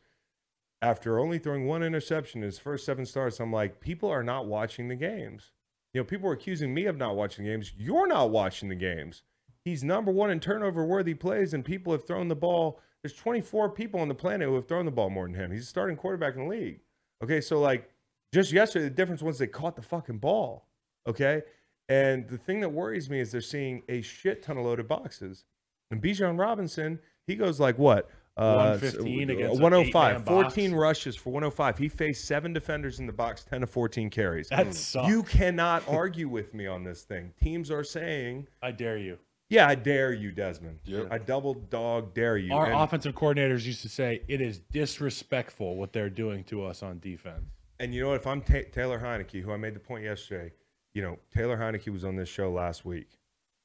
Speaker 1: after only throwing one interception in his first seven starts, I'm like, people are not watching the games. You know, people are accusing me of not watching games. You're not watching the games. He's number one in turnover worthy plays, and people have thrown the ball. There's 24 people on the planet who have thrown the ball more than him. He's a starting quarterback in the league. Okay, so like just yesterday, the difference was they caught the fucking ball. Okay. And the thing that worries me is they're seeing a shit ton of loaded boxes. And Bijan Robinson, he goes like what? Uh,
Speaker 5: 115 against an
Speaker 1: 105,
Speaker 5: eight-man box.
Speaker 1: 14 rushes for 105. He faced seven defenders in the box, 10 to 14 carries.
Speaker 5: That sucks.
Speaker 1: You cannot argue with me on this thing. Teams are saying,
Speaker 5: I dare you.
Speaker 1: yeah, I dare you, Desmond. I double dog dare you.
Speaker 5: Our
Speaker 1: And-
Speaker 5: offensive coordinators used to say it is disrespectful what they're doing to us on defense.
Speaker 1: And you know what? If I'm Ta Taylor Heineke, who I made the point yesterday, you know, Taylor Heineke was on this show last week,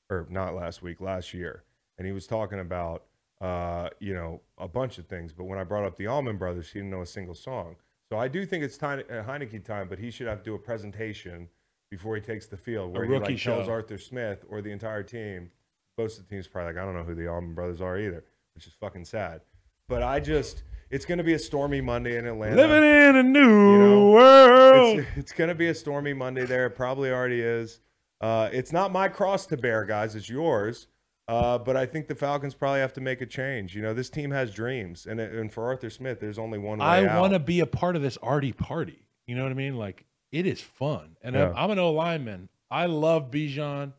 Speaker 1: or not last week, last year, and he was talking about, uh, you know, a bunch of things. But when I brought up the Allman Brothers, he didn't know a single song. So I do think it's time, uh, Heineke time, but he should have to do a presentation before he takes the field where he
Speaker 5: rookie
Speaker 1: like, tells
Speaker 5: show.
Speaker 1: Arthur Smith or the entire team. Most of the team's probably like, I don't know who the Allman Brothers are either, which is fucking sad. But I just, it's going to be a stormy Monday in Atlanta.
Speaker 5: in a new
Speaker 1: You know,
Speaker 5: world.
Speaker 1: It's, it's going to be a stormy Monday there. It probably already is. Uh, it's not my cross to bear, guys. It's yours. Uh, but I think the Falcons probably have to make a change. You know, this team has dreams, and and for Arthur Smith, there's only one way
Speaker 5: I
Speaker 1: out.
Speaker 5: want to be a part of this arty party. You know what I mean? Like it is fun, and I'm,
Speaker 1: Yeah.
Speaker 5: I'm an O lineman. I love Bijan,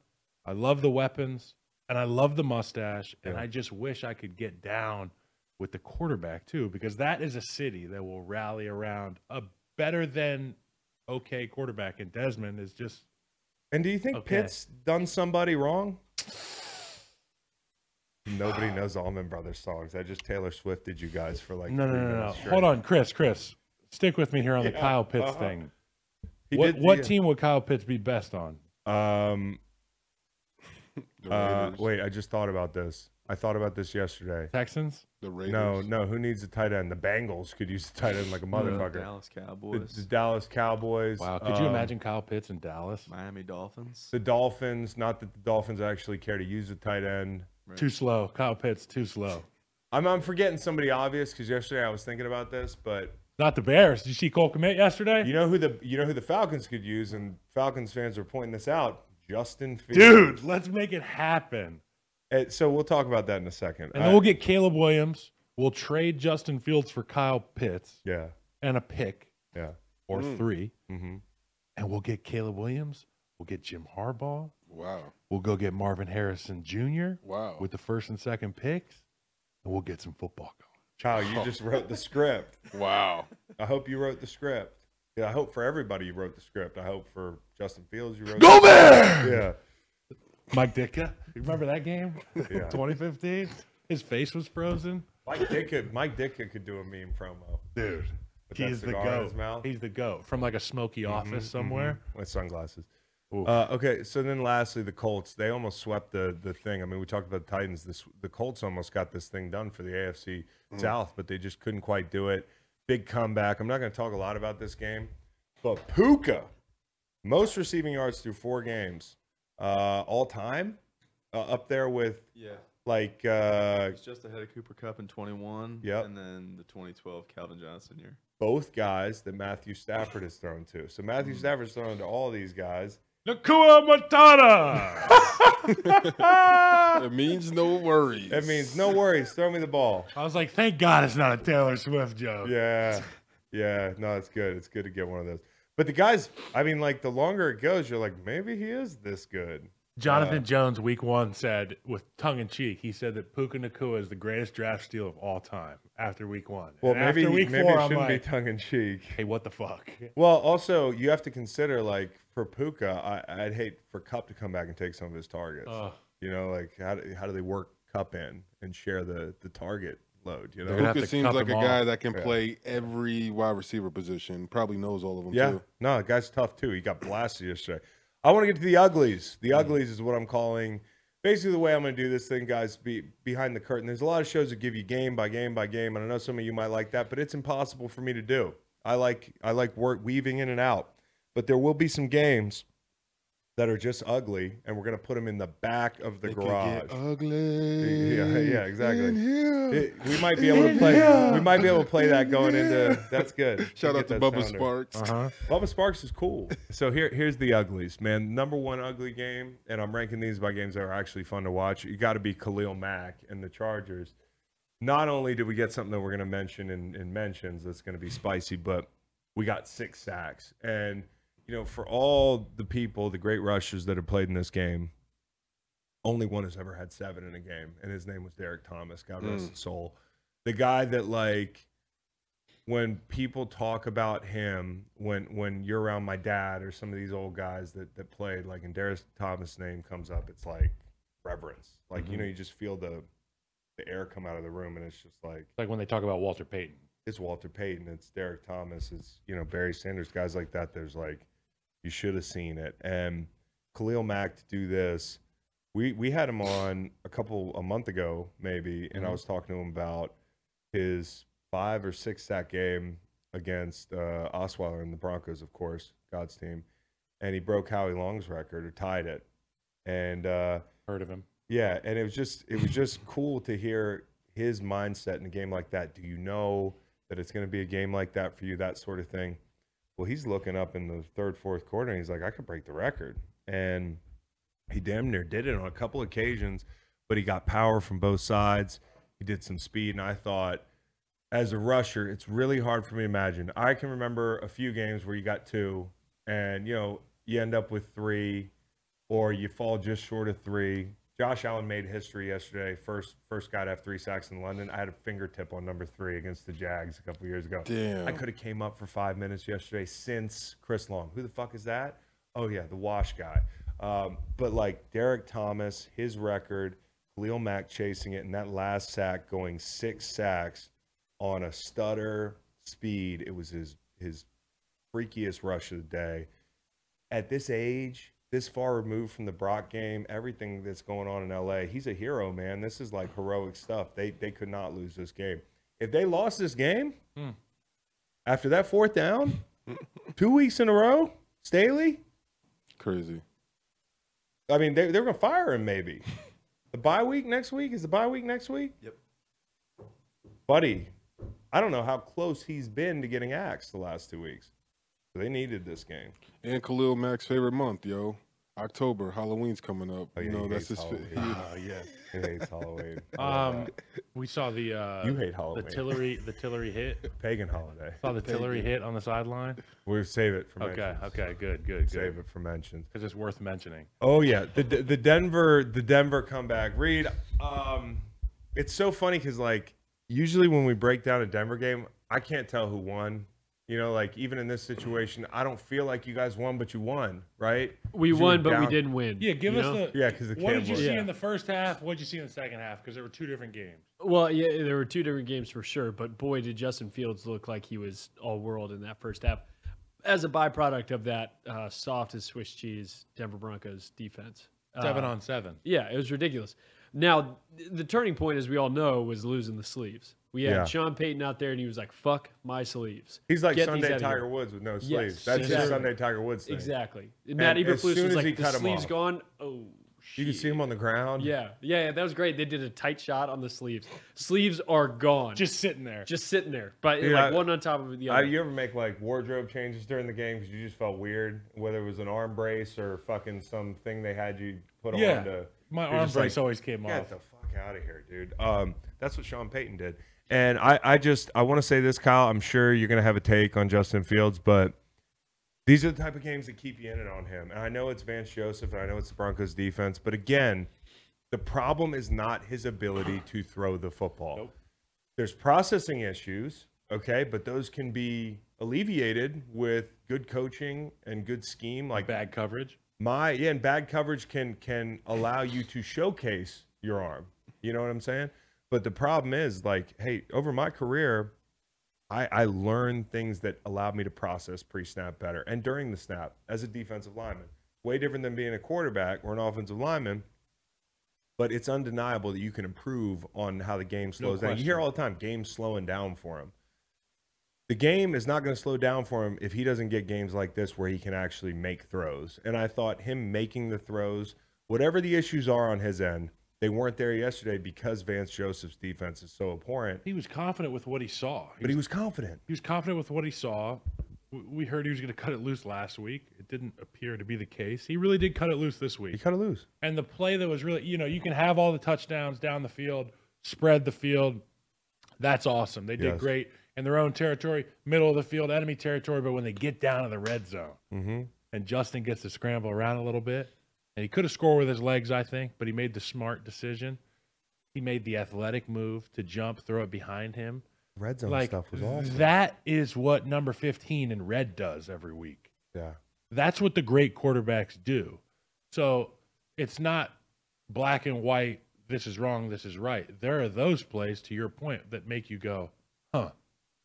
Speaker 5: I love the weapons, and I love the mustache. And
Speaker 1: Yeah.
Speaker 5: I just wish I could get down with the quarterback too, because that is a city that will rally around a better than okay quarterback. And Desmond is just
Speaker 1: And do you think
Speaker 5: Okay.
Speaker 1: Pitt's done somebody wrong? Nobody knows Allman Brothers songs. I just Taylor Swifted you guys for like
Speaker 5: no, no,
Speaker 1: three
Speaker 5: no, no.
Speaker 1: minutes straight.
Speaker 5: Hold on, Chris, Chris, stick with me here on the
Speaker 1: Yeah,
Speaker 5: Kyle Pitts
Speaker 1: uh-huh.
Speaker 5: thing.
Speaker 1: He
Speaker 5: what
Speaker 1: did
Speaker 5: what
Speaker 1: the-
Speaker 5: team would Kyle Pitts be best on?
Speaker 1: Um,
Speaker 4: The
Speaker 1: uh,
Speaker 4: Raiders.
Speaker 1: wait, I just thought about this. I thought about this yesterday.
Speaker 5: Texans.
Speaker 4: the Raiders.
Speaker 1: No, no. Who needs a tight end? The Bengals could use a tight end like a motherfucker.
Speaker 8: Dallas
Speaker 1: The,
Speaker 8: Cowboys,
Speaker 1: the Dallas Cowboys.
Speaker 5: Wow, could
Speaker 1: um,
Speaker 5: you imagine Kyle Pitts in Dallas?
Speaker 8: Miami Dolphins.
Speaker 1: The Dolphins. Not that the Dolphins actually care to use a tight end.
Speaker 5: Too slow. Kyle Pitts, too slow.
Speaker 1: I'm, I'm forgetting somebody obvious because yesterday I was thinking about this, but
Speaker 5: (laughs) Not the Bears. Did you see Cole commit yesterday?
Speaker 1: you know who the you know who the Falcons could use, and Falcons fans are pointing this out. Justin Fields.
Speaker 5: Dude, let's make it happen.
Speaker 1: And so we'll talk about that in a second.
Speaker 5: And
Speaker 1: I-
Speaker 5: then we'll get Caleb Williams. We'll trade Justin Fields for Kyle Pitts
Speaker 1: yeah,
Speaker 5: and a pick
Speaker 1: yeah.
Speaker 5: or three.
Speaker 1: Mm-hmm.
Speaker 5: And we'll get Caleb Williams. We'll get Jim Harbaugh.
Speaker 4: Wow.
Speaker 5: We'll go get Marvin Harrison Jr.
Speaker 4: Wow.
Speaker 5: with the first and second picks. And we'll get some football going.
Speaker 1: Kyle,
Speaker 5: Oh.
Speaker 1: you just wrote the script.
Speaker 4: (laughs) Wow.
Speaker 1: I hope you wrote the script. Yeah, I hope for everybody you wrote the script. I hope for Justin Fields you wrote.
Speaker 4: Go
Speaker 1: the
Speaker 4: Bears!
Speaker 1: script.
Speaker 5: Mike Ditka. You remember that game? (laughs) 2015? His face was frozen.
Speaker 1: Mike Ditka, Mike Ditka could do a meme promo
Speaker 5: Dude.
Speaker 1: With that
Speaker 5: He's the
Speaker 1: cigar in his
Speaker 5: goat.
Speaker 1: mouth? Mm-hmm,
Speaker 5: He's the goat from like a smoky office somewhere.
Speaker 1: with sunglasses.
Speaker 5: Oof.
Speaker 1: Uh, okay, so then lastly, the Colts. They almost swept the the thing. I mean, we talked about the Titans. This the Colts almost got this thing done for the AFC South, but they just couldn't quite do it. Big comeback. I'm not going to talk a lot about this game, but Puka, most receiving yards through four games, uh, all time, uh, up there with
Speaker 8: Yeah.
Speaker 1: like uh,
Speaker 8: It's just ahead of Cooper Cup in 21.
Speaker 1: Yep.
Speaker 8: And then the 2012 Calvin Johnson year.
Speaker 1: both guys that Matthew
Speaker 5: Mm.
Speaker 1: Stafford has thrown to. So Matthew Stafford's thrown to all these guys.
Speaker 5: Nakua Matata.
Speaker 9: It means no worries.
Speaker 1: That means no worries. Throw me the ball.
Speaker 5: (laughs) (laughs) I was like, thank God it's not a Taylor Swift joke.
Speaker 1: Yeah. Yeah. No, it's good. It's good to get one of those. But the guys, I mean, like the longer it goes, you're like, maybe he is this good.
Speaker 5: Jonathan Jones, week one, said with tongue in cheek, he said that Puka Nakua is the greatest draft steal of all time after week one.
Speaker 1: Well,
Speaker 5: And
Speaker 1: maybe
Speaker 5: after
Speaker 1: he,
Speaker 5: week
Speaker 1: maybe
Speaker 5: four,
Speaker 1: it
Speaker 5: I'm
Speaker 1: shouldn't
Speaker 5: like,
Speaker 1: be tongue in cheek.
Speaker 5: hey, what the fuck?
Speaker 1: Well, also you have to consider like for Puka, I, I'd hate for Cup to come back and take some of his targets.
Speaker 5: Ugh.
Speaker 1: You know, like how do, how do they work Cup in and share the the target load? You know,
Speaker 5: gonna have
Speaker 4: Puka
Speaker 5: to
Speaker 4: seems
Speaker 5: cut
Speaker 4: like a
Speaker 5: them off.
Speaker 4: guy that can play every wide receiver position. Probably knows all of them
Speaker 1: Yeah.
Speaker 4: too.
Speaker 1: No, the guy's tough too. He got blasted yesterday. I want to get to the uglies. The
Speaker 4: Mm.
Speaker 1: uglies is what I'm calling basically the way I'm going to do this thing, guys. Be behind the curtain. There's a lot of shows that give you game by game by game, and I know some of you might like that, but it's impossible for me to do. I like I like work weaving in and out, but there will be some games that are just ugly, and we're going to put them in the back of the
Speaker 4: It
Speaker 1: garage.
Speaker 4: Can get ugly.
Speaker 1: Yeah, yeah, exactly.
Speaker 4: in here.
Speaker 1: It- we might be able to play. We might be able to play that going into. That's good.
Speaker 4: (laughs) Shout
Speaker 1: Get
Speaker 4: out to
Speaker 1: that
Speaker 4: Bubba
Speaker 1: sounder. Uh-huh.
Speaker 4: Sparks.
Speaker 5: (laughs)
Speaker 1: Bubba Sparks is cool. So here, here's the uglies, man. Number one ugly game, and I'm ranking these by games that are actually fun to watch. You got to be Khalil Mack and the Chargers. Not only did we get something that we're going to mention in, in mentions that's going to be spicy, but we got six sacks. And you know, for all the people, the great rushers that have played in this game, only one has ever had seven in a game, and his name was Derek Thomas. God rest his soul. The guy that like when people talk about him when when you're around my dad or some of these old guys that that played like and Darius Thomas name comes up it's like reverence like you know you just feel the the air come out of the room and it's just like
Speaker 5: Like when they talk about Walter Payton.
Speaker 1: it's Walter Payton it's Derek Thomas it's you know Barry Sanders guys like that there's like you should have seen it and Khalil Mack to do this we we had him on a couple a month ago maybe and I was talking to him about his five or six sack game against uh, Osweiler and the Broncos, of course, God's team, and he broke Howie Long's record or tied it. And uh,
Speaker 5: Heard of him?
Speaker 1: yeah, and it was just it was just cool to hear his mindset in a game like that. Do you know that it's going to be a game like that for you? That sort of thing. Well, he's looking up in the third, fourth quarter, and he's like, I could break the record, and he damn near did it on a couple occasions. But he got power from both sides. He did some speed, and I thought, as a rusher, it's really hard for me to imagine. I can remember a few games where you got two, and you know you end up with three or you fall just short of three. Josh Allen made history yesterday. First, first guy to have three sacks in London. I had a fingertip on number three against the Jags a couple years ago. I
Speaker 4: Damn.
Speaker 1: could have came up for five minutes yesterday since Chris Long. Who the fuck is that? Oh yeah, the wash guy. Um, but like Derek Thomas, his record, Khalil Mack chasing it, and that last sack going six sacks on a stutter speed. It was his his freakiest rush of the day. At this age, this far removed from the Brock game, everything that's going on in LA, he's a hero, man. This is like heroic stuff. They they could not lose this game. If they lost this game, after that fourth down, two weeks in a row, Staley,
Speaker 4: Crazy.
Speaker 1: I mean, they, they're going to fire him maybe. The bye week next week? Is the bye week next week?
Speaker 8: Yep.
Speaker 1: Buddy, I don't know how close he's been to getting axed the last two weeks. They needed this game.
Speaker 4: And Khalil Mack's favorite month, yo. October, Halloween's coming up.
Speaker 1: Oh, yeah,
Speaker 4: you know,
Speaker 1: he
Speaker 4: that's his.
Speaker 1: hates
Speaker 4: Fa-
Speaker 1: Halloween.
Speaker 4: he-
Speaker 1: (laughs) He hates Halloween.
Speaker 5: (laughs) Um, we saw the uh,
Speaker 1: you hate
Speaker 5: the
Speaker 1: Halloween.
Speaker 5: Tillery the Tillery
Speaker 1: (laughs)
Speaker 5: hit.
Speaker 1: Pagan holiday.
Speaker 5: Saw the Tillery hit on the sideline.
Speaker 1: We'll save it for
Speaker 5: Okay,
Speaker 1: mentions.
Speaker 5: okay, good, good, good.
Speaker 1: Save it for mentions.
Speaker 5: Because it's worth mentioning.
Speaker 1: Oh yeah, the the Denver the Denver comeback. Reed, um, it's so funny because like usually when we break down a Denver game, I can't tell who won. You know, like even in this situation, I don't feel like you guys won, but you won, right?
Speaker 2: We
Speaker 1: 'Cause you were
Speaker 2: won, but we
Speaker 1: down-
Speaker 2: didn't win.
Speaker 5: Yeah, give
Speaker 2: you
Speaker 5: us
Speaker 2: know?
Speaker 5: the.
Speaker 1: Yeah, 'cause the
Speaker 5: What did you
Speaker 1: camera-
Speaker 5: see
Speaker 2: Yeah.
Speaker 5: in the first half? What did you see in the second half? Because there were two different games.
Speaker 2: Well, yeah, there were two different games for sure, but boy, did Justin Fields look like he was all world in that first half. As a byproduct of that uh, soft as Swiss cheese Denver Broncos defense,
Speaker 5: Seven on seven.
Speaker 2: yeah, it was ridiculous. Now, th- the turning point, as we all know, was losing the sleeves. We had
Speaker 1: Yeah.
Speaker 2: Sean Payton out there, and he was like, "Fuck my sleeves."
Speaker 1: He's like
Speaker 2: Get these
Speaker 1: Sunday
Speaker 2: outta here."
Speaker 1: Tiger Woods with no sleeves. That's
Speaker 2: exactly.
Speaker 1: his Sunday Tiger Woods thing.
Speaker 2: Exactly. Matt
Speaker 1: as
Speaker 2: Eberflus
Speaker 1: soon
Speaker 2: was
Speaker 1: as he
Speaker 2: like, "The
Speaker 1: cut him
Speaker 2: sleeves
Speaker 1: off-
Speaker 2: gone." Oh, shit.
Speaker 1: You can see him on the ground.
Speaker 2: Yeah, yeah, yeah, that was great. They did a tight shot on the sleeves. Sleeves are gone.
Speaker 5: Just sitting there.
Speaker 2: just sitting there, but
Speaker 1: Dude,
Speaker 2: like
Speaker 1: I-
Speaker 2: one on top of the
Speaker 1: Uh,
Speaker 2: other.
Speaker 1: you ever make like wardrobe changes during the game because you just felt weird, whether it was an arm brace or fucking something they had you put
Speaker 5: yeah.
Speaker 1: on to.
Speaker 5: My
Speaker 1: you're
Speaker 5: arm
Speaker 1: just like,
Speaker 5: brace always came off.
Speaker 1: Get the fuck out of here, dude. Um, that's what Sean Payton did. And I, I just, I want to say this, Kyle. I'm sure you're gonna have a take on Justin Fields, but these are the type of games that keep you in it on him. And I know it's Vance Joseph, and I know it's the Broncos defense, but again, the problem is not his ability to throw the football. There's processing issues, okay, but those can be alleviated with good coaching and good scheme. Like
Speaker 5: Bad coverage.
Speaker 1: my yeah, and bad coverage can can allow you to showcase your arm. You know what I'm saying? But the problem is like, hey, over my career, I I learned things that allowed me to process pre-snap better and during the snap as a defensive lineman. Way different than being a quarterback or an offensive lineman. But it's undeniable that you can improve on how the game slows down. You hear all the time, games slowing down for him the game is not going to slow down for him if he doesn't get games like this where he can actually make throws. And I thought him making the throws, whatever the issues are on his end, they weren't there yesterday because Vance Joseph's defense is so abhorrent.
Speaker 5: He was confident with what he saw. He
Speaker 1: But he was confident.
Speaker 5: He was confident with what he saw. W- We heard he was going to cut it loose last week. It didn't appear to be the case. He really did cut it loose this
Speaker 1: He
Speaker 5: week.
Speaker 1: cut it loose.
Speaker 5: And the play that was really, you know, you can have all the touchdowns down the field, spread the field. That's awesome. They did
Speaker 1: Yes.
Speaker 5: great in their own territory, middle of the field, enemy territory. But when they get down to the red zone
Speaker 1: Mm-hmm.
Speaker 5: and Justin gets to scramble around a little bit, and he could have scored with his legs, I think, but he made the smart decision. He made the athletic move to jump, throw it behind him
Speaker 1: Red zone
Speaker 5: like
Speaker 1: stuff was awesome.
Speaker 5: that is what number 15 in red does every week
Speaker 1: yeah.
Speaker 5: that's what the great quarterbacks do so it's not black and white this is wrong this is right there are those plays to your point that make you go huh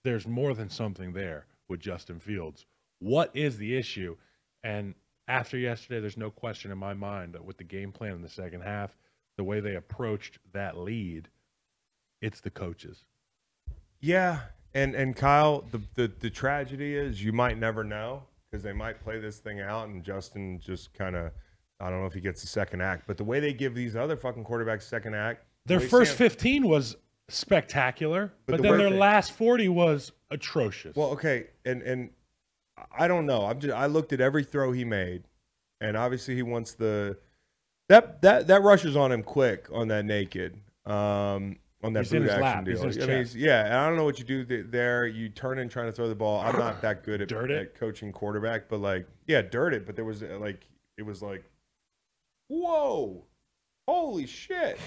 Speaker 5: there's more than something there with justin fields what is the issue and after yesterday there's no question in my mind that with the game plan in the second half the way they approached that lead it's the coaches
Speaker 1: Yeah, and and Kyle, the the, the tragedy is you might never know because they might play this thing out, and Justin just kind of. I don't know if he gets the second act, but the way they give these other fucking quarterbacks second act,
Speaker 5: Their
Speaker 1: the way
Speaker 5: first
Speaker 1: Sam-
Speaker 5: 15 was spectacular, but,
Speaker 1: But the
Speaker 5: then
Speaker 1: way
Speaker 5: their
Speaker 1: they-
Speaker 5: last 40 was atrocious.
Speaker 1: Well, okay, and and I don't know. I'm just I looked at every throw he made, and obviously he wants the that that that rushes on him quick on that naked um on that
Speaker 5: He's in
Speaker 1: boot action
Speaker 5: his lap.
Speaker 1: deal.
Speaker 5: He's in his
Speaker 1: I mean,
Speaker 5: chest.
Speaker 1: he's- yeah, and I don't know what you do th- there. You turn and trying to throw the ball. I'm not that good at,
Speaker 5: Dirt it?
Speaker 1: at coaching quarterback, but like yeah, dirt it. But there was uh, like it was like whoa. Holy shit!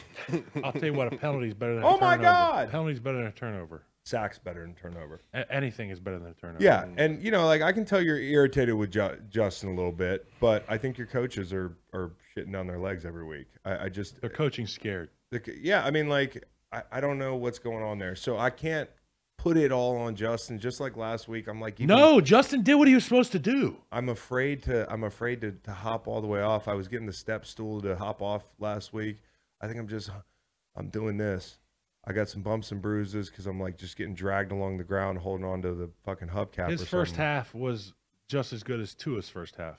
Speaker 5: I'll tell you what, a penalty is better than
Speaker 1: (laughs)
Speaker 5: a
Speaker 1: Oh my
Speaker 5: turnover.
Speaker 1: God!
Speaker 5: Penalty is better than a turnover.
Speaker 1: Sacks better than turnover.
Speaker 5: A- anything is better than a turnover.
Speaker 1: Yeah, and you know, like I can tell you're irritated with Ju- Justin a little bit, but I think your coaches are are shitting down their legs every week. I, I just,
Speaker 5: Their coaching scared.
Speaker 1: the, yeah, I mean, like I, I don't know what's going on there, so I can't put it all on Justin. Just like last week, I'm like, even-
Speaker 5: No, Justin did what he was supposed to do.
Speaker 1: I'm afraid to, I'm afraid to, to hop all the way off. I was getting the step stool to hop off last week. I think I'm just, I'm doing this. I got some bumps and bruises because I'm like just getting dragged along the ground, holding on to the fucking hubcap.
Speaker 5: His
Speaker 1: or
Speaker 5: first
Speaker 1: something.
Speaker 5: half was just as good as Tua's first half,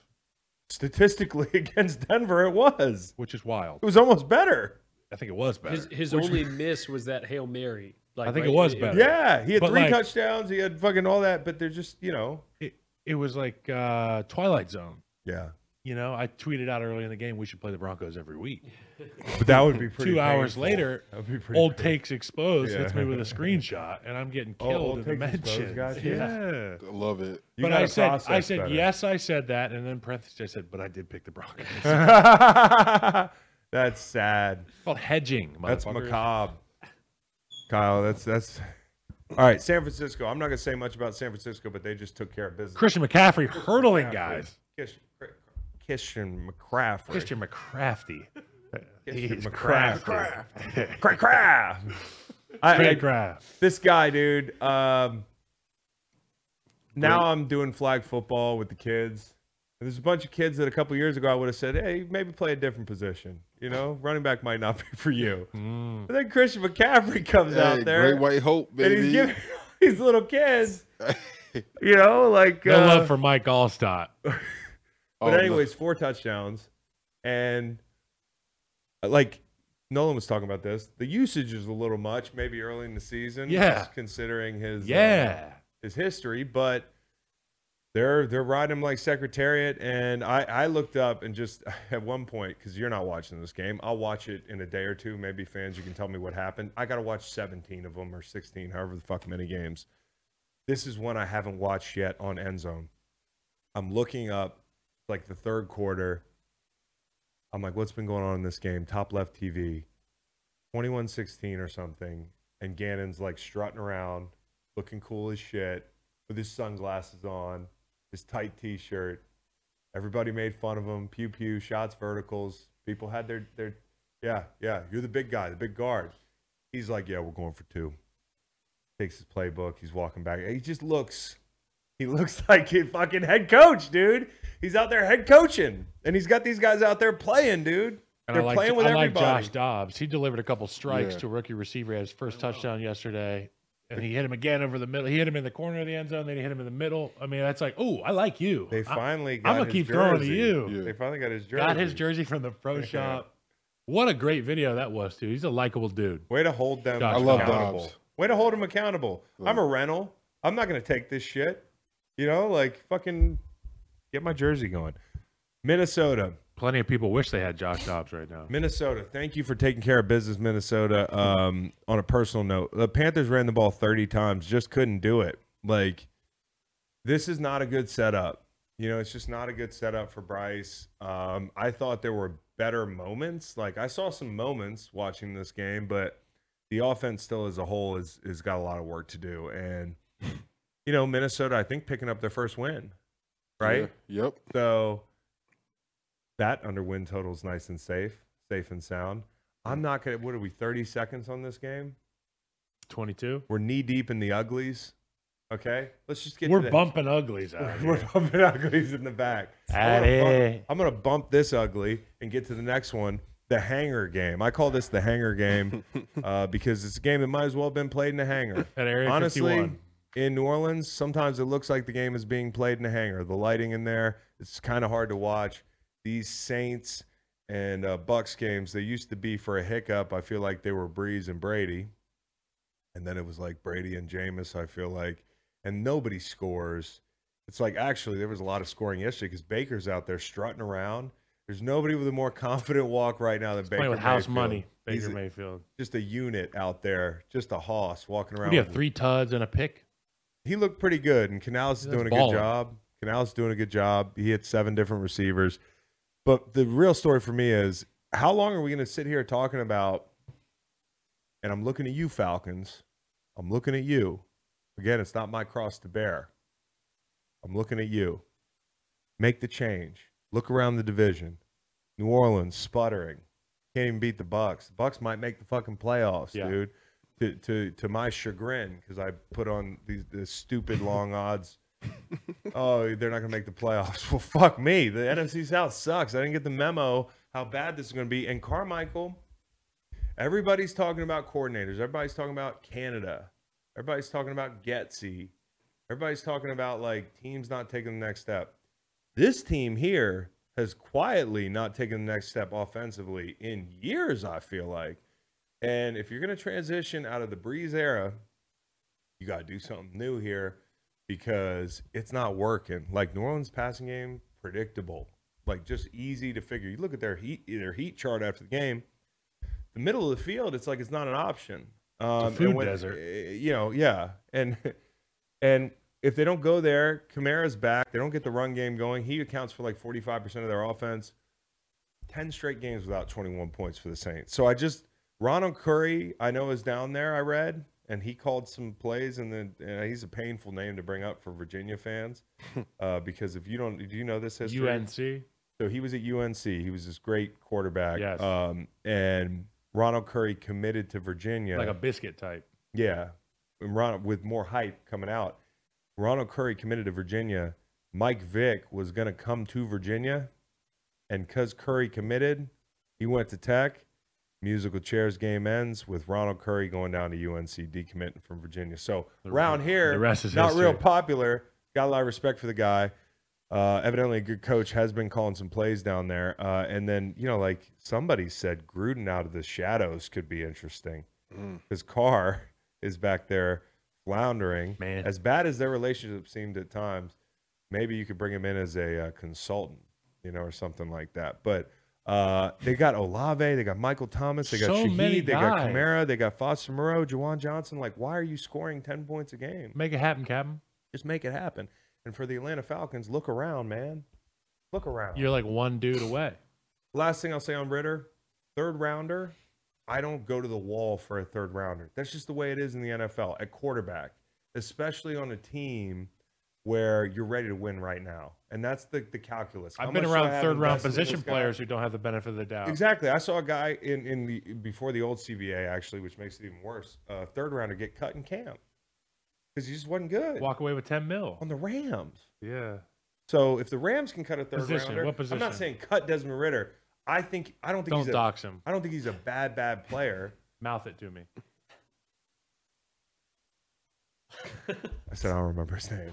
Speaker 1: statistically (laughs) against Denver, it was.
Speaker 5: which is wild.
Speaker 1: It was almost better.
Speaker 5: I think it was better.
Speaker 2: his his only miss was that hail mary. Like,
Speaker 5: I think
Speaker 2: right,
Speaker 5: it was better.
Speaker 1: Yeah, he had
Speaker 5: But,
Speaker 1: three
Speaker 5: like-
Speaker 1: touchdowns. He had fucking all that, but they're just you know.
Speaker 5: It, it was like uh, Twilight Zone.
Speaker 1: Yeah,
Speaker 5: You know, I tweeted out early in the game, we should play the Broncos every week.
Speaker 1: but that would be pretty.
Speaker 5: (laughs) two hours
Speaker 1: painful.
Speaker 5: later,
Speaker 1: that would be pretty.
Speaker 5: old takes exposed hits
Speaker 1: Yeah.
Speaker 5: me
Speaker 1: (laughs)
Speaker 5: with a screenshot, and I'm getting
Speaker 1: Oh,
Speaker 5: killed
Speaker 1: old
Speaker 5: in the
Speaker 1: takes exposed,
Speaker 5: mentions.
Speaker 1: guys?
Speaker 5: yeah.
Speaker 9: I love it.
Speaker 1: You
Speaker 5: But
Speaker 1: gotta
Speaker 5: I said, I
Speaker 1: process
Speaker 5: said
Speaker 1: better.
Speaker 5: yes, I said that, and then parentheses, I said, but I did pick
Speaker 1: (laughs)
Speaker 5: the Broncos. it's
Speaker 1: that's sad.
Speaker 5: called hedging.
Speaker 1: That's
Speaker 5: motherfucker.
Speaker 1: macabre. Kyle, that's that's All right, San Francisco. I'm not going to say much about San Francisco, but they just took care of business.
Speaker 5: Christian McCaffrey hurdling guys.
Speaker 1: Kish- Christian McCaffrey.
Speaker 5: Christian
Speaker 1: (laughs)
Speaker 5: McCrafty.
Speaker 1: Christian
Speaker 5: He's
Speaker 1: McCraft.
Speaker 5: crafty.
Speaker 1: Cra- cra- I,
Speaker 5: Great
Speaker 1: I,
Speaker 5: craft.
Speaker 1: this guy, dude. Um, now I'm doing flag football with the kids. There's a bunch of kids that a couple years ago I would have said, "Hey, maybe play a different position." You know, running back might not (laughs) be for you. But then Christian McCaffrey comes out
Speaker 9: Hey,
Speaker 1: there,
Speaker 9: Great White Hope,
Speaker 1: and
Speaker 9: baby.
Speaker 1: he's giving (laughs) these
Speaker 9: (laughs)
Speaker 1: little kids, you know, like
Speaker 5: No
Speaker 1: uh,
Speaker 5: love for Mike Allstott.
Speaker 9: Oh,
Speaker 1: But
Speaker 9: no.
Speaker 1: anyways, four touchdowns, and uh, like Nolan was talking about this, the usage is a little much, maybe early in the season.
Speaker 5: Yeah.
Speaker 1: just considering his uh,
Speaker 5: Yeah.
Speaker 1: his history, but they're they're riding him like Secretariat. And I I looked up and just (laughs) at one point because you're not watching this game, I'll watch it in a day or two. Maybe fans, you can tell me what happened. I got to watch 17 of them or 16, however the fuck many games. This is one I haven't watched yet on End Zone. I'm looking up like the third quarter. I'm like, what's been going on in this game? Top left TV, 21 16 or something. And Gannon's like strutting around, looking cool as shit, with his sunglasses on, his tight t shirt. Everybody made fun of him. Pew pew, shots, verticals. People had their, their, yeah, yeah, you're the big guy, the big guard. He's like, yeah, we're going for two. Takes his playbook. He's walking back. He just looks he looks (laughs) like a fucking head coach, dude. He's out there head coaching, and he's got these guys out there playing, dude.
Speaker 5: And
Speaker 1: They're
Speaker 5: I like,
Speaker 1: playing with
Speaker 5: I like
Speaker 1: everybody.
Speaker 5: Josh Dobbs. He delivered a couple strikes
Speaker 9: Yeah.
Speaker 5: to a rookie receiver. He had his first touchdown yesterday. And he hit him again over the middle. He hit him in the corner of the end zone. Then he hit him in the middle. I mean, that's like, oh, I like you.
Speaker 1: They
Speaker 5: I-
Speaker 1: finally got
Speaker 5: I'm gonna
Speaker 1: his
Speaker 5: keep throwing to
Speaker 1: jersey.
Speaker 5: you.
Speaker 9: Yeah.
Speaker 1: They finally got his jersey.
Speaker 5: Got his jersey from the (laughs) pro shop. What a great video that was, too. He's a likable dude.
Speaker 1: Way to hold them
Speaker 5: Josh I
Speaker 4: love
Speaker 1: accountable.
Speaker 4: Dobbs.
Speaker 1: Way to hold them accountable. I'm a rental. I'm not going to take this shit. You know, like fucking get my jersey going. Minnesota.
Speaker 5: Plenty of people wish they had Josh Dobbs right now.
Speaker 1: Minnesota, thank you for taking care of business, Minnesota. Um, on a personal note, the Panthers ran the ball 30 times, just couldn't do it. Like, this is not a good setup. You know, it's just not a good setup for Bryce. Um, I thought there were better moments. Like, I saw some moments watching this game, but the offense still as a whole is is got a lot of work to do. And you know, Minnesota, I think picking up their first win, right?
Speaker 9: Yeah. Yep.
Speaker 1: So that under win total's nice and safe, safe and sound. I'm not gonna. What are we? 30 seconds on this game.
Speaker 5: 22.
Speaker 1: We're knee deep in the uglies. Okay, let's just get. to
Speaker 5: We're
Speaker 1: the-
Speaker 5: bumping uglies
Speaker 1: (laughs)
Speaker 5: out.
Speaker 1: We're
Speaker 5: here.
Speaker 1: bumping uglies in the back. I'm
Speaker 5: At
Speaker 1: gonna bump-
Speaker 5: it.
Speaker 1: I'm gonna bump this ugly and get to the next one. The hanger game. I call this the hanger
Speaker 5: (laughs)
Speaker 1: game uh, because it's a game that might as well have been played in a hanger.
Speaker 5: At Area
Speaker 1: Honestly,
Speaker 5: 51.
Speaker 1: in New Orleans, sometimes it looks like the game is being played in a hangar. The lighting in there, it's kind of hard to watch. These Saints and uh, Bucks games, they used to be for a hiccup. I feel like they were Breeze and Brady, and then it was like Brady and Jameis. I feel like, and nobody scores. It's like actually there was a lot of scoring yesterday because Baker's out there strutting around. There's nobody with a more confident walk right now than Baker.
Speaker 5: Playing with house
Speaker 1: Mayfield.
Speaker 5: money.
Speaker 1: He's
Speaker 5: Baker
Speaker 1: a-
Speaker 5: Mayfield.
Speaker 1: just a unit out there, just a hoss walking around.
Speaker 5: We have
Speaker 1: with-
Speaker 5: three tuds and a pick.
Speaker 1: he looked pretty good, and Canales is
Speaker 5: That's
Speaker 1: doing a
Speaker 5: balling.
Speaker 1: good job. Canales is doing a good job. He hit seven different receivers. But the real story for me is how long are we going to sit here talking about? And I'm looking at you, Falcons. I'm looking at you. Again, it's not my cross to bear. I'm looking at you. Make the change. Look around the division. New Orleans sputtering. Can't even beat the Bucks. The Bucks might make the fucking playoffs,
Speaker 5: Yeah.
Speaker 1: dude. To, to to my chagrin, because I put on these the stupid long odds. oh, they're not gonna make the playoffs. Well, fuck me. The NFC South sucks. I didn't get the memo how bad this is gonna be. And Carmichael, everybody's talking about coordinators. Everybody's talking about Canada. Everybody's talking about Getsy. Everybody's talking about like teams not taking the next step. This team here has quietly not taken the next step offensively in years, I feel like. And if you're going to transition out of the Breeze era, you got to do something new here because it's not working. Like New Orleans passing game, predictable, like just easy to figure. You look at their heat, their heat chart after the game. The middle of the field, it's like it's not an option. Um, and
Speaker 5: food
Speaker 1: when-
Speaker 5: desert.
Speaker 1: eh, You know, yeah, and (laughs) and if they don't go there, Kamara's back. They don't get the run game going. He accounts for like 45% of their offense. 10 straight games without 21 points for the Saints. So I just, Ronald Curry, I know, is down there, I read, and he called some plays. And then and he's a painful name to bring up for Virginia
Speaker 5: (laughs)
Speaker 1: fans uh, because if you don't, do you know this history?
Speaker 5: UNC.
Speaker 1: So he was at UNC. He was this great quarterback.
Speaker 5: Yes.
Speaker 1: Um, and Ronald Curry committed to Virginia.
Speaker 5: Like a biscuit type.
Speaker 1: Yeah. And Ron, with more hype coming out, Ronald Curry committed to Virginia. Mike Vick was going to come to Virginia. And because Curry committed, he went to Tech. Musical chairs game ends with Ronald Curry going down to UNC, decommitting from Virginia. So round here,
Speaker 5: the rest is
Speaker 1: not real
Speaker 5: history.
Speaker 1: popular. Got a lot of respect for the guy. Uh, evidently, a good coach has been calling some plays down there. Uh, and then, you know, like somebody said, Gruden out of the shadows could be interesting. His car is back there floundering.
Speaker 5: Man.
Speaker 1: as bad as their relationship seemed at times, maybe you could bring him in as a uh, consultant, you know, or something like that. But uh, they got Olave, they got Michael Thomas, they got
Speaker 5: So many
Speaker 1: Shaheed, they got
Speaker 5: guys.
Speaker 1: Kamara, they got Foster Moreau, Jawan Johnson. Like, why are you scoring ten points a game?
Speaker 5: Make it happen, Captain.
Speaker 1: Just make it happen. And for the Atlanta Falcons, look around, man. Look around.
Speaker 5: You're like one dude away.
Speaker 1: Last thing I'll say on Ritter, third rounder, I don't go to the wall for a third rounder. That's just the way it is in the NFL at quarterback, especially on a team where you're ready to win right now. And that's the, the calculus. How
Speaker 5: I've been
Speaker 1: much do I
Speaker 5: around
Speaker 1: have
Speaker 5: third round
Speaker 1: invested in this
Speaker 5: position
Speaker 1: guy?
Speaker 5: players who don't have the benefit of the doubt.
Speaker 1: Exactly. I saw a guy in, in the before the old CBA actually, which makes it even worse. Uh, third rounder get cut in camp because he just wasn't good
Speaker 5: Walk away with 10 mil.
Speaker 1: on the Rams.
Speaker 5: Yeah.
Speaker 1: So if the Rams can cut a third
Speaker 5: Position,
Speaker 1: rounder,
Speaker 5: what
Speaker 1: I'm
Speaker 5: position?
Speaker 1: not saying cut Desmond Ritter. I think I don't think
Speaker 5: Don't
Speaker 1: he's a,
Speaker 5: dox him.
Speaker 1: I don't think he's a bad bad player.
Speaker 5: Mouth it to me.
Speaker 1: I said I don't remember his name.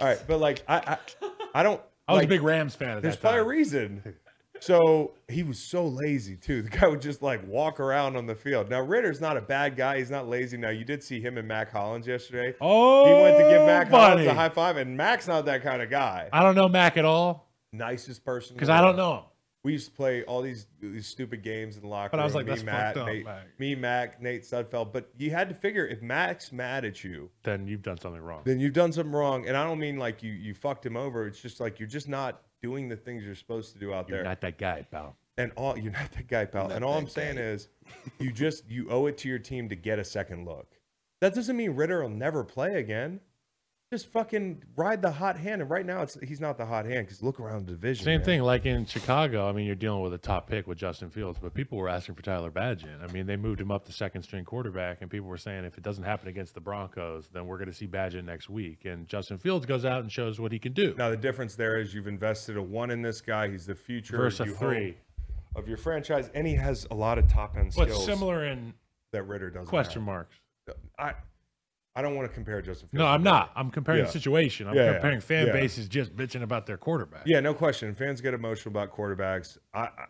Speaker 1: All right, but like I I, I don't.
Speaker 5: I was
Speaker 1: like,
Speaker 5: a big Rams fan at
Speaker 1: There's
Speaker 5: that
Speaker 1: probably a
Speaker 5: time.
Speaker 1: reason. So he was so lazy too. The guy would just like walk around on the field. Now Ritter's not a bad guy. He's not lazy. Now you did see him and Mac Hollins yesterday.
Speaker 5: Oh,
Speaker 1: he went to give Mac
Speaker 5: buddy.
Speaker 1: Hollins a high five, and Mac's not that kind of guy.
Speaker 5: I don't know Mac at all
Speaker 1: Nicest person in the
Speaker 5: because I
Speaker 1: world.
Speaker 5: don't know him.
Speaker 1: We used to play all these, these stupid games in the locker
Speaker 5: But I was
Speaker 1: room,
Speaker 5: like,
Speaker 1: me,
Speaker 5: that's
Speaker 1: Matt,
Speaker 5: fucked up,
Speaker 1: Nate-
Speaker 5: Mac.
Speaker 1: me, Mac, Nate Sudfeld. But you had to figure if Mac's mad at you,
Speaker 5: Then you've done something wrong.
Speaker 1: then you've done something wrong. And I don't mean like you you fucked him over. It's just like you're just not doing the things you're supposed to do out
Speaker 5: You're
Speaker 1: there.
Speaker 5: not that guy, pal.
Speaker 1: and all you're not that guy, pal. And all I'm saying is, you just you owe it to your team to get a second look. That doesn't mean Ritter will never play again. Just fucking ride the hot hand. And right now, it's he's not the hot hand because look around the division.
Speaker 5: Same
Speaker 1: man.
Speaker 5: thing, like in Chicago. I mean, you're dealing with a top pick with Justin Fields, but people were asking for Tyler Badgett. I mean, they moved him up to second string quarterback, and people were saying if it doesn't happen against the Broncos, then we're going to see Badgett next week. And Justin Fields goes out and shows what he can do
Speaker 1: Now the difference there is you've invested a one in this guy. He's the future
Speaker 5: versus
Speaker 1: you
Speaker 5: a
Speaker 1: hope,
Speaker 5: three.
Speaker 1: of your franchise, and he has a lot of top end skills
Speaker 5: But similar in
Speaker 1: that Ritter doesn't.
Speaker 5: question
Speaker 1: have.
Speaker 5: marks.
Speaker 1: I I don't want to compare Justin. Fields
Speaker 5: No,
Speaker 1: to
Speaker 5: I'm
Speaker 1: Ritter.
Speaker 5: not. I'm comparing
Speaker 1: Yeah.
Speaker 5: the situation. I'm
Speaker 1: Yeah, yeah,
Speaker 5: comparing fan
Speaker 1: yeah.
Speaker 5: bases just bitching about their quarterback.
Speaker 1: Yeah, no question. Fans get emotional about quarterbacks. I, I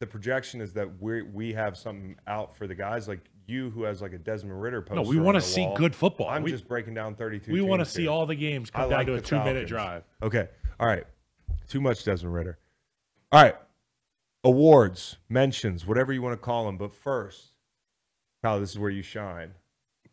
Speaker 1: the projection is that we we have something out for the guys like you who has like a Desmond Ritter post.
Speaker 5: No, we want to see good football.
Speaker 1: I'm
Speaker 5: we
Speaker 1: just breaking down 32.
Speaker 5: we want to
Speaker 1: teams
Speaker 5: see
Speaker 1: here.
Speaker 5: all the games
Speaker 1: I
Speaker 5: come down
Speaker 1: like
Speaker 5: to a
Speaker 1: the
Speaker 5: two
Speaker 1: Falcons.
Speaker 5: minute drive.
Speaker 1: Okay. All right. Too much Desmond Ritter. All right. Awards, mentions, whatever you want to call them. But first, Kyle, this is where you shine.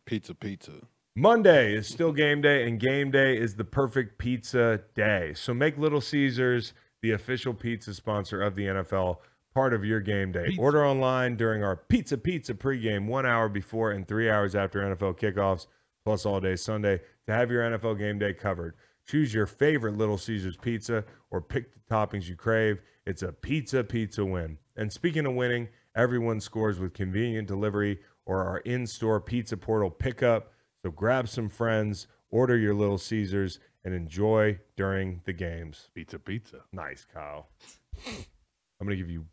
Speaker 9: Pizza, pizza.
Speaker 1: Monday is still game day, and game day is the perfect pizza day. So make Little Caesars the official pizza sponsor of the NFL part of your game day. Order online during our Pizza Pizza pregame, one hour before and three hours after NFL kickoffs, plus all day Sunday to have your NFL game day covered. Choose your favorite Little Caesars pizza or pick the toppings you crave. It's a pizza pizza win. And speaking of winning, everyone scores with convenient delivery or our in-store pizza portal pickup. So grab some friends, order your Little Caesars, and enjoy during the games.
Speaker 5: Pizza, pizza.
Speaker 1: Nice, Kyle. I'm gonna give you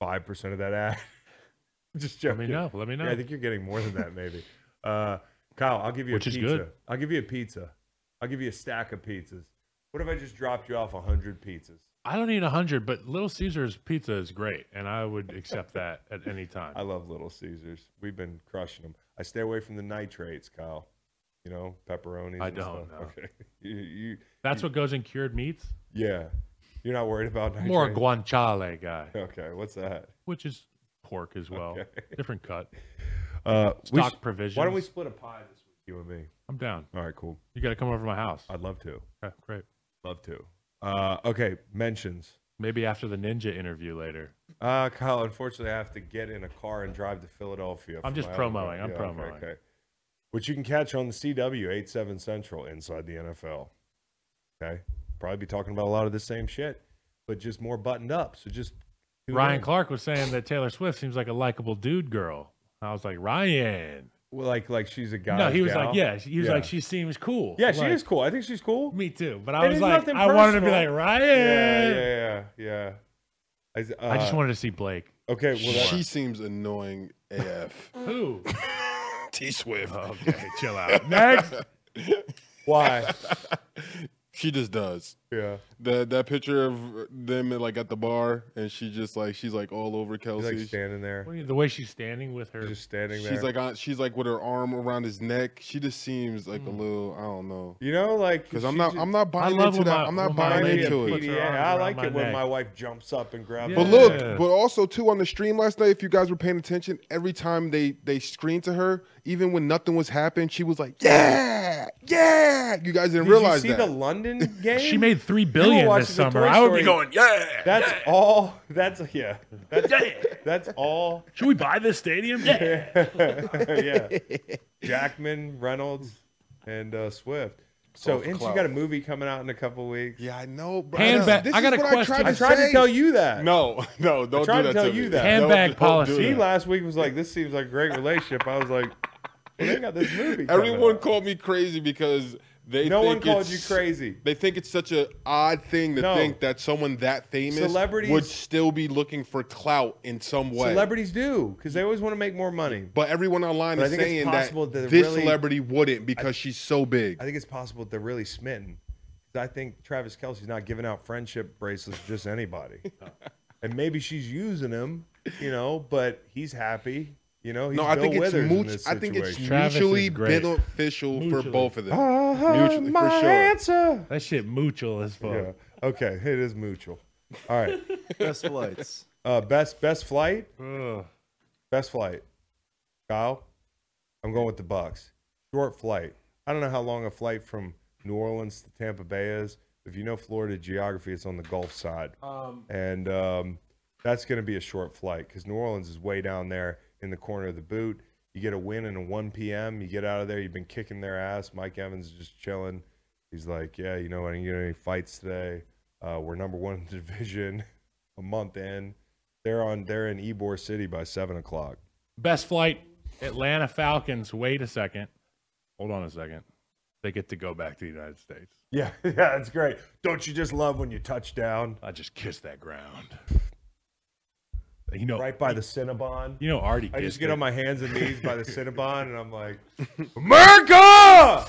Speaker 1: five percent of that ad. (laughs) Just
Speaker 5: Let
Speaker 1: joking.
Speaker 5: me know. Let me know.
Speaker 1: Yeah, I think you're getting more than that,
Speaker 5: (laughs)
Speaker 1: maybe. Uh, Kyle, I'll give you
Speaker 5: Which
Speaker 1: a
Speaker 5: is
Speaker 1: pizza.
Speaker 5: good.
Speaker 1: I'll give you a pizza. I'll give you a stack of pizzas. What if I just dropped you off hundred pizzas?
Speaker 5: I don't need a hundred, but Little Caesars pizza is great, and I would accept that at any time.
Speaker 1: I love Little Caesars. We've been crushing them. I stay away from the nitrates, Kyle. You know, pepperonis.
Speaker 5: I
Speaker 1: and
Speaker 5: don't
Speaker 1: stuff.
Speaker 5: know.
Speaker 1: Okay. (laughs) You, you,
Speaker 5: That's what goes in cured meats.
Speaker 1: yeah. You're not worried about nitrates.
Speaker 5: More a guanciale guy,
Speaker 1: Okay, what's that?
Speaker 5: which is pork as well, different cut.
Speaker 1: Uh,
Speaker 5: Stock provisions.
Speaker 1: Why don't we split a pie this week, you and me?
Speaker 5: I'm down.
Speaker 1: All right, cool.
Speaker 5: You got to come over to my house.
Speaker 1: I'd love to.
Speaker 5: Okay, great.
Speaker 1: Love to. Uh, okay, mentions.
Speaker 5: Maybe after the ninja interview later.
Speaker 1: Uh, Kyle, unfortunately, I have to get in a car and drive to Philadelphia. for
Speaker 5: I'm just
Speaker 1: my own-
Speaker 5: promoing, I'm
Speaker 1: okay,
Speaker 5: promoing.
Speaker 1: Okay. which you can catch on the CW 87 Central inside the NFL. Okay. Probably be talking about a lot of the same shit, but just more buttoned up. So just tune
Speaker 5: Ryan
Speaker 1: in.
Speaker 5: Clark was saying that Taylor Swift seems like a likable dude girl. I was like, Ryan.
Speaker 1: Well, like like she's a guy.
Speaker 5: no, he was like, yeah. He was like, she seems cool.
Speaker 1: Yeah, she
Speaker 5: Like,
Speaker 1: is cool. I think she's cool.
Speaker 5: Me too. But I
Speaker 1: It
Speaker 5: was
Speaker 1: ain't
Speaker 5: like,
Speaker 1: nothing
Speaker 5: I wanted to be like,
Speaker 1: personal.
Speaker 5: Ryan.
Speaker 1: Yeah,
Speaker 5: (laughs)
Speaker 1: yeah, yeah, yeah. I,
Speaker 5: I just wanted to see Blake.
Speaker 1: Okay, well, that,
Speaker 4: She seems annoying AF.
Speaker 5: Who?
Speaker 4: T
Speaker 1: (laughs)
Speaker 4: Swift.
Speaker 5: okay, chill out. Next. (laughs)
Speaker 1: why?
Speaker 9: She just does.
Speaker 1: Yeah.
Speaker 9: That that picture of them like at the bar and she just like she's like all over
Speaker 1: He's
Speaker 9: Kelsey.
Speaker 1: like standing there,
Speaker 5: What do you- The way she's standing with her.
Speaker 1: just standing there.
Speaker 9: she's like on, she's like with her arm around his neck. She just seems like a little I don't know.
Speaker 1: you know, like
Speaker 9: Because I'm
Speaker 1: Hmm. she
Speaker 9: not
Speaker 1: ju-
Speaker 9: I'm not buying
Speaker 5: love
Speaker 9: into
Speaker 5: when
Speaker 9: that.
Speaker 5: my-
Speaker 9: I'm
Speaker 5: when
Speaker 9: not
Speaker 5: my
Speaker 9: buying
Speaker 5: lady
Speaker 9: into
Speaker 5: puts
Speaker 9: it.
Speaker 5: her
Speaker 1: PDA.
Speaker 5: arm
Speaker 1: I
Speaker 5: around
Speaker 1: like
Speaker 5: my
Speaker 1: it when
Speaker 5: neck.
Speaker 1: my wife jumps up and grabs.
Speaker 5: Yeah.
Speaker 9: But
Speaker 1: my
Speaker 9: look,
Speaker 1: neck.
Speaker 9: but also too on the stream last night, if you guys were paying attention, every time they they screened to her, even when nothing was happening, she was like, "Yeah, yeah." You guys didn't
Speaker 1: Did you
Speaker 9: realion
Speaker 1: see
Speaker 9: that.
Speaker 1: the London game?
Speaker 5: (laughs) She made three billion
Speaker 1: watching
Speaker 5: this
Speaker 1: the
Speaker 5: summer.
Speaker 1: Toy
Speaker 5: I would be
Speaker 1: Story-
Speaker 5: going, yeah.
Speaker 1: That's
Speaker 5: (laughs)
Speaker 1: all. That's yeah. That's that's
Speaker 5: (laughs)
Speaker 1: all.
Speaker 5: Should we buy this stadium? Yeah.
Speaker 1: yeah. Jackman, Reynolds, and uh, Swift. So,
Speaker 9: off the
Speaker 1: and she
Speaker 9: cloud.
Speaker 1: got a movie coming out in a couple weeks.
Speaker 9: yeah, I know, bro.
Speaker 5: Hand
Speaker 9: I,
Speaker 5: back-
Speaker 9: This
Speaker 5: I
Speaker 9: is
Speaker 5: got a
Speaker 9: what
Speaker 5: question.
Speaker 9: I tried,
Speaker 1: I
Speaker 9: to,
Speaker 1: tried
Speaker 9: say.
Speaker 1: to tell you that.
Speaker 9: No, (laughs) no, don't
Speaker 1: tried
Speaker 9: do
Speaker 1: to
Speaker 9: that
Speaker 1: tell
Speaker 9: me.
Speaker 1: you that.
Speaker 5: Handbag
Speaker 9: Don't- don't do
Speaker 5: policy.
Speaker 1: She
Speaker 9: that.
Speaker 1: last week was like, "This seems like a great relationship." I was like, well, "They got this movie." coming
Speaker 9: Everyone
Speaker 1: out.
Speaker 9: called me crazy because they
Speaker 1: No one
Speaker 9: think
Speaker 1: called
Speaker 9: it's-
Speaker 1: you crazy.
Speaker 9: They think it's such an odd thing to
Speaker 1: No.
Speaker 9: think that someone that famous
Speaker 1: Celebrities-
Speaker 9: would still be looking for clout in some way.
Speaker 1: Celebrities do because they always want to make more money.
Speaker 9: but everyone online
Speaker 1: But I
Speaker 9: is
Speaker 1: think it's
Speaker 9: saying
Speaker 1: possible
Speaker 9: that
Speaker 1: that
Speaker 9: this
Speaker 1: really-
Speaker 9: celebrity wouldn't because she's so big.
Speaker 1: I think it's possible they're really smitten. 'Cause I think Travis Kelsey's not giving out friendship bracelets to
Speaker 9: (laughs)
Speaker 1: just anybody, and maybe she's using them, you know. But he's happy, you know. He's
Speaker 9: no, I
Speaker 1: Bill
Speaker 9: think, it's
Speaker 1: Withers in
Speaker 9: mutu-
Speaker 1: this
Speaker 9: I think it's (laughs)
Speaker 1: situation.
Speaker 5: Travis is
Speaker 9: mutually
Speaker 5: great.
Speaker 9: beneficial for
Speaker 5: Mutually.
Speaker 9: both of them.
Speaker 1: Ah,
Speaker 9: mutually, for
Speaker 1: my
Speaker 9: sure.
Speaker 1: answer.
Speaker 5: That shit mutual as fuck.
Speaker 1: Yeah. Okay, it is mutual. All right.
Speaker 8: Best flights.
Speaker 1: Uh, best best flight.
Speaker 5: Ugh.
Speaker 1: Best flight. Kyle, I'm going with the Bucks. Short flight. I don't know how long a flight from New Orleans to Tampa Bay is. If you know Florida geography, it's on the Gulf side, and um, that's going to be a short flight because New Orleans is way down there in the corner of the boot. You get a win in a 1 p.m. You get out of there. You've been kicking their ass. Mike Evans is just chilling. He's like, yeah, you know, I didn't get any fights today. Uh, we're number one in the (laughs) division a month in. They're on. They're in Ybor City by seven o'clock.
Speaker 5: Best flight, Atlanta Falcons. Wait a second. Hold on a second. They get to go back to the United
Speaker 1: (laughs)
Speaker 5: States.
Speaker 1: Yeah, yeah, that's great. Don't you just love when you touch down
Speaker 5: I just kissed that ground. You know,
Speaker 1: right by the Cinnabon?
Speaker 5: you know, Artie.
Speaker 1: I just
Speaker 5: kissed
Speaker 1: get
Speaker 5: it.
Speaker 1: on my hands and knees by the Cinnabon and I'm
Speaker 5: (laughs)
Speaker 1: like,
Speaker 3: America!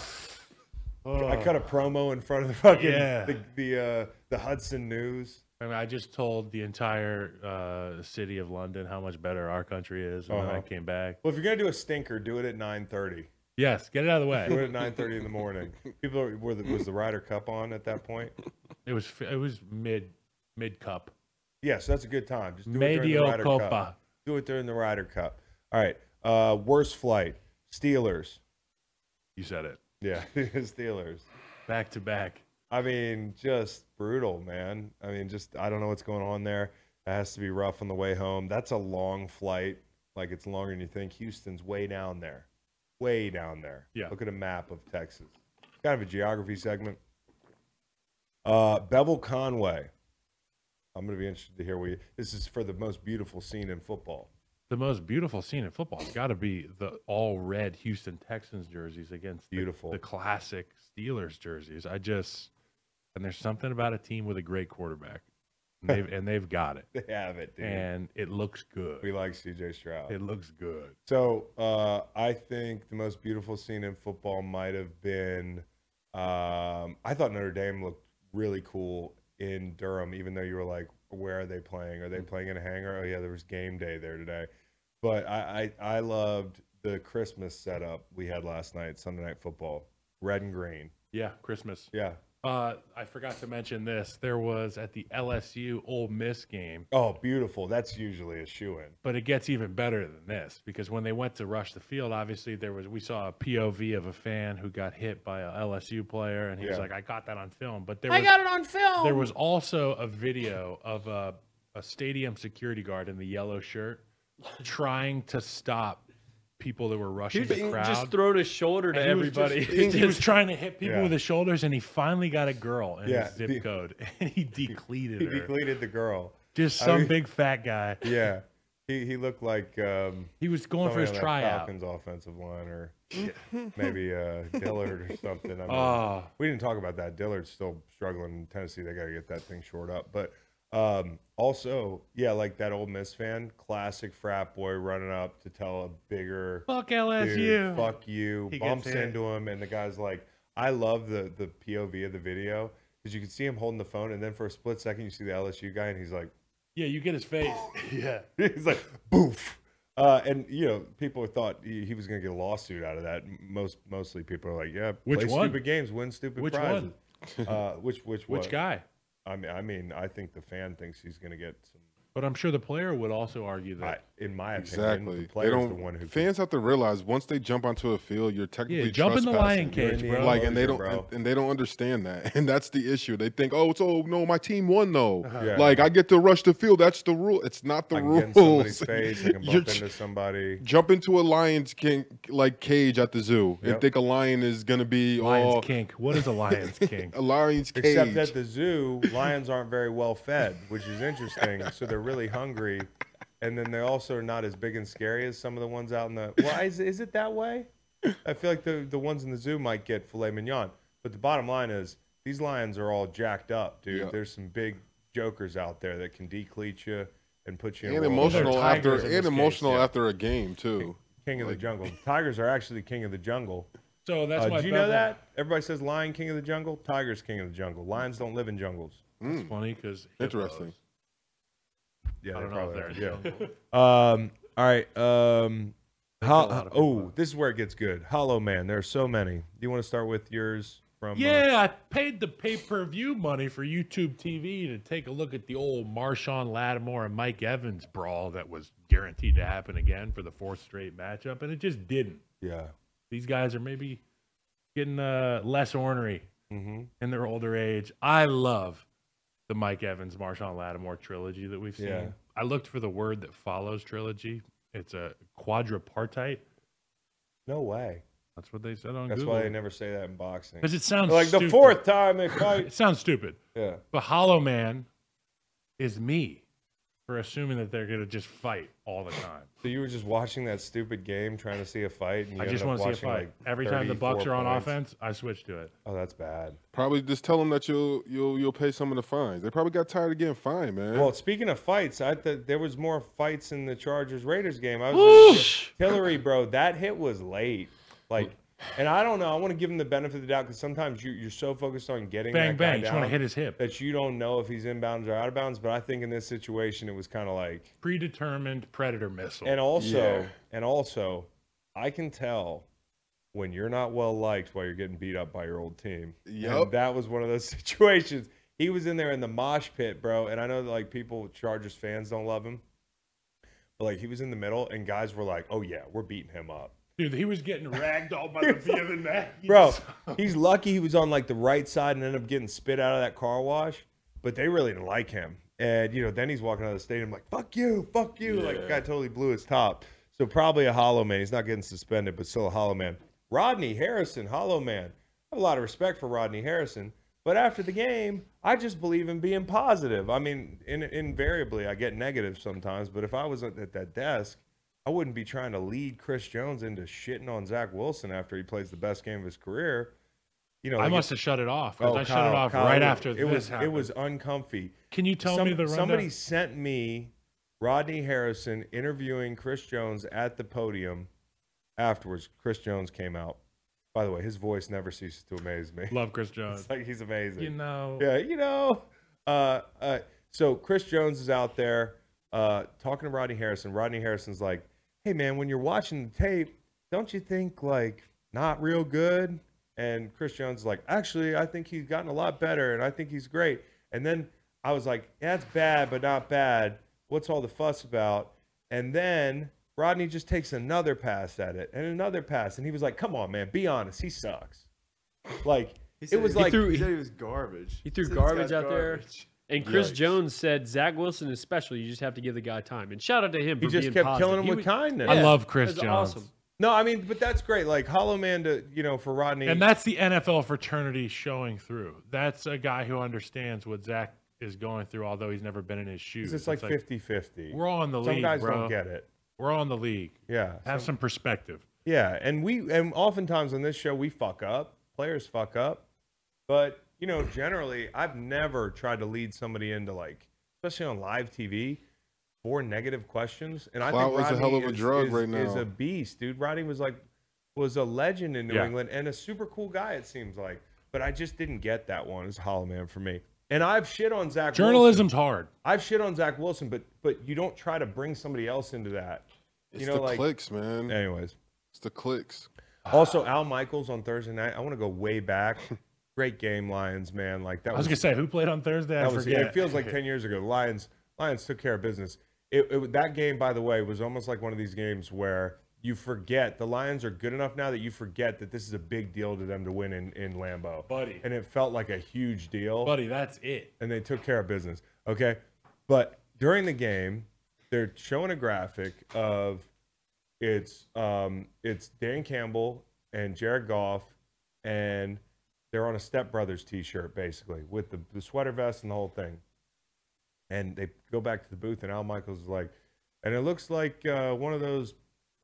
Speaker 1: I cut a promo in front of the fucking
Speaker 5: Yeah.
Speaker 1: the the, uh, the Hudson News.
Speaker 5: I, mean, I just told the entire uh, city of London how much better our country is, and then I
Speaker 1: Uh-huh.
Speaker 5: came back.
Speaker 1: Well, if you're gonna do a stinker, do it at 9:30.
Speaker 5: Yes, get it out of the
Speaker 1: Do
Speaker 5: way.
Speaker 1: it at 9:30 in the morning. People are, were the, was the Ryder Cup on at that point?
Speaker 5: it was f- it was mid mid cup,
Speaker 1: Yes, that's a good time. Just do it during the
Speaker 5: medio
Speaker 1: Ryder Cup.
Speaker 5: copa.
Speaker 1: Do it during the Ryder Cup. All right. Uh, worst flight: Steelers.
Speaker 5: You said it
Speaker 1: Yeah, (laughs) Steelers.
Speaker 5: back to back.
Speaker 1: I mean, just brutal, man. I mean, just I don't know what's going on there. It has to be rough on the way home. That's a long flight. Like it's longer than you think. Houston's way down there. Way down there.
Speaker 5: Yeah.
Speaker 1: Look at a map of Texas. Kind of a geography segment. Uh Bevel Conway. I'm gonna be interested to hear what you this is for the most beautiful scene in football. (laughs)
Speaker 5: The most beautiful scene in football has got to be the all red Houston Texans jerseys against the-
Speaker 1: Beautiful.
Speaker 5: the classic Steelers jerseys. I just and there's something about a team with a
Speaker 1: (laughs)
Speaker 5: great quarterback, and they've, and they've got it,
Speaker 1: They have it, dude.
Speaker 5: and it looks good.
Speaker 1: we like CJ Stroud.
Speaker 5: It looks good.
Speaker 1: So uh, I think the most beautiful scene in football might have been. Um, I thought Notre Dame looked really cool in Durham, even though you were like, "Where are they playing? Are they playing in a hangar?" Oh yeah, there was game day there today. But I I, I loved the Christmas setup we had last night, Sunday night football, red and green.
Speaker 5: Yeah, Christmas.
Speaker 1: Yeah.
Speaker 5: Uh, I forgot to mention this. There was at the LSU Ole Miss game,
Speaker 1: Oh, beautiful. That's usually a shoe in.
Speaker 5: but it gets even better than this because when they went to rush the field, obviously there was we saw a POV of a fan who got hit by a LSU player, and he was
Speaker 1: Yeah.
Speaker 5: like, "I got that on film." But there I was, got it on film. There was also a video of a a stadium security guard in the yellow shirt trying to stop people that were
Speaker 2: He
Speaker 5: rushing
Speaker 2: was
Speaker 5: the crowd.
Speaker 2: just throwing his shoulder to
Speaker 5: And he was just-
Speaker 2: everybody.
Speaker 5: (laughs)
Speaker 2: (laughs)
Speaker 5: he, he was trying to hit people
Speaker 1: Yeah.
Speaker 5: with his shoulders, and he finally got a girl in
Speaker 1: Yeah,
Speaker 5: his zip
Speaker 1: the-
Speaker 5: code, (laughs) and he
Speaker 1: (laughs)
Speaker 5: decleated
Speaker 1: He
Speaker 5: her.
Speaker 1: depleted the girl.
Speaker 5: Just
Speaker 1: I
Speaker 5: some
Speaker 1: mean-
Speaker 5: big
Speaker 1: (laughs)
Speaker 5: fat guy.
Speaker 1: Yeah, he he looked like um,
Speaker 5: He was going for
Speaker 1: somebody
Speaker 5: his
Speaker 1: on that
Speaker 5: tryout.
Speaker 1: Falcons offensive line,
Speaker 5: (laughs)
Speaker 1: or maybe uh, Dillard or something. I mean,
Speaker 5: Ah.
Speaker 1: we didn't talk about that. Dillard's still struggling in Tennessee. They got to get that thing short up. But um, also, yeah, like that old Miss fan, classic frat boy running up to tell a bigger
Speaker 5: Fuck
Speaker 1: dude,
Speaker 5: LSU.
Speaker 1: fuck you,
Speaker 5: He gets
Speaker 1: bumps
Speaker 5: hit.
Speaker 1: into him, and the guy's like, I love the the POV of the video because you can see him holding the phone, and then for a split second, you see the LSU guy, and he's like.
Speaker 5: Yeah, you get his face. yeah.
Speaker 1: (laughs) He's like, boof. Uh, and you know, people thought he, he was going to get a lawsuit out of that. Most mostly, people are like, "Yeah,
Speaker 5: Which
Speaker 1: play
Speaker 5: one?
Speaker 1: stupid games, win stupid
Speaker 5: Which
Speaker 1: prizes." (laughs) Uh, which which
Speaker 5: Which
Speaker 1: what?
Speaker 5: guy?
Speaker 1: I mean, I mean, I think the fan thinks he's going to get some.
Speaker 5: But I'm sure the player would also argue that.
Speaker 1: I, in my opinion,
Speaker 4: Exactly.
Speaker 1: the
Speaker 4: They
Speaker 1: player's
Speaker 4: don't.
Speaker 1: the one who
Speaker 4: fans have to realize once they jump onto a field, you're technically
Speaker 5: yeah, jump in the
Speaker 4: trespassing.
Speaker 5: lion cage,
Speaker 1: the
Speaker 5: bro.
Speaker 1: end.
Speaker 4: Like and they don't
Speaker 1: Exposure,
Speaker 4: and,
Speaker 1: bro.
Speaker 4: and they don't understand that, (laughs) and that's the issue. They think, oh, it's oh no, my team won though.
Speaker 5: Uh-huh.
Speaker 1: Yeah.
Speaker 4: Like I get to rush the field. That's the rule. It's not
Speaker 1: (laughs)
Speaker 4: the
Speaker 1: I can get in somebody's
Speaker 4: (laughs) rules.
Speaker 1: face. I can
Speaker 4: You're
Speaker 1: bump
Speaker 4: ch-
Speaker 1: into somebody.
Speaker 4: jump into a lion's king like cage at the zoo
Speaker 1: Yep.
Speaker 4: and think a lion is gonna be
Speaker 5: Lion's
Speaker 1: oh.
Speaker 4: all
Speaker 5: kink. What is
Speaker 1: (laughs)
Speaker 5: a lion's kink?
Speaker 4: a lion's cage.
Speaker 1: Except at the zoo, lions aren't very well fed, which is interesting. so they're really hungry, and then they're also not as big and scary as some of the ones out in the. Well, is, is it that way? I feel like the the ones in the zoo might get filet mignon, but the bottom line is these lions are all jacked up, dude.
Speaker 4: Yeah.
Speaker 1: There's some big jokers out there that can decleat you and put you in
Speaker 4: and
Speaker 1: a world of
Speaker 4: emotional
Speaker 5: Well, they're
Speaker 4: after
Speaker 5: tigers in
Speaker 4: and
Speaker 5: this case,
Speaker 4: emotional
Speaker 5: yeah.
Speaker 4: after a game too.
Speaker 1: king of the jungle. Tigers are actually king of the jungle.
Speaker 5: So that's
Speaker 1: Uh,
Speaker 5: why.
Speaker 1: do you know
Speaker 5: Bevel-
Speaker 1: that? Everybody says lion king of the jungle. Tiger's king of the jungle. Lions don't live in jungles.
Speaker 5: It's funny because
Speaker 4: Interesting.
Speaker 1: Yeah,
Speaker 5: I
Speaker 1: they
Speaker 5: don't know if
Speaker 1: probably
Speaker 5: they're
Speaker 1: are, yeah.
Speaker 5: (laughs)
Speaker 1: Um, all right. Um,
Speaker 5: a lot
Speaker 1: how,
Speaker 5: of people
Speaker 1: oh, this is where it gets good. Hollow Man. There are so many. Do you want to start with yours from? uh,
Speaker 5: Yeah, I paid the pay per view money for YouTube TV to take a look at the old Marshawn Lattimore and Mike Evans brawl that was guaranteed to happen again for the fourth straight matchup, and it just didn't.
Speaker 1: yeah.
Speaker 5: These guys are maybe getting uh, less ornery
Speaker 1: Mm-hmm.
Speaker 5: in their older age. I love the Mike Evans Marshawn Lattimore trilogy that we've seen.
Speaker 1: Yeah.
Speaker 5: I looked for the word that follows trilogy. It's a quadripartite.
Speaker 1: No way.
Speaker 5: That's what they said on
Speaker 1: That's
Speaker 5: Google.
Speaker 1: why they never say that in boxing.
Speaker 5: Because it sounds
Speaker 1: Like the
Speaker 5: stupid.
Speaker 1: fourth time they
Speaker 5: It
Speaker 1: fight. (laughs)
Speaker 5: sounds stupid.
Speaker 1: yeah.
Speaker 5: But Hollow Man is me for assuming that they're gonna just fight all the time.
Speaker 1: So you were just watching that stupid game, trying to see a fight, and you
Speaker 5: I just
Speaker 1: want to
Speaker 5: see a fight. Every time the Bucks are on offense, I switch to it.
Speaker 1: Oh, that's bad.
Speaker 4: Probably just tell them that you'll you'll you'll pay some of the fines. They probably got tired of getting fined, man.
Speaker 1: Well, speaking of fights, I th- there was more fights in the Chargers Raiders game. I was Hillary, bro, that hit was late. Like, and I don't know. I want to give him the benefit of the doubt because sometimes you, you're so focused on getting
Speaker 5: Bang
Speaker 1: that guy
Speaker 5: bang, just want to
Speaker 1: down
Speaker 5: hit his hip.
Speaker 1: that you don't know if he's inbounds or out of bounds. But I think in this situation, it was kind of like,
Speaker 5: Predetermined predator missile.
Speaker 1: and also,
Speaker 4: Yeah.
Speaker 1: and also, I can tell when you're not well liked while you're getting beat up by your old team.
Speaker 4: Yup.
Speaker 1: And that was one of those (laughs) situations. He was in there in the mosh pit, bro. And I know that like people, Chargers fans don't love him. But like he was in the middle and guys were like, Oh yeah, we're beating him up.
Speaker 5: Dude, he was getting ragdolled by
Speaker 1: (laughs)
Speaker 5: the Vietnam man. (laughs)
Speaker 1: Bro, he's lucky he was on like the right side and ended up getting spit out of that car wash. But they really didn't like him. And you know, then he's walking out of the stadium like, fuck you, fuck you. Like the guy totally blew his top. So probably a hollow man. He's not getting suspended, but still a hollow man. Rodney Harrison, hollow man. I have a lot of respect for Rodney Harrison. But after the game, I just believe in being positive. I mean, in, invariably, I get negative sometimes. But if I was at, at that desk, I wouldn't be trying to lead Chris Jones into shitting on Zach Wilson after he plays the best game of his career. You know,
Speaker 5: I
Speaker 1: like
Speaker 5: must
Speaker 1: it-
Speaker 5: have shut it off. 'cause
Speaker 1: Oh,
Speaker 5: I shut
Speaker 1: Kyle,
Speaker 5: it off
Speaker 1: Kyle,
Speaker 5: right
Speaker 1: it-
Speaker 5: after
Speaker 1: it
Speaker 5: this
Speaker 1: was
Speaker 5: happened.
Speaker 1: it was uncomfy.
Speaker 5: Can you tell
Speaker 1: Some-
Speaker 5: me the rundown?
Speaker 1: somebody sent me Rodney Harrison interviewing Chris Jones at the podium. Afterwards, Chris Jones came out. By the way, his voice never ceases to amaze me.
Speaker 5: love Chris
Speaker 1: (laughs)
Speaker 5: Jones.
Speaker 1: It's like he's amazing.
Speaker 5: You know,
Speaker 1: Yeah, you know. Uh, uh, so Chris Jones is out there uh, talking to Rodney Harrison. Rodney Harrison's like, "Hey, man, when you're watching the tape, don't you think like not real good?" And Chris Jones is like, "Actually, I think he's gotten a lot better, and I think he's great." And then I was like, "That's bad, but not bad. What's all the fuss about?" And then Rodney just takes another pass at it and another pass, and he was like, "Come on, man, be honest. He sucks." Like it was like
Speaker 8: (laughs)
Speaker 2: threw-
Speaker 8: he said he was garbage.
Speaker 2: He threw
Speaker 8: said this
Speaker 2: garbage
Speaker 8: guy's
Speaker 2: out there.
Speaker 8: garbage.
Speaker 2: And Chris
Speaker 1: Yikes.
Speaker 2: Jones said Zach Wilson is special. You just have to give the guy time. And shout out to him.
Speaker 1: He
Speaker 2: for
Speaker 1: just
Speaker 2: being
Speaker 1: kept
Speaker 2: positive.
Speaker 1: killing him
Speaker 2: He
Speaker 1: with
Speaker 2: was-
Speaker 1: kindness.
Speaker 5: I love Chris
Speaker 2: that's
Speaker 5: Jones.
Speaker 2: Awesome.
Speaker 1: No, I mean, but that's great. Like Hollow Man to you know for Rodney.
Speaker 5: And that's the NFL fraternity showing through. That's a guy who understands what Zach is going through, although he's never been in his shoes.
Speaker 1: it's like 50-50.
Speaker 5: We're all in the
Speaker 1: Some
Speaker 5: league,
Speaker 1: guys
Speaker 5: bro.
Speaker 1: don't get it.
Speaker 5: We're all in the league.
Speaker 1: Yeah.
Speaker 5: Have some perspective.
Speaker 1: Yeah, and we and oftentimes on this show we fuck up. Players fuck up. But, you know, generally I've never tried to lead somebody into like especially on live TV four negative questions and I
Speaker 9: Clout
Speaker 1: think
Speaker 9: is a
Speaker 1: Rodney
Speaker 9: hell of a
Speaker 1: is-
Speaker 9: drug
Speaker 1: is-
Speaker 9: right now.
Speaker 1: is a beast, dude. Rodney was like was a legend in New
Speaker 5: Yeah.
Speaker 1: England and a super cool guy it seems like. But I just didn't get that one. It's Hollow Man for me. And I've shit on Zach Wilson.
Speaker 5: Journalism's hard.
Speaker 1: I've shit on Zach Wilson, but but you don't try to bring somebody else into that.
Speaker 9: It's
Speaker 1: you know,
Speaker 9: the
Speaker 1: like
Speaker 9: clicks, man.
Speaker 1: anyways.
Speaker 9: It's the clicks.
Speaker 1: Also, Al Michaels on Thursday night. I want to go way back. (laughs) Great game, Lions, man. Like that
Speaker 5: I
Speaker 1: was,
Speaker 5: was gonna say who played on Thursday. I
Speaker 1: that was
Speaker 5: forget.
Speaker 1: it feels
Speaker 5: (laughs)
Speaker 1: like ten years ago. Lions, Lions took care of business. It, it- that game, by the way, was almost like one of these games where you forget the Lions are good enough now that you forget that this is a big deal to them to win in in Lambeau,
Speaker 5: Buddy.
Speaker 1: And it felt like a huge deal
Speaker 5: buddy. That's it.
Speaker 1: and they took care of business. Okay. But during the game, they're showing a graphic of it's um it's Dan Campbell and Jared Goff and they're on a Step Brothers t-shirt basically with the, the sweater vest and the whole thing. And they go back to the booth and Al Michaels is like and it looks like uh, one of those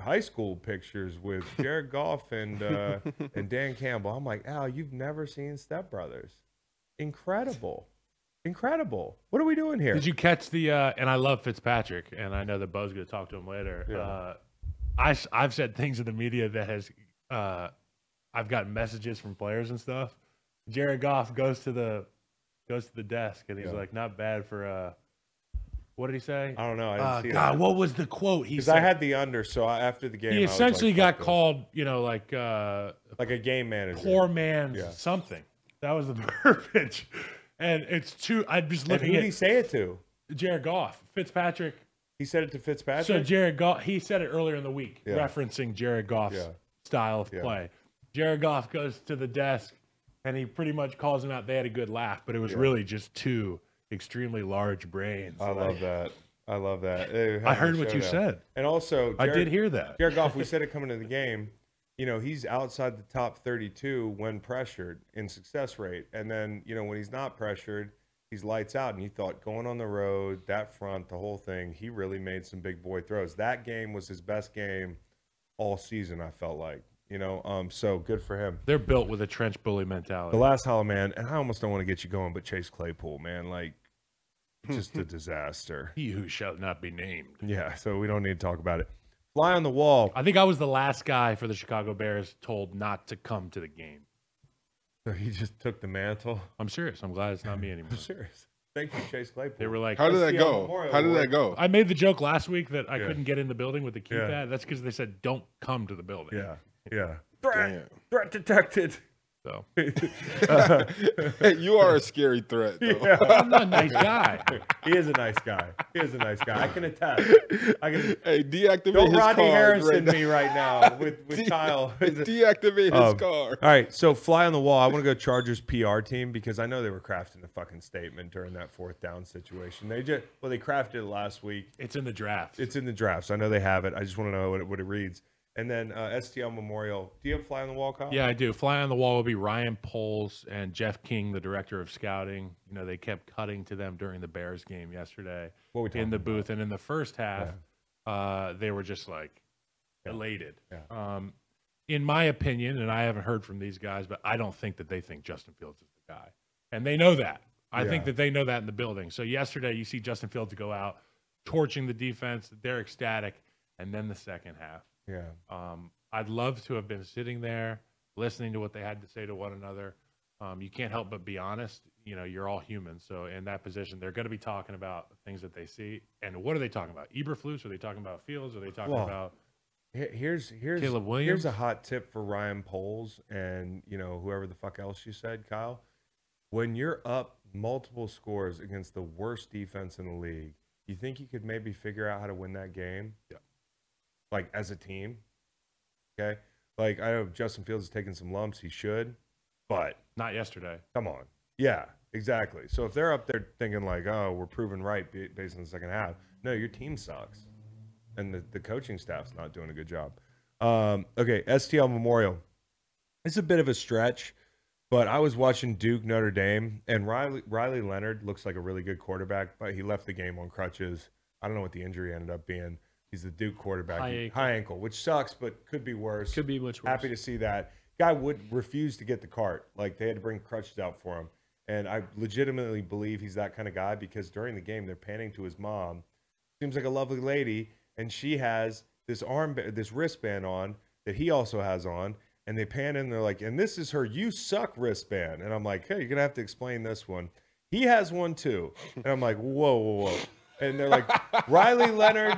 Speaker 1: high school pictures
Speaker 5: (laughs)
Speaker 1: with Jared Goff and uh, and Dan Campbell. I'm like, Al, you've never seen Step Brothers. Incredible. Incredible. What are we doing here?
Speaker 5: Did you catch the? Uh, and I love Fitzpatrick, and I know that Bo's gonna talk to him later. Uh, I s- I've said things in the media that has uh, I've gotten messages from players and stuff. Jared Goff goes to the goes to the desk and he's like, "Not bad for uh, what did he say?
Speaker 1: I don't know. I didn't
Speaker 5: Uh,
Speaker 1: see
Speaker 5: God,
Speaker 1: it.
Speaker 5: what was the quote he
Speaker 1: Because
Speaker 5: said?
Speaker 1: I had the under, so I, after the game,
Speaker 5: he
Speaker 1: I was
Speaker 5: essentially
Speaker 1: like,
Speaker 5: got
Speaker 1: fuck this.
Speaker 5: called, you know, like uh,
Speaker 1: like a game manager.
Speaker 5: poor man's
Speaker 1: Yeah.
Speaker 5: something. That was the (laughs) verbiage, and it's too. I'm just
Speaker 1: and who
Speaker 5: looking
Speaker 1: did he
Speaker 5: at
Speaker 1: say it to?
Speaker 5: Jared Goff, Fitzpatrick.
Speaker 1: He said it to Fitzpatrick.
Speaker 5: So Jared Goff, he said it earlier in the week,
Speaker 1: Yeah.
Speaker 5: referencing Jared Goff's
Speaker 1: Yeah.
Speaker 5: style of
Speaker 1: Yeah.
Speaker 5: play. Jared Goff goes to the desk, and he pretty much calls him out. They had a good laugh, but it was really just two extremely large brains.
Speaker 1: I
Speaker 5: Like,
Speaker 1: love that. I love that. They had
Speaker 5: I
Speaker 1: a
Speaker 5: heard what you
Speaker 1: showdown.
Speaker 5: said.
Speaker 1: And also,
Speaker 5: I
Speaker 1: Jared-
Speaker 5: did hear that.
Speaker 1: Jared Goff, we said it coming to the game. You know, he's outside the top 32 when pressured in success rate. And then, you know, when he's not pressured, he's lights out. And he thought going on the road, that front, the whole thing, he really made some big boy throws. That game was his best game all season, I felt like. You know, um, so good for him.
Speaker 5: They're built with a trench bully
Speaker 1: The
Speaker 5: mentality.
Speaker 1: last hollow man, and I almost don't want to get you going, but Chase Claypool, man, like just a disaster.
Speaker 5: He who shall not be named.
Speaker 1: Yeah, so we don't need to talk about it. Fly on the wall.
Speaker 5: I think I was the last guy for the Chicago Bears told not to come to the game.
Speaker 1: So (laughs) he just took the mantle. (laughs)
Speaker 5: I'm serious. I'm glad it's not me anymore.
Speaker 1: I'm serious. Thank you, Chase Claypool.
Speaker 5: They were like,
Speaker 9: How did
Speaker 1: Let's
Speaker 9: that
Speaker 1: see how
Speaker 9: go?
Speaker 1: Memorial
Speaker 9: How did that
Speaker 1: worked.
Speaker 9: go?
Speaker 5: I made the joke last week that I
Speaker 1: Yeah.
Speaker 5: couldn't get in the building with the keypad.
Speaker 1: Yeah.
Speaker 5: That's because they said don't come to the building.
Speaker 1: yeah, yeah.
Speaker 9: Damn.
Speaker 1: (laughs) Threat detected.
Speaker 5: So
Speaker 4: (laughs)
Speaker 9: you are a scary threat, though.
Speaker 5: I'm not a nice guy.
Speaker 1: (laughs) He is a nice guy. He is a nice guy. I can attest.
Speaker 4: (laughs)
Speaker 1: I can.
Speaker 9: Hey, deactivate
Speaker 1: Don't
Speaker 9: his
Speaker 1: Rodney
Speaker 9: card
Speaker 1: Harrison
Speaker 9: right now.
Speaker 1: me right now with with
Speaker 4: (laughs)
Speaker 9: De-
Speaker 1: Kyle.
Speaker 9: Deactivate his
Speaker 1: Um,
Speaker 9: car.
Speaker 1: All right, so fly on the wall. I want to go Chargers PR team because I know they were crafting a fucking statement during that fourth down situation. They just well, they crafted it last week.
Speaker 5: It's in the draft.
Speaker 1: It's in the drafts. I know they have it. I just want to know what it, what it reads. And then uh, STL Memorial. Do you have fly on the wall, Kyle?
Speaker 5: yeah, I do. Fly on the wall will be Ryan Poles and Jeff King, the director of scouting. You know, they kept cutting to them during the Bears game yesterday
Speaker 1: What we
Speaker 5: in the
Speaker 1: talking
Speaker 5: booth, and in the first half, uh, they were just like elated.
Speaker 1: Yeah.
Speaker 5: Um, in my opinion, and I haven't heard from these guys, but I don't think that they think Justin Fields is the guy, and they know that. I think
Speaker 1: Yeah.
Speaker 5: that they know that in the building. So yesterday, you see Justin Fields go out, torching the defense. They're ecstatic, and then the second half.
Speaker 1: Yeah.
Speaker 5: Um, I'd love to have been sitting there listening to what they had to say to one another. Um, you can't help but be honest. You know, you're all human. So in that position, they're going to be talking about things that they see. And what are they talking about? Eberflus? Are they talking about Fields? Are they talking
Speaker 1: Well,
Speaker 5: about?
Speaker 1: Here- Here's here's
Speaker 5: Caleb
Speaker 1: here's
Speaker 5: Williams?
Speaker 1: a hot tip for Ryan Poles and you know whoever the fuck else you said, Kyle. When you're up multiple scores against the worst defense in the league, you think you could maybe figure out how to win that game? Yeah. Like as a team. Okay. Like I know Justin Fields is taking some lumps, he should, but
Speaker 5: Not yesterday.
Speaker 1: Come on. Yeah, exactly. So if they're up there thinking like, oh, we're proven right ba- based on the second half, no, your team sucks, and the, the coaching staff's not doing a good job. Um, okay, STL Memorial. It's a bit of a stretch, but I was watching Duke Notre Dame, and Riley Riley Leonard looks like a really good quarterback, but he left the game on crutches. I don't know what the injury ended up being. He's the Duke quarterback,
Speaker 2: High
Speaker 1: He-
Speaker 2: ankle.
Speaker 1: high ankle which sucks, but could be worse.
Speaker 2: Could be much worse.
Speaker 1: Happy to see that. Guy would refuse to get the cart. Like they had to bring crutches out for him. And I legitimately believe he's that kind of guy because during the game they're panning to his mom. Seems like a lovely lady, and she has this arm, this wristband on that he also has on. And they pan in, they're like, and this is her "you suck" wristband. And I'm like, hey, you're gonna have to explain this one. He has one too. And I'm like, whoa, whoa, whoa. And they're like, Riley Leonard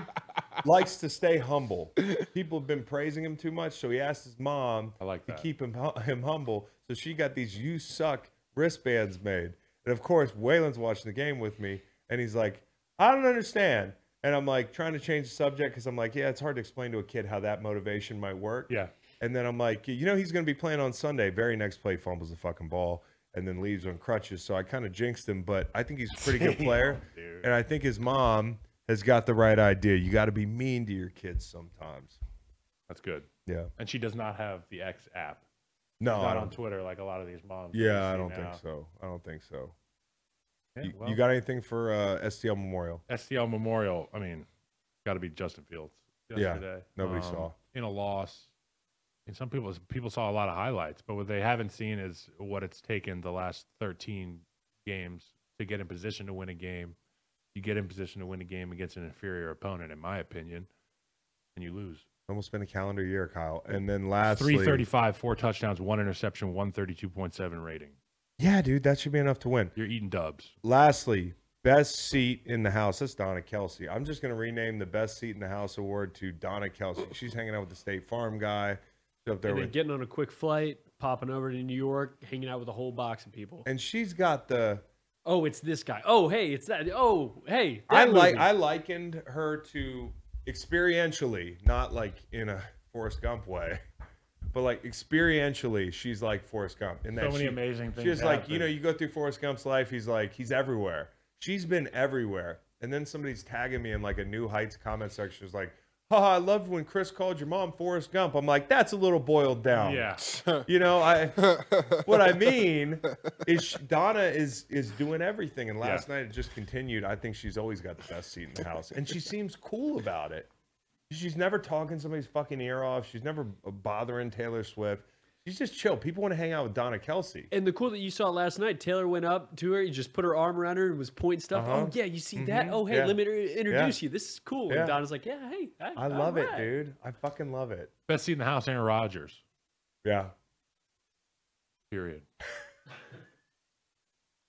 Speaker 1: likes to stay humble. People have been praising him too much, so he asked his mom
Speaker 5: I like
Speaker 1: to
Speaker 5: that.
Speaker 1: keep him hu- him humble. So she got these "you suck" wristbands made, and of course Waylon's watching the game with me, and he's like, "I don't understand," and I'm like trying to change the subject because I'm like, "Yeah, it's hard to explain to a kid how that motivation might work."
Speaker 5: Yeah.
Speaker 1: And then I'm like, you know, he's going to be playing on Sunday. Very next play, fumbles the fucking ball and then leaves on crutches. So I kind of jinxed him, but I think he's a pretty good player. and I think his mom has got the right idea. You got to be mean to your kids sometimes.
Speaker 5: That's good.
Speaker 1: Yeah.
Speaker 5: And she does not have the X app.
Speaker 1: No. I
Speaker 5: not
Speaker 1: don't-
Speaker 5: on Twitter like a lot of these moms. that we
Speaker 1: yeah, I
Speaker 5: see
Speaker 1: don't
Speaker 5: now.
Speaker 1: think so. I don't think so.
Speaker 5: Yeah,
Speaker 1: you,
Speaker 5: well,
Speaker 1: you got anything for uh, STL Memorial?
Speaker 5: STL Memorial. I mean, got to be Justin Fields.
Speaker 1: Yeah,
Speaker 5: Yesterday. Um,
Speaker 1: nobody saw.
Speaker 5: in a loss. And some people people saw a lot of highlights, but what they haven't seen is what it's taken the last 13 games to get in position to win a game. You get in position to win a game against an inferior opponent, in my opinion, and you lose.
Speaker 1: Almost been a calendar year, Kyle. And then lastly,
Speaker 5: 335, four touchdowns, one interception, 132.7 rating.
Speaker 1: Yeah, dude, that should be enough to win.
Speaker 5: You're eating dubs.
Speaker 1: Lastly, best seat in the house. That's Donna Kelsey. I'm just gonna rename the best seat in the house award to Donna Kelsey. She's hanging out with the State Farm guy. She's up there
Speaker 2: And then
Speaker 1: with,
Speaker 2: getting on a quick flight, popping over to New York, hanging out with a whole box of people.
Speaker 1: and she's got the.
Speaker 2: Oh, it's this guy. Oh, hey, it's that. Oh, hey.
Speaker 1: I
Speaker 2: that
Speaker 1: like.
Speaker 2: movie.
Speaker 1: I likened her to experientially, not like in a Forrest Gump way, but like experientially, she's like Forrest Gump. And
Speaker 5: So many amazing things.
Speaker 1: She's like, you
Speaker 5: happen.
Speaker 1: know, you go through Forrest Gump's life. He's like, he's everywhere. She's been everywhere. And then somebody's tagging me in like a New Heights comment section. Is like, haha, I loved when Chris called your mom Forrest Gump. I'm like, that's a little boiled down.
Speaker 5: yeah.
Speaker 1: You know,
Speaker 4: (laughs)
Speaker 1: I. what I mean is sh- Donna is is doing everything. And last night it just continued. I think she's always got the best seat in the house, and she seems cool about it. She's never talking somebody's fucking ear off. She's never uh, bothering Taylor Swift. She's just chill. People want to hang out with Donna Kelsey.
Speaker 2: And the cool that you saw last night, Taylor went up to her, he just put her arm around her and was pointing stuff.
Speaker 1: Uh-huh.
Speaker 2: Oh, yeah, you see that? Oh, hey,
Speaker 1: Yeah.
Speaker 2: let me inter- introduce
Speaker 1: Yeah.
Speaker 2: you. This is cool.
Speaker 1: Yeah.
Speaker 2: And Donna's like, yeah, hey.
Speaker 1: I love it,
Speaker 2: alright."
Speaker 1: dude. I fucking love it.
Speaker 5: Best seat in the house, Aaron Rodgers.
Speaker 1: Yeah.
Speaker 5: Period.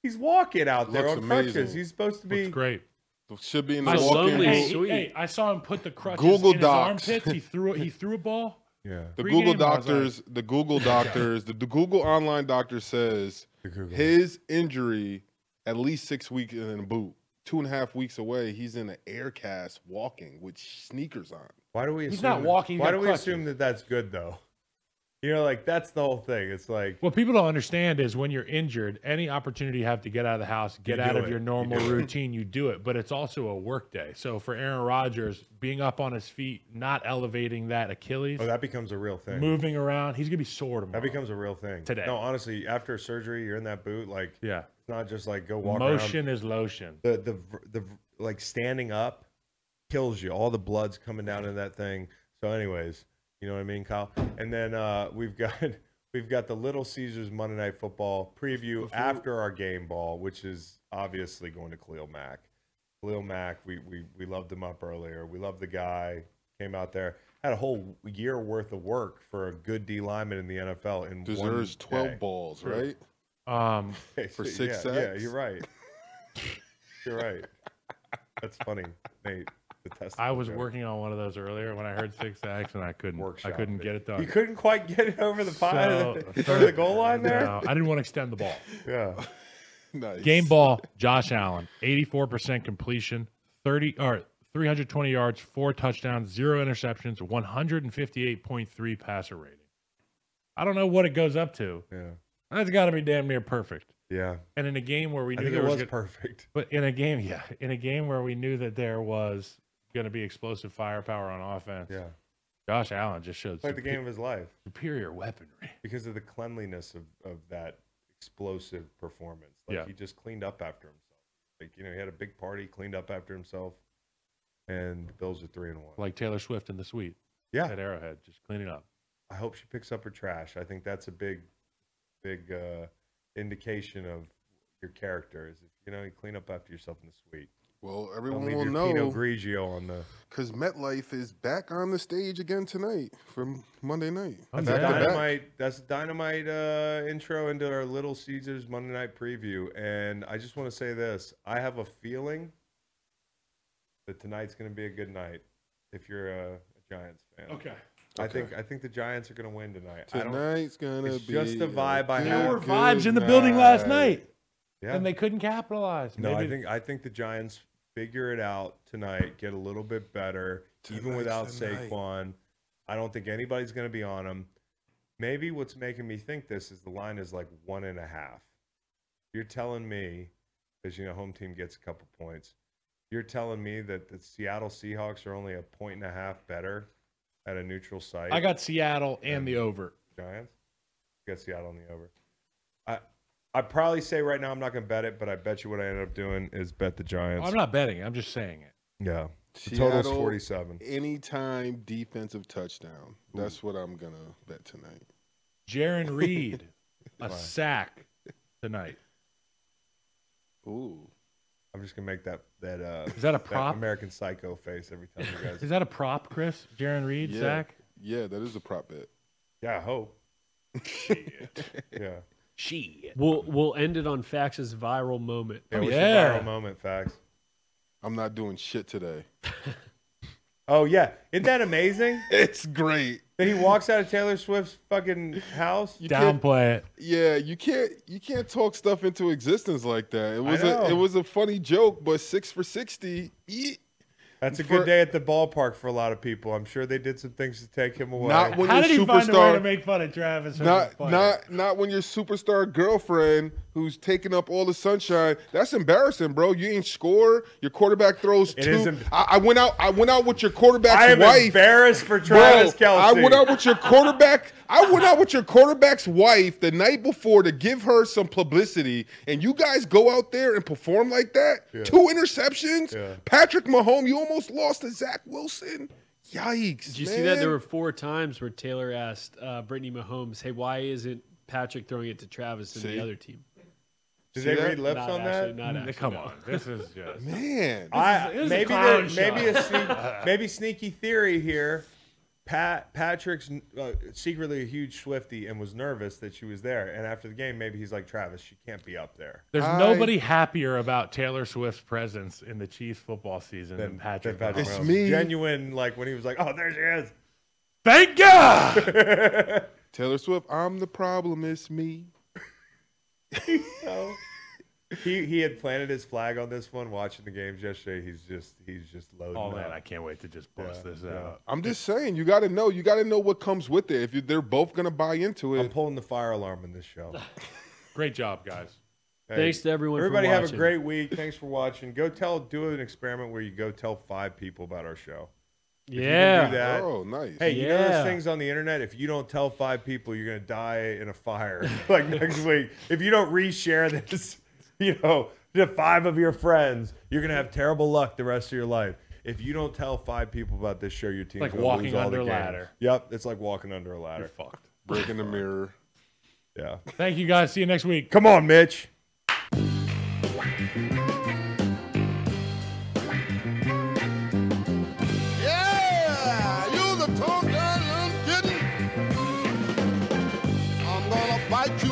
Speaker 1: He's walking out there
Speaker 4: Looks
Speaker 1: on crutches.
Speaker 4: amazing.
Speaker 1: He's supposed to be.
Speaker 5: It's great.
Speaker 4: Should be in
Speaker 2: My
Speaker 4: the
Speaker 2: lonely-
Speaker 5: Hey,
Speaker 4: walking.
Speaker 2: Sweet.
Speaker 5: hey, I saw him put the crutches
Speaker 4: Google
Speaker 5: in
Speaker 4: Docs.
Speaker 5: his armpits. He threw he threw a ball.
Speaker 1: Yeah.
Speaker 4: The
Speaker 5: Pre-game,
Speaker 4: Google
Speaker 5: I was like-
Speaker 4: doctors, the
Speaker 5: (laughs)
Speaker 4: Google doctors, the, the Google online doctor says his injury at least six weeks in a boot, two and a half weeks away. He's in an air cast walking with sneakers on.
Speaker 1: Why do we?
Speaker 5: He's
Speaker 1: assume
Speaker 5: not
Speaker 1: that-
Speaker 5: walking, he's
Speaker 1: Why
Speaker 5: got
Speaker 1: do we
Speaker 5: crutches.
Speaker 1: assume that that's good though? You know, like that's the whole thing. It's like
Speaker 5: What people don't understand is when you're injured, any opportunity you have to get out of the house, get
Speaker 1: You
Speaker 5: out
Speaker 1: do
Speaker 5: of
Speaker 1: it.
Speaker 5: your
Speaker 1: You
Speaker 5: normal
Speaker 1: do it.
Speaker 5: routine, you do it. But it's also a work day. So for Aaron Rodgers, being up on his feet, not elevating that Achilles,
Speaker 1: oh, that becomes a real thing.
Speaker 5: moving around, he's gonna be sore tomorrow.
Speaker 1: That becomes a real thing
Speaker 5: Today.
Speaker 1: No, honestly, after surgery, you're in that boot. Like
Speaker 5: yeah.
Speaker 1: it's not just like go walk
Speaker 5: Motion is lotion.
Speaker 1: around. The the ver- the ver- like standing up kills you. All the blood's coming down in that thing. So, anyways, you know what I mean, Kyle. And then uh, we've got (laughs) we've got the Little Caesars Monday Night Football preview after our game ball, which is obviously going to Khalil Mack. Khalil Mack, we we we loved him up earlier. We loved the guy. Came out there, had a whole year worth of work for a good D lineman in the NFL. In one
Speaker 4: Deserves twelve
Speaker 1: day.
Speaker 4: balls,
Speaker 5: True.
Speaker 4: right? (laughs)
Speaker 5: Um,
Speaker 1: for
Speaker 4: six
Speaker 1: yeah, Yeah,
Speaker 4: sacks?
Speaker 1: you're right. you're right. That's funny, Nate. The test.
Speaker 5: I was working on one of those earlier when I heard six sacks and I couldn't. I couldn't get it done.
Speaker 1: You couldn't quite get it over the five,
Speaker 5: So-
Speaker 1: (laughs) over the goal line there.
Speaker 5: No, I didn't want to extend the ball.
Speaker 1: Yeah.
Speaker 4: Nice.
Speaker 5: Game ball, Josh Allen, 84% completion, 30 or 320 yards, four touchdowns, zero interceptions, 158.3 passer rating. I don't know what it goes up to.
Speaker 1: Yeah.
Speaker 5: That's got to be damn near perfect.
Speaker 1: Yeah.
Speaker 5: And in a game where we
Speaker 1: I
Speaker 5: knew
Speaker 1: think
Speaker 5: there
Speaker 1: it
Speaker 5: was,
Speaker 1: was
Speaker 5: gonna- (laughs)
Speaker 1: perfect.
Speaker 5: but in a game, yeah, in a game where we knew that there was going to be explosive firepower on offense,
Speaker 1: Yeah.
Speaker 5: Josh Allen just showed
Speaker 1: Played the game of his life
Speaker 5: superior weaponry.
Speaker 1: because of the cleanliness of, of that explosive performance. Like
Speaker 5: Yeah.
Speaker 1: he just cleaned up after himself. Like you know, he had a big party, cleaned up after himself, and the Bills are three and one.
Speaker 5: Like Taylor Swift in the suite
Speaker 1: yeah,
Speaker 5: at Arrowhead, just cleaning up.
Speaker 1: I hope she picks up her trash. I think that's a big, big uh, indication of your character. Is if you know you clean up after yourself in the suite.
Speaker 4: Well,
Speaker 1: Don't
Speaker 4: everyone
Speaker 1: leave
Speaker 4: will
Speaker 1: your Pinot
Speaker 4: know
Speaker 1: Grigio on the.
Speaker 4: because MetLife is back on the stage again tonight from Monday night.
Speaker 1: That's
Speaker 5: yeah.
Speaker 1: a
Speaker 4: Back-to-back.
Speaker 1: dynamite. That's a dynamite uh, intro into our Little Caesars Monday night preview. And I just want to say this: I have a feeling that tonight's going to be a good night if you're a, a Giants fan.
Speaker 5: Okay.
Speaker 1: I think I think the Giants are going to win tonight. I don't.
Speaker 4: Tonight's gonna
Speaker 1: it's
Speaker 4: be
Speaker 1: just the vibe I
Speaker 4: good,
Speaker 1: have.
Speaker 5: There were
Speaker 4: good
Speaker 5: vibes in the building last night,
Speaker 1: Yeah.
Speaker 5: and they couldn't capitalize.
Speaker 1: No, I
Speaker 5: Maybe-
Speaker 1: think I think the Giants figure it out tonight, get a little bit better, even
Speaker 4: Tonight's
Speaker 1: without
Speaker 4: the night.
Speaker 1: Saquon. I don't think anybody's going to be on him. Maybe what's making me think this is the line is like one and a half. You're telling me, because you know home team gets a couple points. You're telling me that the Seattle Seahawks are only a point and a half better at a neutral site.
Speaker 5: I got Seattle and the over.
Speaker 1: Giants. Got Seattle on the over. I I probably say right now I'm not gonna bet it, but I bet you what I end up doing is bet the Giants.
Speaker 5: I'm not betting. I'm just saying it.
Speaker 1: yeah. The total's
Speaker 4: Seattle-
Speaker 1: forty seven.
Speaker 4: Anytime defensive touchdown. That's what I'm gonna bet tonight.
Speaker 5: Jaron Reed, a sack tonight.
Speaker 4: Ooh,
Speaker 1: I'm just gonna make that that uh
Speaker 5: Is that a
Speaker 1: that
Speaker 5: prop?
Speaker 1: American psycho face every time you guys
Speaker 5: (laughs) Is that a prop, Chris? Jaron Reed,
Speaker 4: Yeah.
Speaker 5: sack?
Speaker 4: yeah, that is a prop bet.
Speaker 1: Yeah, I hope.
Speaker 5: Oh,
Speaker 1: yeah.
Speaker 5: She.
Speaker 2: We'll we'll end it on Fax's viral moment.
Speaker 1: Yeah, what's
Speaker 5: yeah.
Speaker 1: your viral moment, facts?
Speaker 4: I'm not doing
Speaker 1: (laughs)
Speaker 4: shit today.
Speaker 1: Oh yeah. Isn't that amazing?
Speaker 4: It's great.
Speaker 1: that he walks out of Taylor Swift's fucking house.
Speaker 4: You can't-
Speaker 5: Downplay it.
Speaker 4: Yeah, you can't you can't talk stuff into existence like that. It was
Speaker 1: know.
Speaker 4: a it was a funny joke, but six for sixty. eek.
Speaker 1: That's a good
Speaker 4: For-
Speaker 1: day at the ballpark for a lot of people. I'm sure they did some things to take him away.
Speaker 4: Not when
Speaker 5: How
Speaker 4: your
Speaker 5: did he find a way to
Speaker 4: superstar,
Speaker 5: make fun of Travis? when he was
Speaker 4: not
Speaker 5: playing?
Speaker 4: not not when your superstar girlfriend who's taking up all the sunshine. That's embarrassing, bro. You ain't score. Your quarterback throws
Speaker 1: It
Speaker 4: two.
Speaker 1: is em-
Speaker 4: I, I went out. I went out with your quarterback's
Speaker 1: I am
Speaker 4: wife.
Speaker 1: embarrassed for
Speaker 4: Bro,
Speaker 1: Travis
Speaker 4: I
Speaker 1: Kelsey.
Speaker 4: went out with your quarterback. I went out with your quarterback's wife the night before to give her some publicity, and you guys go out there and perform like that. Two interceptions.
Speaker 1: Yeah.
Speaker 4: Patrick Mahomes, you almost lost to Zach Wilson. Yikes!
Speaker 2: Did you see that? There were four times where Taylor asked uh, Brittany Mahomes, "Hey, why isn't Patrick throwing it to Travis and
Speaker 4: See?
Speaker 2: the other team?"
Speaker 1: Did
Speaker 4: See
Speaker 1: they
Speaker 4: that?
Speaker 1: read lips
Speaker 2: Not
Speaker 1: on
Speaker 2: actually,
Speaker 1: that?
Speaker 2: not actually.
Speaker 5: Come
Speaker 2: no.
Speaker 5: on. This is (laughs) just.
Speaker 4: man.
Speaker 1: I,
Speaker 5: This is- this is a
Speaker 1: maybe
Speaker 5: clown
Speaker 1: the, maybe
Speaker 5: shot.
Speaker 1: a
Speaker 5: (laughs)
Speaker 1: sneak, maybe sneaky theory here. Pat Patrick's uh, secretly a huge Swifty and was nervous that she was there. And after the game, maybe he's like Travis, she can't be up there.
Speaker 5: There's
Speaker 4: I-
Speaker 5: nobody happier about Taylor Swift's presence in the Chiefs football season than,
Speaker 1: Then
Speaker 5: Patrick.
Speaker 1: then
Speaker 5: Mahomes.
Speaker 4: It's
Speaker 1: Mahomes.
Speaker 4: me.
Speaker 1: Genuine, like when he was like, "Oh, there she is."
Speaker 5: Thank God.
Speaker 4: Taylor Swift, I'm the problem. It's me.
Speaker 1: So, he he had planted his flag on this one. Watching the games yesterday, he's just he's just loading
Speaker 5: All
Speaker 1: up.
Speaker 5: that. Oh, I can't wait to just bust this out.
Speaker 4: I'm just saying, you got to know. You got to know what comes with it. If you, they're both gonna buy into
Speaker 1: I'm
Speaker 4: it,
Speaker 1: pulling the fire alarm in this
Speaker 5: (laughs)
Speaker 1: show.
Speaker 5: Great job, guys.
Speaker 1: Hey.
Speaker 2: Thanks to everyone. for
Speaker 1: Everybody have a
Speaker 2: watching.
Speaker 1: great week. Thanks for watching. Go tell, do an experiment where you go tell five people about our show. If you
Speaker 2: Yeah.
Speaker 1: can do that-
Speaker 4: oh, nice.
Speaker 1: Hey, you know
Speaker 2: Yeah.
Speaker 1: there's things on the internet. If you don't tell five people, you're gonna die in a fire (laughs) like next week. If you don't reshare this, (laughs) you know, to five of your friends, you're gonna have terrible luck the rest of your life. If you don't tell five people about this show, your team's
Speaker 5: like
Speaker 1: gonna
Speaker 5: walking
Speaker 1: lose all
Speaker 5: under
Speaker 1: the
Speaker 5: a
Speaker 1: games.
Speaker 5: ladder.
Speaker 1: Yep, it's like walking under a
Speaker 5: You're
Speaker 1: ladder.
Speaker 5: fucked.
Speaker 4: breaking the mirror.
Speaker 1: Yeah.
Speaker 5: Thank you, guys. See you next week.
Speaker 1: Come on, Mitch.
Speaker 9: Yeah, you the tongue down, I'm gonna bite you